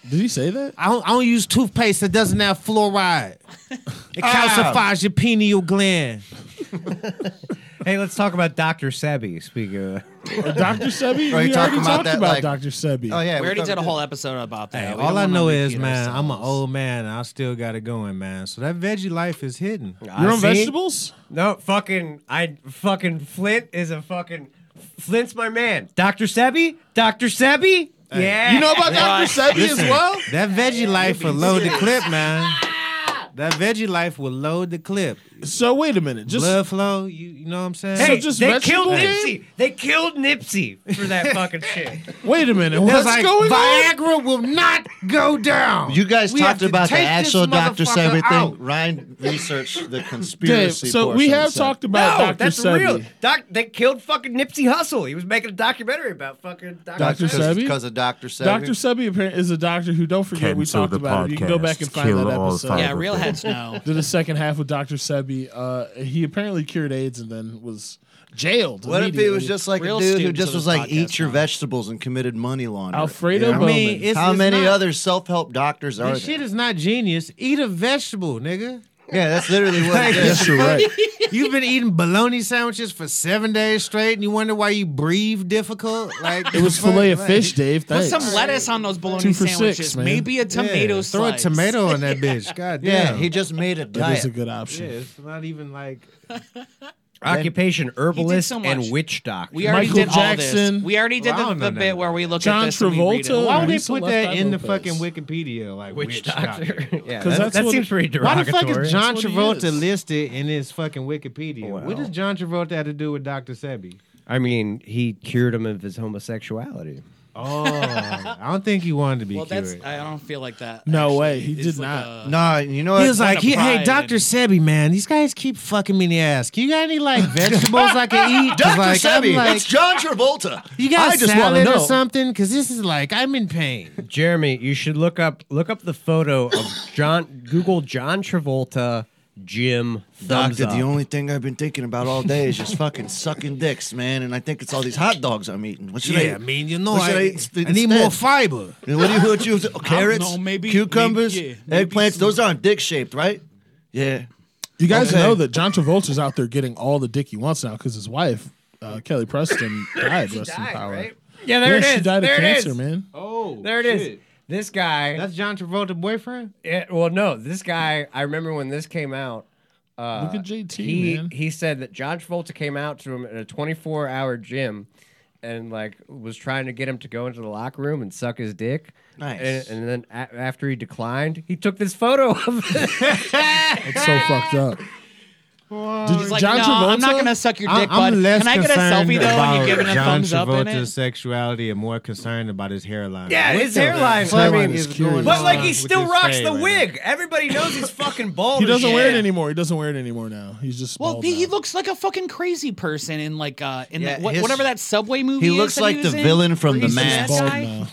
S2: that? Did he say that?
S8: I don't, I don't use toothpaste that doesn't have fluoride. It calcifies your pineal gland.
S5: Hey, let's talk about Dr. Sebi. Speaking of,
S2: Dr. Sebi?
S4: Are
S2: we
S4: you talking
S2: already
S4: about
S2: talked
S4: that,
S2: about
S4: like-
S2: Dr. Sebi.
S4: Oh yeah.
S7: We already did a
S4: covered
S7: whole episode about that.
S8: Hey,
S7: We
S8: all
S7: don't
S8: I
S7: wanna
S8: know
S7: repeat
S8: is, man, I'm an
S7: ourselves.
S8: old man. and I still got it going, man. So that veggie life is hidden.
S2: You're
S5: I
S2: on
S5: see-
S2: vegetables?
S5: No, fucking, I fucking Flint is a fucking Flint's my man. Dr. Sebi, Dr. Sebi. Yeah,
S2: You know about Dr. Sebi as
S8: Listen,
S2: well?
S8: That veggie life will load the clip, man. That veggie life will load the clip.
S2: So wait a minute. Just
S8: Blood flow, you, you know what I'm saying?
S2: So
S5: Hey,
S2: just
S5: they
S2: vegetable
S5: killed
S2: game?
S5: Nipsey. They killed Nipsey for that fucking shit.
S2: wait a minute.
S8: That's
S2: What's
S8: like,
S2: going on?
S8: Viagra will not go down.
S4: You guys
S8: We have
S4: talked
S8: to
S4: about the
S8: take this
S4: actual Dr.
S8: motherfucker
S4: Sebi
S8: out.
S4: thing. Ryan researched the
S2: Dave,
S4: conspiracy.
S2: so we
S4: portion,
S2: have
S4: so-
S2: talked about
S5: no,
S2: Dr.
S5: that's
S2: Sebi.
S5: real. Doc, they killed fucking Nipsey Hussle. He was making a documentary about fucking Dr.
S2: Dr.
S5: Sebi.
S2: Sebi?
S4: because of Dr. Sebi.
S2: Dr. Sebi apparent- is a doctor who, don't forget, we
S16: Cancel
S2: talked
S16: the
S2: about it. You can go
S16: podcast.
S2: back and find
S16: Kill
S2: that
S16: all
S2: episode.
S16: five.
S7: Yeah, real heads know.
S2: Did the second half with Dr. Sebi. Uh, he apparently cured AIDS and then was jailed.
S4: What if it was
S2: immediately.
S4: just like
S7: Real
S4: a dude who
S7: students
S4: just
S7: of this
S4: was like,
S7: podcast
S4: eat your
S7: now.
S4: vegetables and committed money laundering?
S2: Alfredo
S8: I
S2: Bowman?
S8: mean, it's,
S4: How
S8: it's
S4: many
S8: not,
S4: other self help doctors are
S8: This shit
S4: there?
S8: is not genius. Eat a vegetable, nigga.
S4: Yeah, that's literally what it is.
S2: yes, you're right.
S8: You've been eating bologna sandwiches for seven days straight, and you wonder why you breathe difficult. Like
S2: It was filet of fish, Dave.
S7: Put
S2: Thanks.
S7: some lettuce on those bologna
S2: Two for six,
S7: sandwiches.
S2: man.
S7: Maybe a tomato
S8: Yeah,
S7: slice.
S8: Throw a tomato on that bitch. God
S4: Yeah,
S8: damn.
S4: he just made a
S2: That is
S4: diet.
S2: a good option.
S8: Yeah, it's not even like Occupation herbalist
S7: so much.
S8: and witch doctor.
S7: We already
S2: Michael
S7: did all
S2: Jackson.
S7: this. We already did
S8: Wow,
S7: the,
S8: no,
S7: the
S8: no,
S7: bit
S8: no.
S7: where we look
S2: John
S7: at this and we read it.
S2: Travolta?
S7: Why
S2: Why
S7: would
S2: would
S7: they-
S2: He's a left eye Lopez.
S8: Wikipedia, like
S17: Witch doctor.
S8: yeah,
S2: 'Cause
S8: that,
S2: that's
S8: that
S2: what-
S8: seems pretty
S5: Why
S8: derogatory.
S5: the fuck is John
S2: That's what he
S5: Travolta
S2: is.
S5: listed in his fucking Wikipedia? What does John Travolta have to do with Dr. Sebi?
S8: I mean, he cured him of his homosexuality.
S5: Oh, I don't think he wanted to be
S7: Well,
S5: cured.
S7: that's. I don't feel like that.
S2: No
S7: actually.
S2: way, he
S7: It's
S2: did
S7: like
S2: not.
S7: a-
S4: Nah, you know
S5: He
S4: what?
S5: was like,
S7: of
S5: he, hey,
S7: pride
S5: Dr.
S7: and-
S5: Sebi, man, these guys keep fucking me in the ass. Can you got any like vegetables I can eat? 'Cause, like, I'm like,
S4: John Travolta.
S5: you got
S4: I
S5: a
S4: just wanna
S5: salad or
S4: know."
S5: something? Because this is like, I'm in pain.
S8: Jeremy, you should look up look up the photo of John. Google John Travolta Jim thumbs
S4: Doctor,
S8: up.
S4: the only thing I've been thinking about all day is just fucking sucking dicks, man. And I think it's all these hot dogs I'm eating. What should
S5: yeah,
S4: I
S5: I
S4: eat?
S5: mean, you know,
S4: What should I
S5: I,
S4: eat
S5: I need
S4: instead?
S5: more fiber.
S4: And what do you what you carrots,
S7: know, maybe-
S4: cucumbers,
S7: maybe- yeah, maybe
S4: eggplants?
S7: some-
S4: Those aren't dick shaped, right? Yeah.
S2: You guys
S4: Okay.
S2: know that John Travolta's out there getting all the dick he wants now because his wife, uh, Kelly Preston, died. Rest in power.
S8: yeah,
S2: Yeah,
S8: there
S2: she
S8: it is.
S2: died
S8: there
S2: of
S8: it is.
S2: cancer, man.
S5: Oh,
S8: There it is. This guy.
S5: That's John Travolta boyfriend?
S8: Yeah, well, no, this guy. I remember when this came out. Uh,
S2: Look at JT,
S8: He
S2: man.
S8: he said that John Travolta came out to him in a 24 hour gym, and like was trying to get him to go into the locker room and suck his dick.
S4: Nice.
S8: And, and then a- after he declined, he took this photo of
S2: It's so fucked up. Did
S7: He's like, no, I'm not gonna suck your dick,
S5: I'm
S7: bud.
S5: less
S7: Can I get a
S5: concerned
S7: selfie though? And
S5: about
S7: you give it a
S5: John
S7: thumbs up in
S5: Travolta's
S7: it.
S5: sexuality and more concerned about his hairline.
S8: yeah,
S5: What
S8: his
S5: the
S8: hairline.
S5: fuck
S8: I mean,
S5: is
S2: is
S5: going
S2: curious.
S8: but like
S5: on
S8: he
S5: with
S8: still
S5: his
S8: rocks
S5: fade
S8: the
S5: right
S8: wig. Everybody knows he's fucking bald.
S2: He
S8: as
S2: doesn't wear it
S8: shit.
S2: anymore. He doesn't wear it anymore now. He's just
S7: Well,
S2: bald
S7: he, he
S2: now.
S7: looks like a fucking crazy person in like uh in
S4: Yeah,
S7: that, what,
S4: his-
S7: whatever that subway movie.
S4: he
S7: is
S4: looks
S7: that
S4: like the
S7: was in,
S4: villain from
S7: where
S4: The
S7: he's bad
S4: Mask.
S2: bald
S7: guy.
S2: now.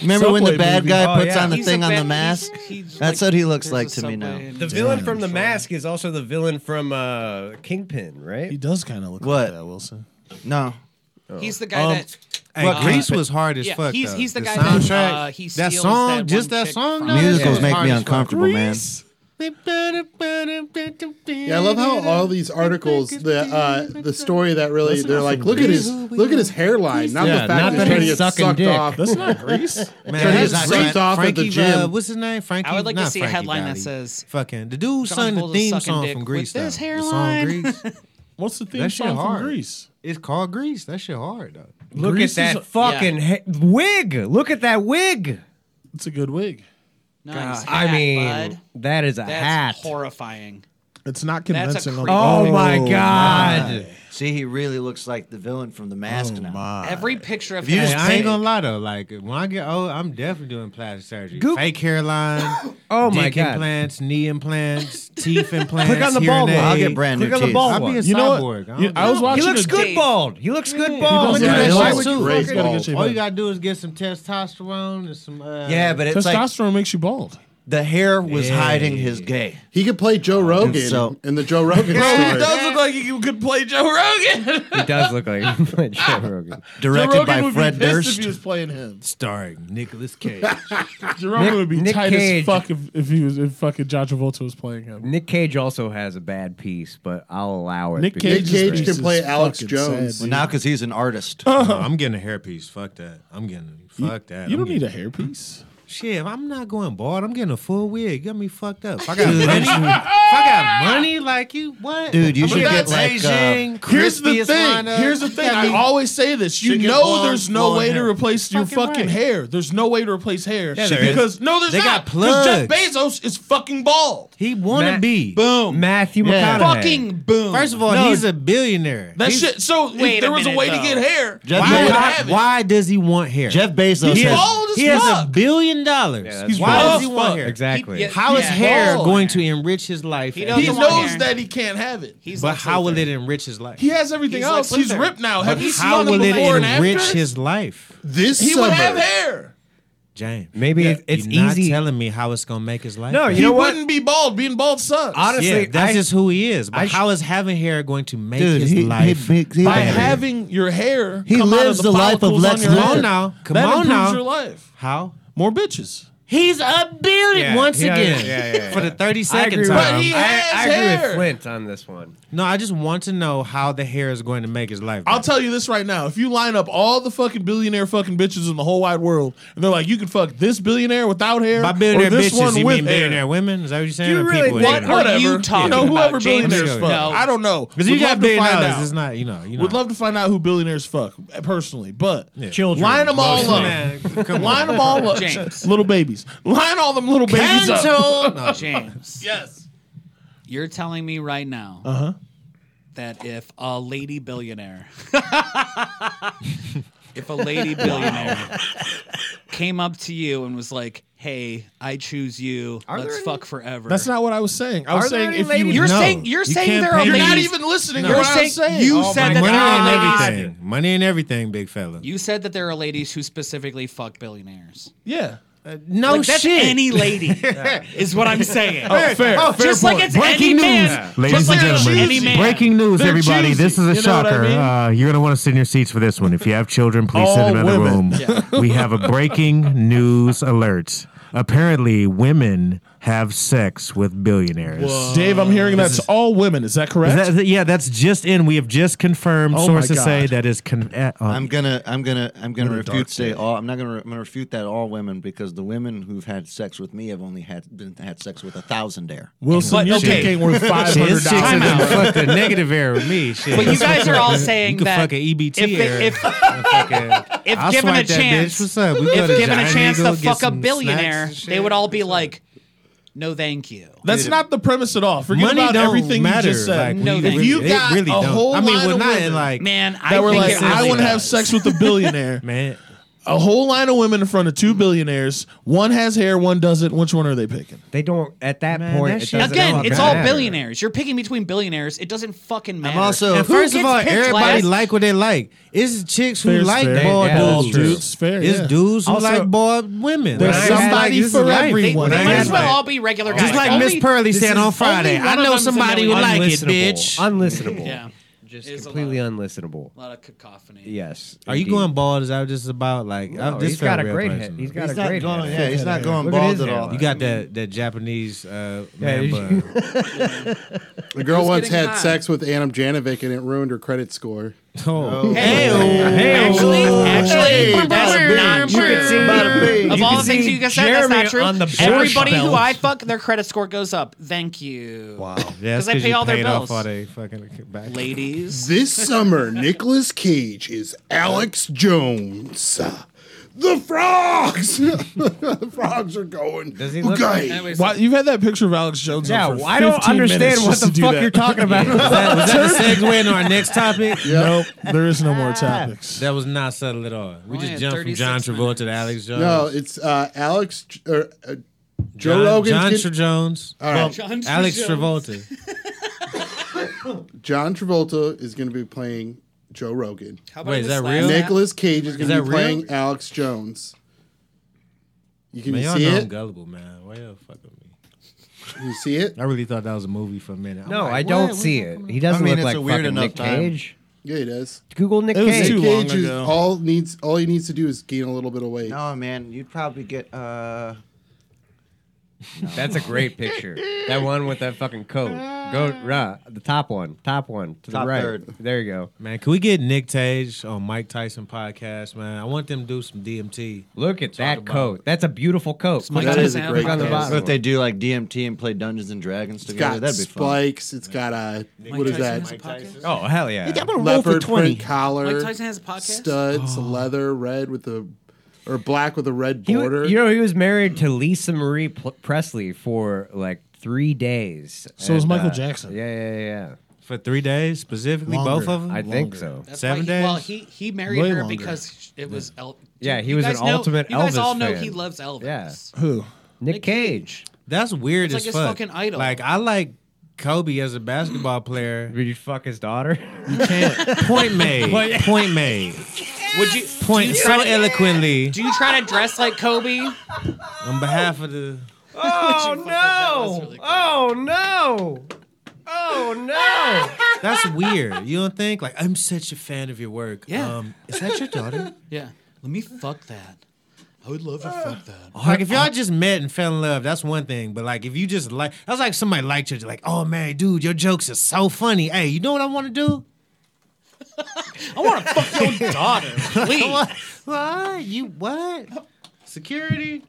S4: Remember when the
S2: Subway
S4: bad
S2: movie.
S4: guy
S8: Oh,
S4: puts
S8: yeah.
S4: on the
S7: He's a
S4: thing on the
S7: villain. He's-
S4: mask?
S7: he's
S4: That's
S7: like-
S4: what he looks
S7: there's
S4: like
S7: a
S4: to me now.
S7: subway in-
S8: The villain from The Mask is also the villain from uh, Kingpin, right?
S2: He does kind of look
S4: What?
S2: like that, Wilson.
S4: No.
S7: He's the guy
S2: Um,
S7: that.
S5: Hey,
S4: Well,
S5: Grease was hard as
S7: Yeah,
S5: fuck.
S7: he's-
S5: though.
S7: he's the guy that,
S5: soundtrack,
S7: uh, he
S5: that
S7: steals
S5: song,
S7: that
S5: just
S7: one
S5: that
S7: chick
S5: song.
S7: from-
S5: though,
S4: Musicals
S5: was
S4: make
S5: hard
S4: me
S5: as fuck.
S4: uncomfortable, man.
S3: Yeah, I love how all these articles, the uh, the story of that really, they're like, look at his look at his hairline, not the
S8: Yeah,
S3: fact
S8: not
S3: that
S8: that
S3: he's trying to get
S8: he's sucking
S3: sucked
S8: dick.
S3: off.
S2: That's not Grease.
S5: Man,
S4: he's not
S5: ripped
S4: saying-
S5: off at
S3: Frankie,
S5: the gym.
S3: uh,
S5: what's his name? Frankie.
S7: I would like to
S5: not
S7: see a
S5: Frankie
S7: headline that
S5: Valli.
S7: says,
S5: "Fucking the dude sung the
S7: Travolta's
S5: theme
S7: sucking
S5: song
S7: dick
S5: from
S7: with
S5: Grease."
S7: this
S5: though. The
S7: hairline. Uh,
S5: song Grease.
S2: What's the theme
S5: That shit
S2: song
S5: hard.
S2: from Grease?
S5: It's called Grease. That shit hard though.
S8: Look
S2: Grease
S8: at
S2: is
S8: that
S2: a-
S8: fucking he- wig. Look at that wig.
S2: It's a good wig.
S7: "Nice
S8: I
S7: hat,
S8: mean,
S7: bud."
S8: that is a
S7: that's
S8: hat.
S7: horrifying."
S2: It's not
S7: That's a
S2: convincing.
S7: creep.
S8: Oh, my god.
S4: See, he really looks like the villain from The Mask now.
S7: Every picture of
S4: you
S7: him.
S4: just
S5: Hey, I ain't
S4: paint-
S5: gonna lie though. Like when I get old, I'm definitely doing plastic surgery.
S8: Goop.
S5: Fake hairline.
S8: Oh my
S5: dick
S8: god.
S5: implants, knee implants, teeth implants.
S8: Click on the
S5: here
S8: bald
S5: and there.
S8: one.
S4: I'll get brand new
S8: Click on the
S4: teeth.
S8: bald
S5: I'll be a
S8: one.
S2: You know what?
S5: cyborg. I
S2: You-
S5: don't
S2: I was
S5: know.
S8: He
S2: watching.
S8: looks
S2: a-
S8: good
S7: date.
S8: bald. He looks good
S2: does
S8: bald.
S5: do that
S2: Why
S5: shit
S2: would you
S5: too.
S2: fucking-
S5: Raise
S2: gotta
S4: balls.
S2: get you
S5: All
S2: back.
S5: you gotta do is get some testosterone and some. Uh,
S4: Yeah, but it's like
S2: Testosterone makes you bald.
S4: the hair was hiding his gay.
S3: He could play Joe Rogan
S4: so-
S3: in the Joe Rogan story.
S7: look like you could play Joe Rogan.
S8: He does look like Joe Rogan.
S4: Directed
S2: Rogan
S4: by
S2: would
S4: Fred
S2: be pissed
S4: Durst.
S2: if he was playing him.
S5: starring Nicolas Cage.
S2: Joe Rogan would be
S8: Nick
S2: tight
S8: Cage.
S2: as fuck if, if he was if fucking John Travolta was playing him.
S8: Nick Cage also has a bad piece, but I'll allow it.
S2: Nick
S8: because-
S2: Cage,
S3: Nick Cage
S2: is
S3: can play
S2: fucking
S3: Alex
S2: sad,
S3: Jones.
S2: dude.
S4: Well, now because he's an artist.
S5: No, I'm getting a hairpiece. Fuck that. I'm getting fuck that.
S2: you
S5: I'm
S2: don't need
S5: getting-
S2: a hairpiece.
S5: shit. if I'm not going bald. I'm getting a full wig. You got me fucked up. If I got money. if I got money, like you what?
S4: Dude, you
S5: I'm
S4: should
S5: gonna
S4: get, like,
S5: Beijing,
S8: uh,
S2: Here's the
S5: crispiest
S2: thing.
S5: lineup.
S2: Here's the thing. I always say this. You
S4: Should get
S2: know,
S4: long,
S2: there's no
S4: long
S2: way
S4: hair.
S2: to replace your
S5: Fucking
S2: fucking
S5: right.
S2: hair. There's no way to replace hair
S5: there is.
S2: because no, there's
S5: They
S2: not.
S5: got
S2: 'Cause Jeff
S5: plugs.
S2: Bezos is fucking bald.
S5: He wanna
S8: Matt-
S5: be.
S7: boom.
S8: Matthew
S4: Yeah.
S8: McConaughey.
S7: Fucking boom.
S5: First of all, he's a billionaire.
S2: That
S5: He's-
S2: shit. So
S7: Wait
S2: if
S7: a
S2: there was a
S7: minute,
S2: way
S7: though.
S2: to get hair,
S4: Jeff
S2: why would
S4: Bezos-
S2: I
S5: Why,
S2: have it?
S5: why does he want hair?
S4: Jeff Bezos
S2: He's
S4: has
S2: bald as
S5: he has a
S2: fuck.
S5: billion dollars.
S8: Yeah, that's
S5: Why
S8: bald
S5: does
S2: as
S5: he want
S2: fuck.
S5: hair?
S8: Exactly.
S7: Yeah.
S5: How is
S7: Yeah.
S5: hair
S7: Bald.
S5: going to enrich his life?
S7: He
S5: and-
S7: doesn't
S2: He
S7: Doesn't want
S2: knows
S7: hair.
S2: that he can't have it.
S7: He's
S5: but
S7: like
S5: how will
S7: Luther.
S5: it enrich his life?
S2: He has everything
S7: He's like
S2: else. he's
S7: Luther.
S2: ripped now. Have you seen
S5: How
S2: him
S5: will it
S2: before and
S5: enrich
S2: after?
S5: his life?
S3: This
S2: He
S3: summer,
S2: would have hair.
S5: James.
S8: Maybe it- it's
S5: You're
S8: easy.
S5: Not telling me how it's gonna make his life.
S8: No,
S5: better.
S8: you
S2: he
S8: know what?
S2: wouldn't be bald. Being bald sucks.
S8: Honestly,
S5: yeah, that's
S8: I-
S5: just who he is. But
S8: I sh-
S5: how is having hair going to make
S4: Dude,
S5: his
S4: he- he-
S5: life?
S4: he- he-
S2: By
S4: Yeah.
S2: having your hair,
S4: He
S2: come out
S4: lives
S2: of
S4: the
S2: the,
S4: life of
S2: follicles
S4: Lex
S2: on your hair,
S5: Luthor. Come on now. Come
S2: that
S5: on
S2: improves
S5: now.
S2: your life.
S5: how?
S2: More bitches.
S18: He's upbuilt it
S5: Yeah,
S18: once
S5: yeah,
S18: again.
S5: yeah, yeah, yeah.
S8: for the
S5: I
S8: 30
S5: agree
S8: seconds.
S5: with-
S8: time.
S18: he
S5: I-
S18: has
S5: I agree
S18: hair.
S5: with Flint on this one.
S8: No, I just want to know how the hair is going to make his life.
S2: I'll
S8: better.
S2: tell you this right now. If you line up all the fucking billionaire fucking bitches in the whole wide world, and they're like, you can fuck this billionaire without hair,
S8: by billionaire
S2: or this
S8: bitches,
S2: one
S8: you
S2: with
S8: mean
S2: hair.
S8: billionaire women? Is that what you're saying?
S5: You
S8: Or
S5: really
S8: people with
S7: What
S8: hair?
S2: Whatever.
S7: are you talking
S2: know, whoever
S7: about, James?
S2: billionaires fuck.
S7: No.
S2: I don't know.
S8: Because you
S2: Would
S8: got
S2: love to
S8: billion
S2: find
S8: dollars,
S2: out.
S8: it's not you know. You know.
S2: Would love to find out who billionaires fuck eh, personally, but
S5: Children,
S2: line them all
S5: mostly.
S2: up. Line them all up,
S7: James.
S2: little babies. Line all them little babies up.
S7: James. yes. You're telling me right now that if a lady billionaire, if a lady billionaire came up to you and was like, "Hey, I choose you. Let's fuck forever."
S2: That's not what I was saying. I was saying if you
S7: You're
S8: No.
S7: saying you're
S8: You
S7: saying
S8: can't
S7: there are
S8: pay
S2: you're
S8: me.
S7: ladies.
S2: not even listening to
S7: You're
S2: what I was
S7: saying-
S2: saying.
S7: you
S2: Oh
S7: said
S2: my
S7: that-
S8: Money
S7: Ah.
S8: ain't everything. Money ain't everything, big fella.
S7: you said that there are ladies who specifically fuck billionaires.
S2: Yeah.
S8: no
S7: like that's any lady, is what I'm saying.
S2: Oh, fair. fair
S7: just
S2: point.
S7: like it's any man,
S19: Ladies
S7: just
S19: and
S7: like it's
S19: gentlemen,
S7: any man.
S19: breaking news,
S2: They're
S19: everybody.
S2: choosy.
S19: This is a
S2: You know what I
S19: shocker.
S2: mean?
S19: uh, you're going to want to sit in your seats for this one. If you have children, please
S2: All
S19: sit in another
S2: women.
S19: room. We have a breaking news alert. Apparently, women have sex with billionaires.
S2: Dave, I'm hearing that's all women. Is that correct?
S19: Is that- yeah, that's just in. We have just confirmed
S2: Oh my
S19: sources say
S2: God.
S19: that is. Con- uh, uh,
S4: I'm gonna, I'm gonna, I'm gonna
S19: What a dark
S4: refute say
S19: day.
S4: all. I'm not gonna, re- I'm gonna refute that all women because the women who've had sex with me have only had been had sex with a thousand there.
S2: Wilson,
S7: But,
S2: your
S7: okay.
S2: dick ain't worth five
S8: Shit,
S2: hundred
S8: this chick's
S2: dollars.
S8: in
S7: Time
S8: the
S7: out.
S8: fuck the negative air with me. Shit.
S7: But you guys are all saying
S8: you can
S7: that
S8: fuck E an
S5: E
S8: EBT
S7: if they-
S8: air.
S7: if-
S8: and fucking-
S7: if
S8: I'll
S7: given
S8: swipe
S7: a
S8: that
S7: chance-
S8: bitch. What's up? We go
S7: if
S8: to
S7: given a
S8: Giant
S7: chance
S8: Eagle,
S7: to
S8: get
S7: fuck a
S8: some
S7: billionaire,
S8: snacks and
S7: they would
S8: shit.
S7: all be like, "No, thank you."
S2: That's not the premise at all. Forget
S8: Money
S2: about
S8: don't
S2: everything
S8: matter.
S2: you just said.
S8: Like,
S7: No,
S8: we
S7: thank
S2: if
S7: you.
S2: you
S8: They
S2: got
S8: really
S2: a
S8: don't.
S2: whole
S8: I mean,
S2: line
S8: well,
S2: of
S8: not
S2: women
S8: in like
S7: Man, I
S2: that were
S7: think
S2: like,
S7: it
S8: really
S2: I want to have
S8: does.
S2: sex with a billionaire.
S8: man.
S2: a whole line of women in front of two billionaires. One has hair, one doesn't. Which one are they picking?
S5: They don't at that
S8: Man,
S5: point.
S8: that
S5: it
S8: shit-
S5: doesn't
S7: Again,
S5: fucking
S7: it's all
S5: matter.
S7: billionaires. You're picking between billionaires. It doesn't fucking matter.
S4: also-
S8: And
S4: Who
S8: first of
S7: gets
S8: all,
S7: picked
S8: everybody
S7: last?
S8: like what they like. It's chicks who
S2: Fair's
S8: like
S2: fair.
S8: bald
S5: Yeah,
S8: dudes.
S5: that's true.
S2: It's fair,
S8: It's
S2: yeah.
S8: dudes who
S5: Also-
S8: like bald women.
S2: There's
S8: Like,
S2: somebody
S8: this is
S2: for
S8: life.
S2: everyone.
S8: When I
S7: They might
S8: had
S7: as well
S8: my-
S7: all be regular guys.
S8: Just like
S7: Only-
S8: Miss Pearly
S5: this
S8: said
S5: is
S8: on
S5: only
S8: Friday,
S7: one
S8: I
S7: of
S8: know
S7: them's a
S8: somebody who like it,
S5: Unlistenable.
S8: bitch.
S5: Unlistenable.
S7: Yeah,
S5: Just
S7: There's a lot.
S5: completely unlistenable.
S7: A lot of cacophony.
S5: Yes.
S8: Are you
S5: indeed.
S8: going bald? Is that just about like? I've-
S5: No,
S8: this
S5: he's got a
S8: felt real
S5: great head.
S8: personal.
S5: He's got
S4: He's
S5: a
S4: not
S5: great
S4: going,
S5: head.
S4: yeah, he's not going
S5: Look at
S4: bald
S5: his
S4: at all.
S5: hairline.
S8: You got that that Japanese uh,
S5: you-
S8: man bun.
S3: A girl once
S7: getting
S3: had
S7: high?
S3: sex with Anna Janovic and it ruined her credit score.
S8: Oh.
S7: Actually, actually, that's not
S4: You can see-
S7: true. Of
S5: You
S7: all
S5: can
S7: the things
S5: see
S7: you just said, that's not
S5: Jeremy
S7: true.
S5: on the porch
S7: Everybody who
S5: belt.
S7: I fuck, their credit score goes up. Thank you. Wow.
S8: Yeah, that's
S7: Because I pay
S8: you
S7: all their
S8: paid
S7: bills.
S8: Off all they fucking back.
S7: Ladies.
S3: This summer, Nicolas Cage is Alex Jones. The frogs! the frogs are going.
S8: Does he look-
S3: okay.
S7: Anyways,
S2: Why, you've had that picture of Alex Jones.
S5: Yeah,
S2: up for
S5: well, I don't
S2: 15 minutes
S5: understand what
S2: just
S5: the
S2: to do
S5: fuck
S2: that.
S5: you're talking about.
S8: Was that a segue into our next topic?
S2: Nope, there is no
S7: Ah.
S2: more topics.
S8: That was not subtle at all. We
S7: Only
S8: just
S7: had
S8: jumped from
S7: 36
S8: John Travolta to
S7: minutes.
S8: Alex Jones.
S3: No, it's uh, Alex J- or uh, Joe
S8: John,
S3: Rogan.
S8: John Tra- Jones.
S3: All right.
S7: John
S8: Alex
S7: Travolta.
S8: Travolta.
S3: John Travolta is going to be playing Joe Rogan.
S7: How about
S8: Wait,
S7: this
S8: is that
S7: last
S8: real?
S7: one?
S3: Nicolas Cage is going
S8: that
S3: to be
S8: real?
S3: playing Alex Jones. You can
S8: Man,
S3: you
S8: y'all
S3: see
S8: know I'm
S3: it?
S8: gullible, man. Why y'all fuck with me?
S3: You see it?
S8: I really thought that was a movie for a minute. I'm
S5: No,
S8: like,
S5: I
S8: what?
S5: don't
S8: What
S5: see
S8: the
S5: it.
S8: fuck?
S5: He doesn't
S4: I mean,
S5: look
S4: it's
S5: like
S4: a weird
S5: fucking
S4: enough
S5: Nick
S4: time.
S5: Cage.
S3: Yeah, it is.
S5: Google Nick
S2: It was
S5: Cage.
S2: too long
S3: Cage is
S2: ago.
S3: all needs all he needs to do is gain a little bit of weight.
S4: No, man, you'd probably get. uh
S5: That's a great picture. That one with that fucking coat. Go right, the top one, top one to
S4: Top
S5: the right.
S4: third.
S5: There you go.
S8: Man, can we get Nick Tage on Mike Tyson podcast, man? I want them to do some DMT.
S5: Look at that
S8: about
S5: coat. That's a beautiful coat.
S7: Mike
S3: That is a
S7: Tyson
S3: great
S7: on the
S5: case.
S7: bottom.
S4: What if they do like DMT and play Dungeons and Dragons
S3: It's got
S4: together? That'd be fun.
S3: spikes. It's got a what is
S7: Tyson
S3: that?
S7: has a podcast?
S5: Oh hell yeah!
S3: Leopard print collar.
S7: Mike Tyson has a podcast?
S3: Studs, leather, red with the or black with a red
S5: He,
S3: border.
S5: w- you know he was married to Lisa Marie Pl- Presley for like three days.
S2: So was
S5: And, uh,
S2: Michael Jackson.
S5: Yeah, yeah, yeah.
S8: For three days, specifically,
S2: Longer.
S8: both of them?
S5: I think so.
S7: That's
S8: Seven
S7: why he- Well,
S8: days?
S7: he he married
S2: Way
S7: her
S2: longer.
S7: because it was El-
S5: Yeah,
S7: Dude,
S5: he
S7: you
S5: was an
S7: guys know-
S5: ultimate
S7: You guys
S5: Elvis
S7: all know
S5: fan.
S7: he loves Elvis.
S5: Yeah.
S2: Who?
S5: Nick,
S7: Nick
S5: Cage.
S8: That's weird
S7: It's like
S8: as
S7: his
S8: fuck.
S7: fucking idol.
S8: Like, I like Kobe as a basketball player.
S5: Would you fuck his daughter?
S8: You can't. Point made. Point made.
S7: Would you
S8: Point so eloquently
S7: do you try to dress like Kobe?
S8: on behalf of the.
S5: oh
S7: was really cool.
S5: Oh no! Oh no!
S8: That's weird. You don't think? Like, I'm such a fan of your work.
S7: Yeah.
S8: Um, is that your daughter?
S7: Yeah. Let me fuck that.
S8: I would love to fuck that. Like if y'all just met and fell in love, that's one thing. But like if you just like, that's like somebody liked you. they're Like, oh man, dude, your jokes are so funny. Hey, you know what I want to do?
S7: I want to fuck your daughter. Please.
S8: what? You what? Security.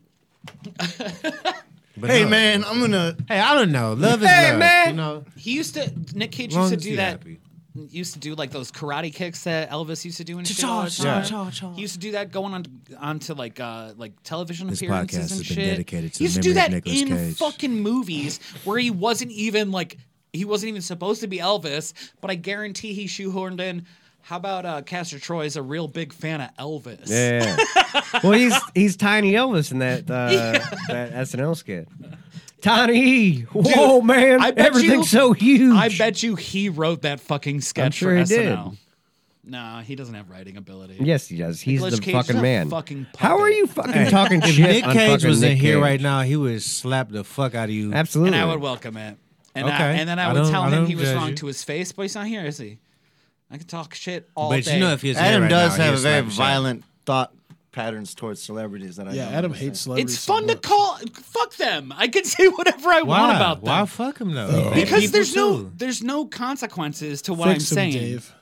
S8: But
S4: hey
S8: no.
S4: man, I'm gonna.
S8: Hey, I don't know. Love is
S7: Hey,
S8: love.
S7: man.
S8: You know,
S7: He used to Nick Cage
S8: Long
S7: used to
S8: as
S7: do
S8: you
S7: that.
S8: happy.
S7: Used to do like those karate kicks that Elvis used to do and shit. all the
S8: Cha-cha,
S7: time.
S8: cha-cha,
S7: He used to do that going on onto like uh like television
S20: This
S7: appearances
S20: podcast
S7: and
S20: has been
S7: shit.
S20: dedicated to
S7: he
S20: the
S7: used to do
S20: memory of
S7: that
S20: Nicolas
S7: in
S20: Cage.
S7: fucking movies where he wasn't even like he wasn't even supposed to be Elvis, but I guarantee he shoehorned in. How about uh, Castor Troy's a real big fan of Elvis?
S5: Yeah. well, he's he's Tiny Elvis in that uh, that SNL skit. Tiny, whoa
S7: Dude,
S5: man,
S7: I bet
S5: everything's
S7: you-
S5: so huge.
S7: I bet you he wrote that fucking sketch
S5: sure
S7: for
S5: he did.
S7: SNL. Nah, he doesn't have writing ability.
S5: Yes, he does. He's
S7: Nicolas
S5: the
S7: Cage is
S5: fucking
S7: a
S5: man.
S7: fucking
S5: How are you fucking
S8: Hey,
S5: talking
S8: if
S5: shit?
S8: Nick
S5: on
S8: Cage
S5: fucking
S8: was in
S5: Nick
S8: here
S5: Cage?
S8: right now, he would slap the fuck out of you.
S5: Absolutely.
S7: And I would welcome it. And I,
S8: Okay.
S7: and then I,
S8: I
S7: would
S8: don't-
S7: tell
S8: I
S7: him
S8: don't
S7: he was
S8: judge
S7: wrong
S8: you.
S7: to his face, but he's not here, is he? I could talk shit all
S8: But you
S7: day.
S8: know if he was
S4: Adam
S8: right
S4: does
S8: now,
S4: have
S8: he'll
S4: a very
S8: slap the shit.
S4: violent thought patterns towards celebrities that I
S2: Yeah,
S4: don't
S2: Adam
S4: understand.
S2: hates celebrities.
S7: it's fun to call. Fuck them. I can say whatever I want about them.
S8: Why fuck him though?
S7: Because there's
S8: People,
S7: no
S8: too.
S7: there's no consequences to what
S2: Fix
S7: I'm
S2: him,
S7: saying.
S2: Dave.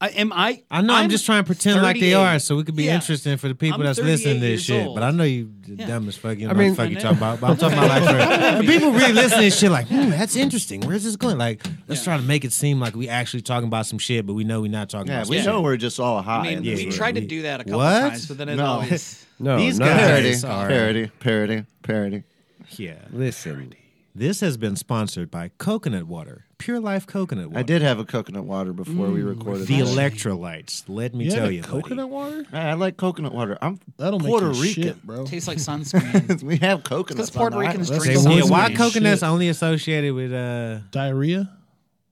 S7: I, am I?
S8: I know. I'm, just trying to pretend like they
S7: 38.
S8: are, so we could be
S7: Yeah.
S8: interesting for the people
S7: I'm
S8: that's listening
S7: 38
S8: to this
S7: years
S8: shit.
S7: old.
S8: But I know you
S7: Yeah.
S8: dumb as fuck. You know
S5: I mean-
S8: what the fuck you talking about. But I'm talking about like for, people really listening to this shit. Like, hmm, that's interesting. Where's this going? Like, let's try to make it seem like we actually talking about some shit, but we know we're not talking
S4: Yeah,
S8: about.
S4: we
S8: some
S4: know
S8: shit.
S4: we're just all high.
S7: I mean,
S4: in
S8: Yeah,
S4: this
S7: we
S8: yeah,
S4: room.
S7: tried to
S8: yeah.
S7: do that a couple
S8: What?
S7: times, but then it
S4: No.
S7: always.
S5: No,
S4: These
S5: no,
S4: guys,
S8: guys are-
S4: parody, parody, parody.
S8: Yeah.
S5: Listen,
S8: This has been sponsored by coconut water, Pure Life coconut water.
S4: I did have a coconut water before we recorded.
S8: the
S4: this.
S8: electrolytes. Let me
S2: You
S8: tell
S2: had a
S8: you, buddy.
S2: coconut water?
S4: Man, I like coconut water. I'm
S2: That'll make
S4: Puerto
S2: you
S4: Rican.
S2: shit, bro.
S7: Tastes like sunscreen.
S4: we have coconuts.
S7: Because Puerto
S4: on the
S7: Ricans
S4: island.
S2: That's
S7: drink
S2: a-
S7: sunscreen.
S8: Yeah, why
S2: Sunscreen.
S8: coconuts
S2: Shit.
S8: only associated with uh?
S2: Diarrhea?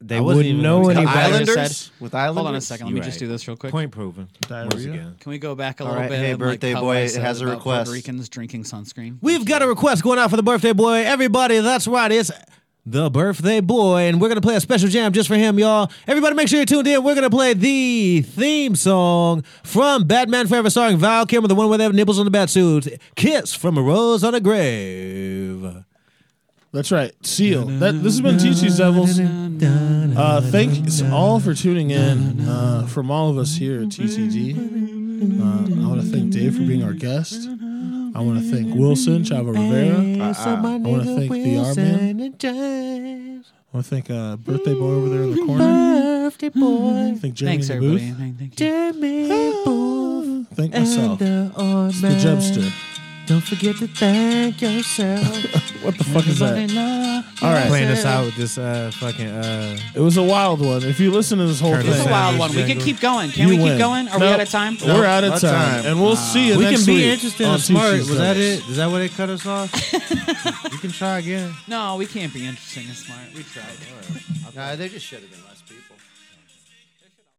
S8: They
S5: I wouldn't know any
S7: What I just
S4: Islanders
S7: said.
S4: with
S7: Hold on a
S4: islanders?
S7: second. Let me
S8: You're
S7: just
S8: right.
S7: do this real quick.
S8: Point proven. Once
S2: Diarrhea?
S8: again.
S7: Can we go back a
S4: All
S7: little
S4: right,
S7: bit?
S4: hey,
S7: and, like,
S4: birthday
S7: how
S4: boy,
S7: I
S4: it
S7: said
S4: has a
S7: about Puerto
S4: request.
S7: Ricans drinking sunscreen.
S8: We've got a request going out for the birthday boy. Everybody, that's right. It's the birthday boy, and we're gonna play a special jam just for him, y'all. Everybody, make sure you're tuned in. We're gonna play the theme song from Batman Forever, starring Val Kilmer, the one with the nipples on the bat suit. "Kiss from a Rose on a Grave."
S2: That's right. Seal. That this has been Teach These Devils. Uh, thanks all for tuning in. Uh, from all of us here at TCD, uh, I want to thank Dave for being our guest. I want to thank Wilson, Chavo Rivera.
S8: I
S2: wanna thank the
S8: army.
S2: I want to thank uh, Birthday Boy over there in the corner.
S8: Birthday boy,
S2: Thank Jeremy
S7: Thanks,
S2: in the booth.
S7: everybody. Thank, thank you.
S8: Jimmy Booth,
S2: Thank
S8: and
S2: myself. The
S8: the old man.
S2: Jebster.
S8: Don't forget to thank yourself.
S2: What the fuck is that?
S8: All right. Playing us out with this uh, fucking. Uh,
S2: It was a wild one. If you listen to this whole
S8: Curtis.
S7: This is a
S2: thing,
S7: wild one. We could keep going. Can
S2: you
S7: we keep
S2: win.
S7: going? Are we
S2: Nope.
S7: out of time?
S2: We're out of
S4: What
S2: time.
S4: time?
S2: and we'll see you
S8: we
S2: next
S8: can be
S2: week
S8: interesting
S2: on
S8: and smart.
S2: Teach These
S8: Was that
S2: Devils.
S8: it? Is that what they cut us off? you can try again.
S7: No, we can't be interesting and smart. We tried.
S4: Nah, they just should have been less people.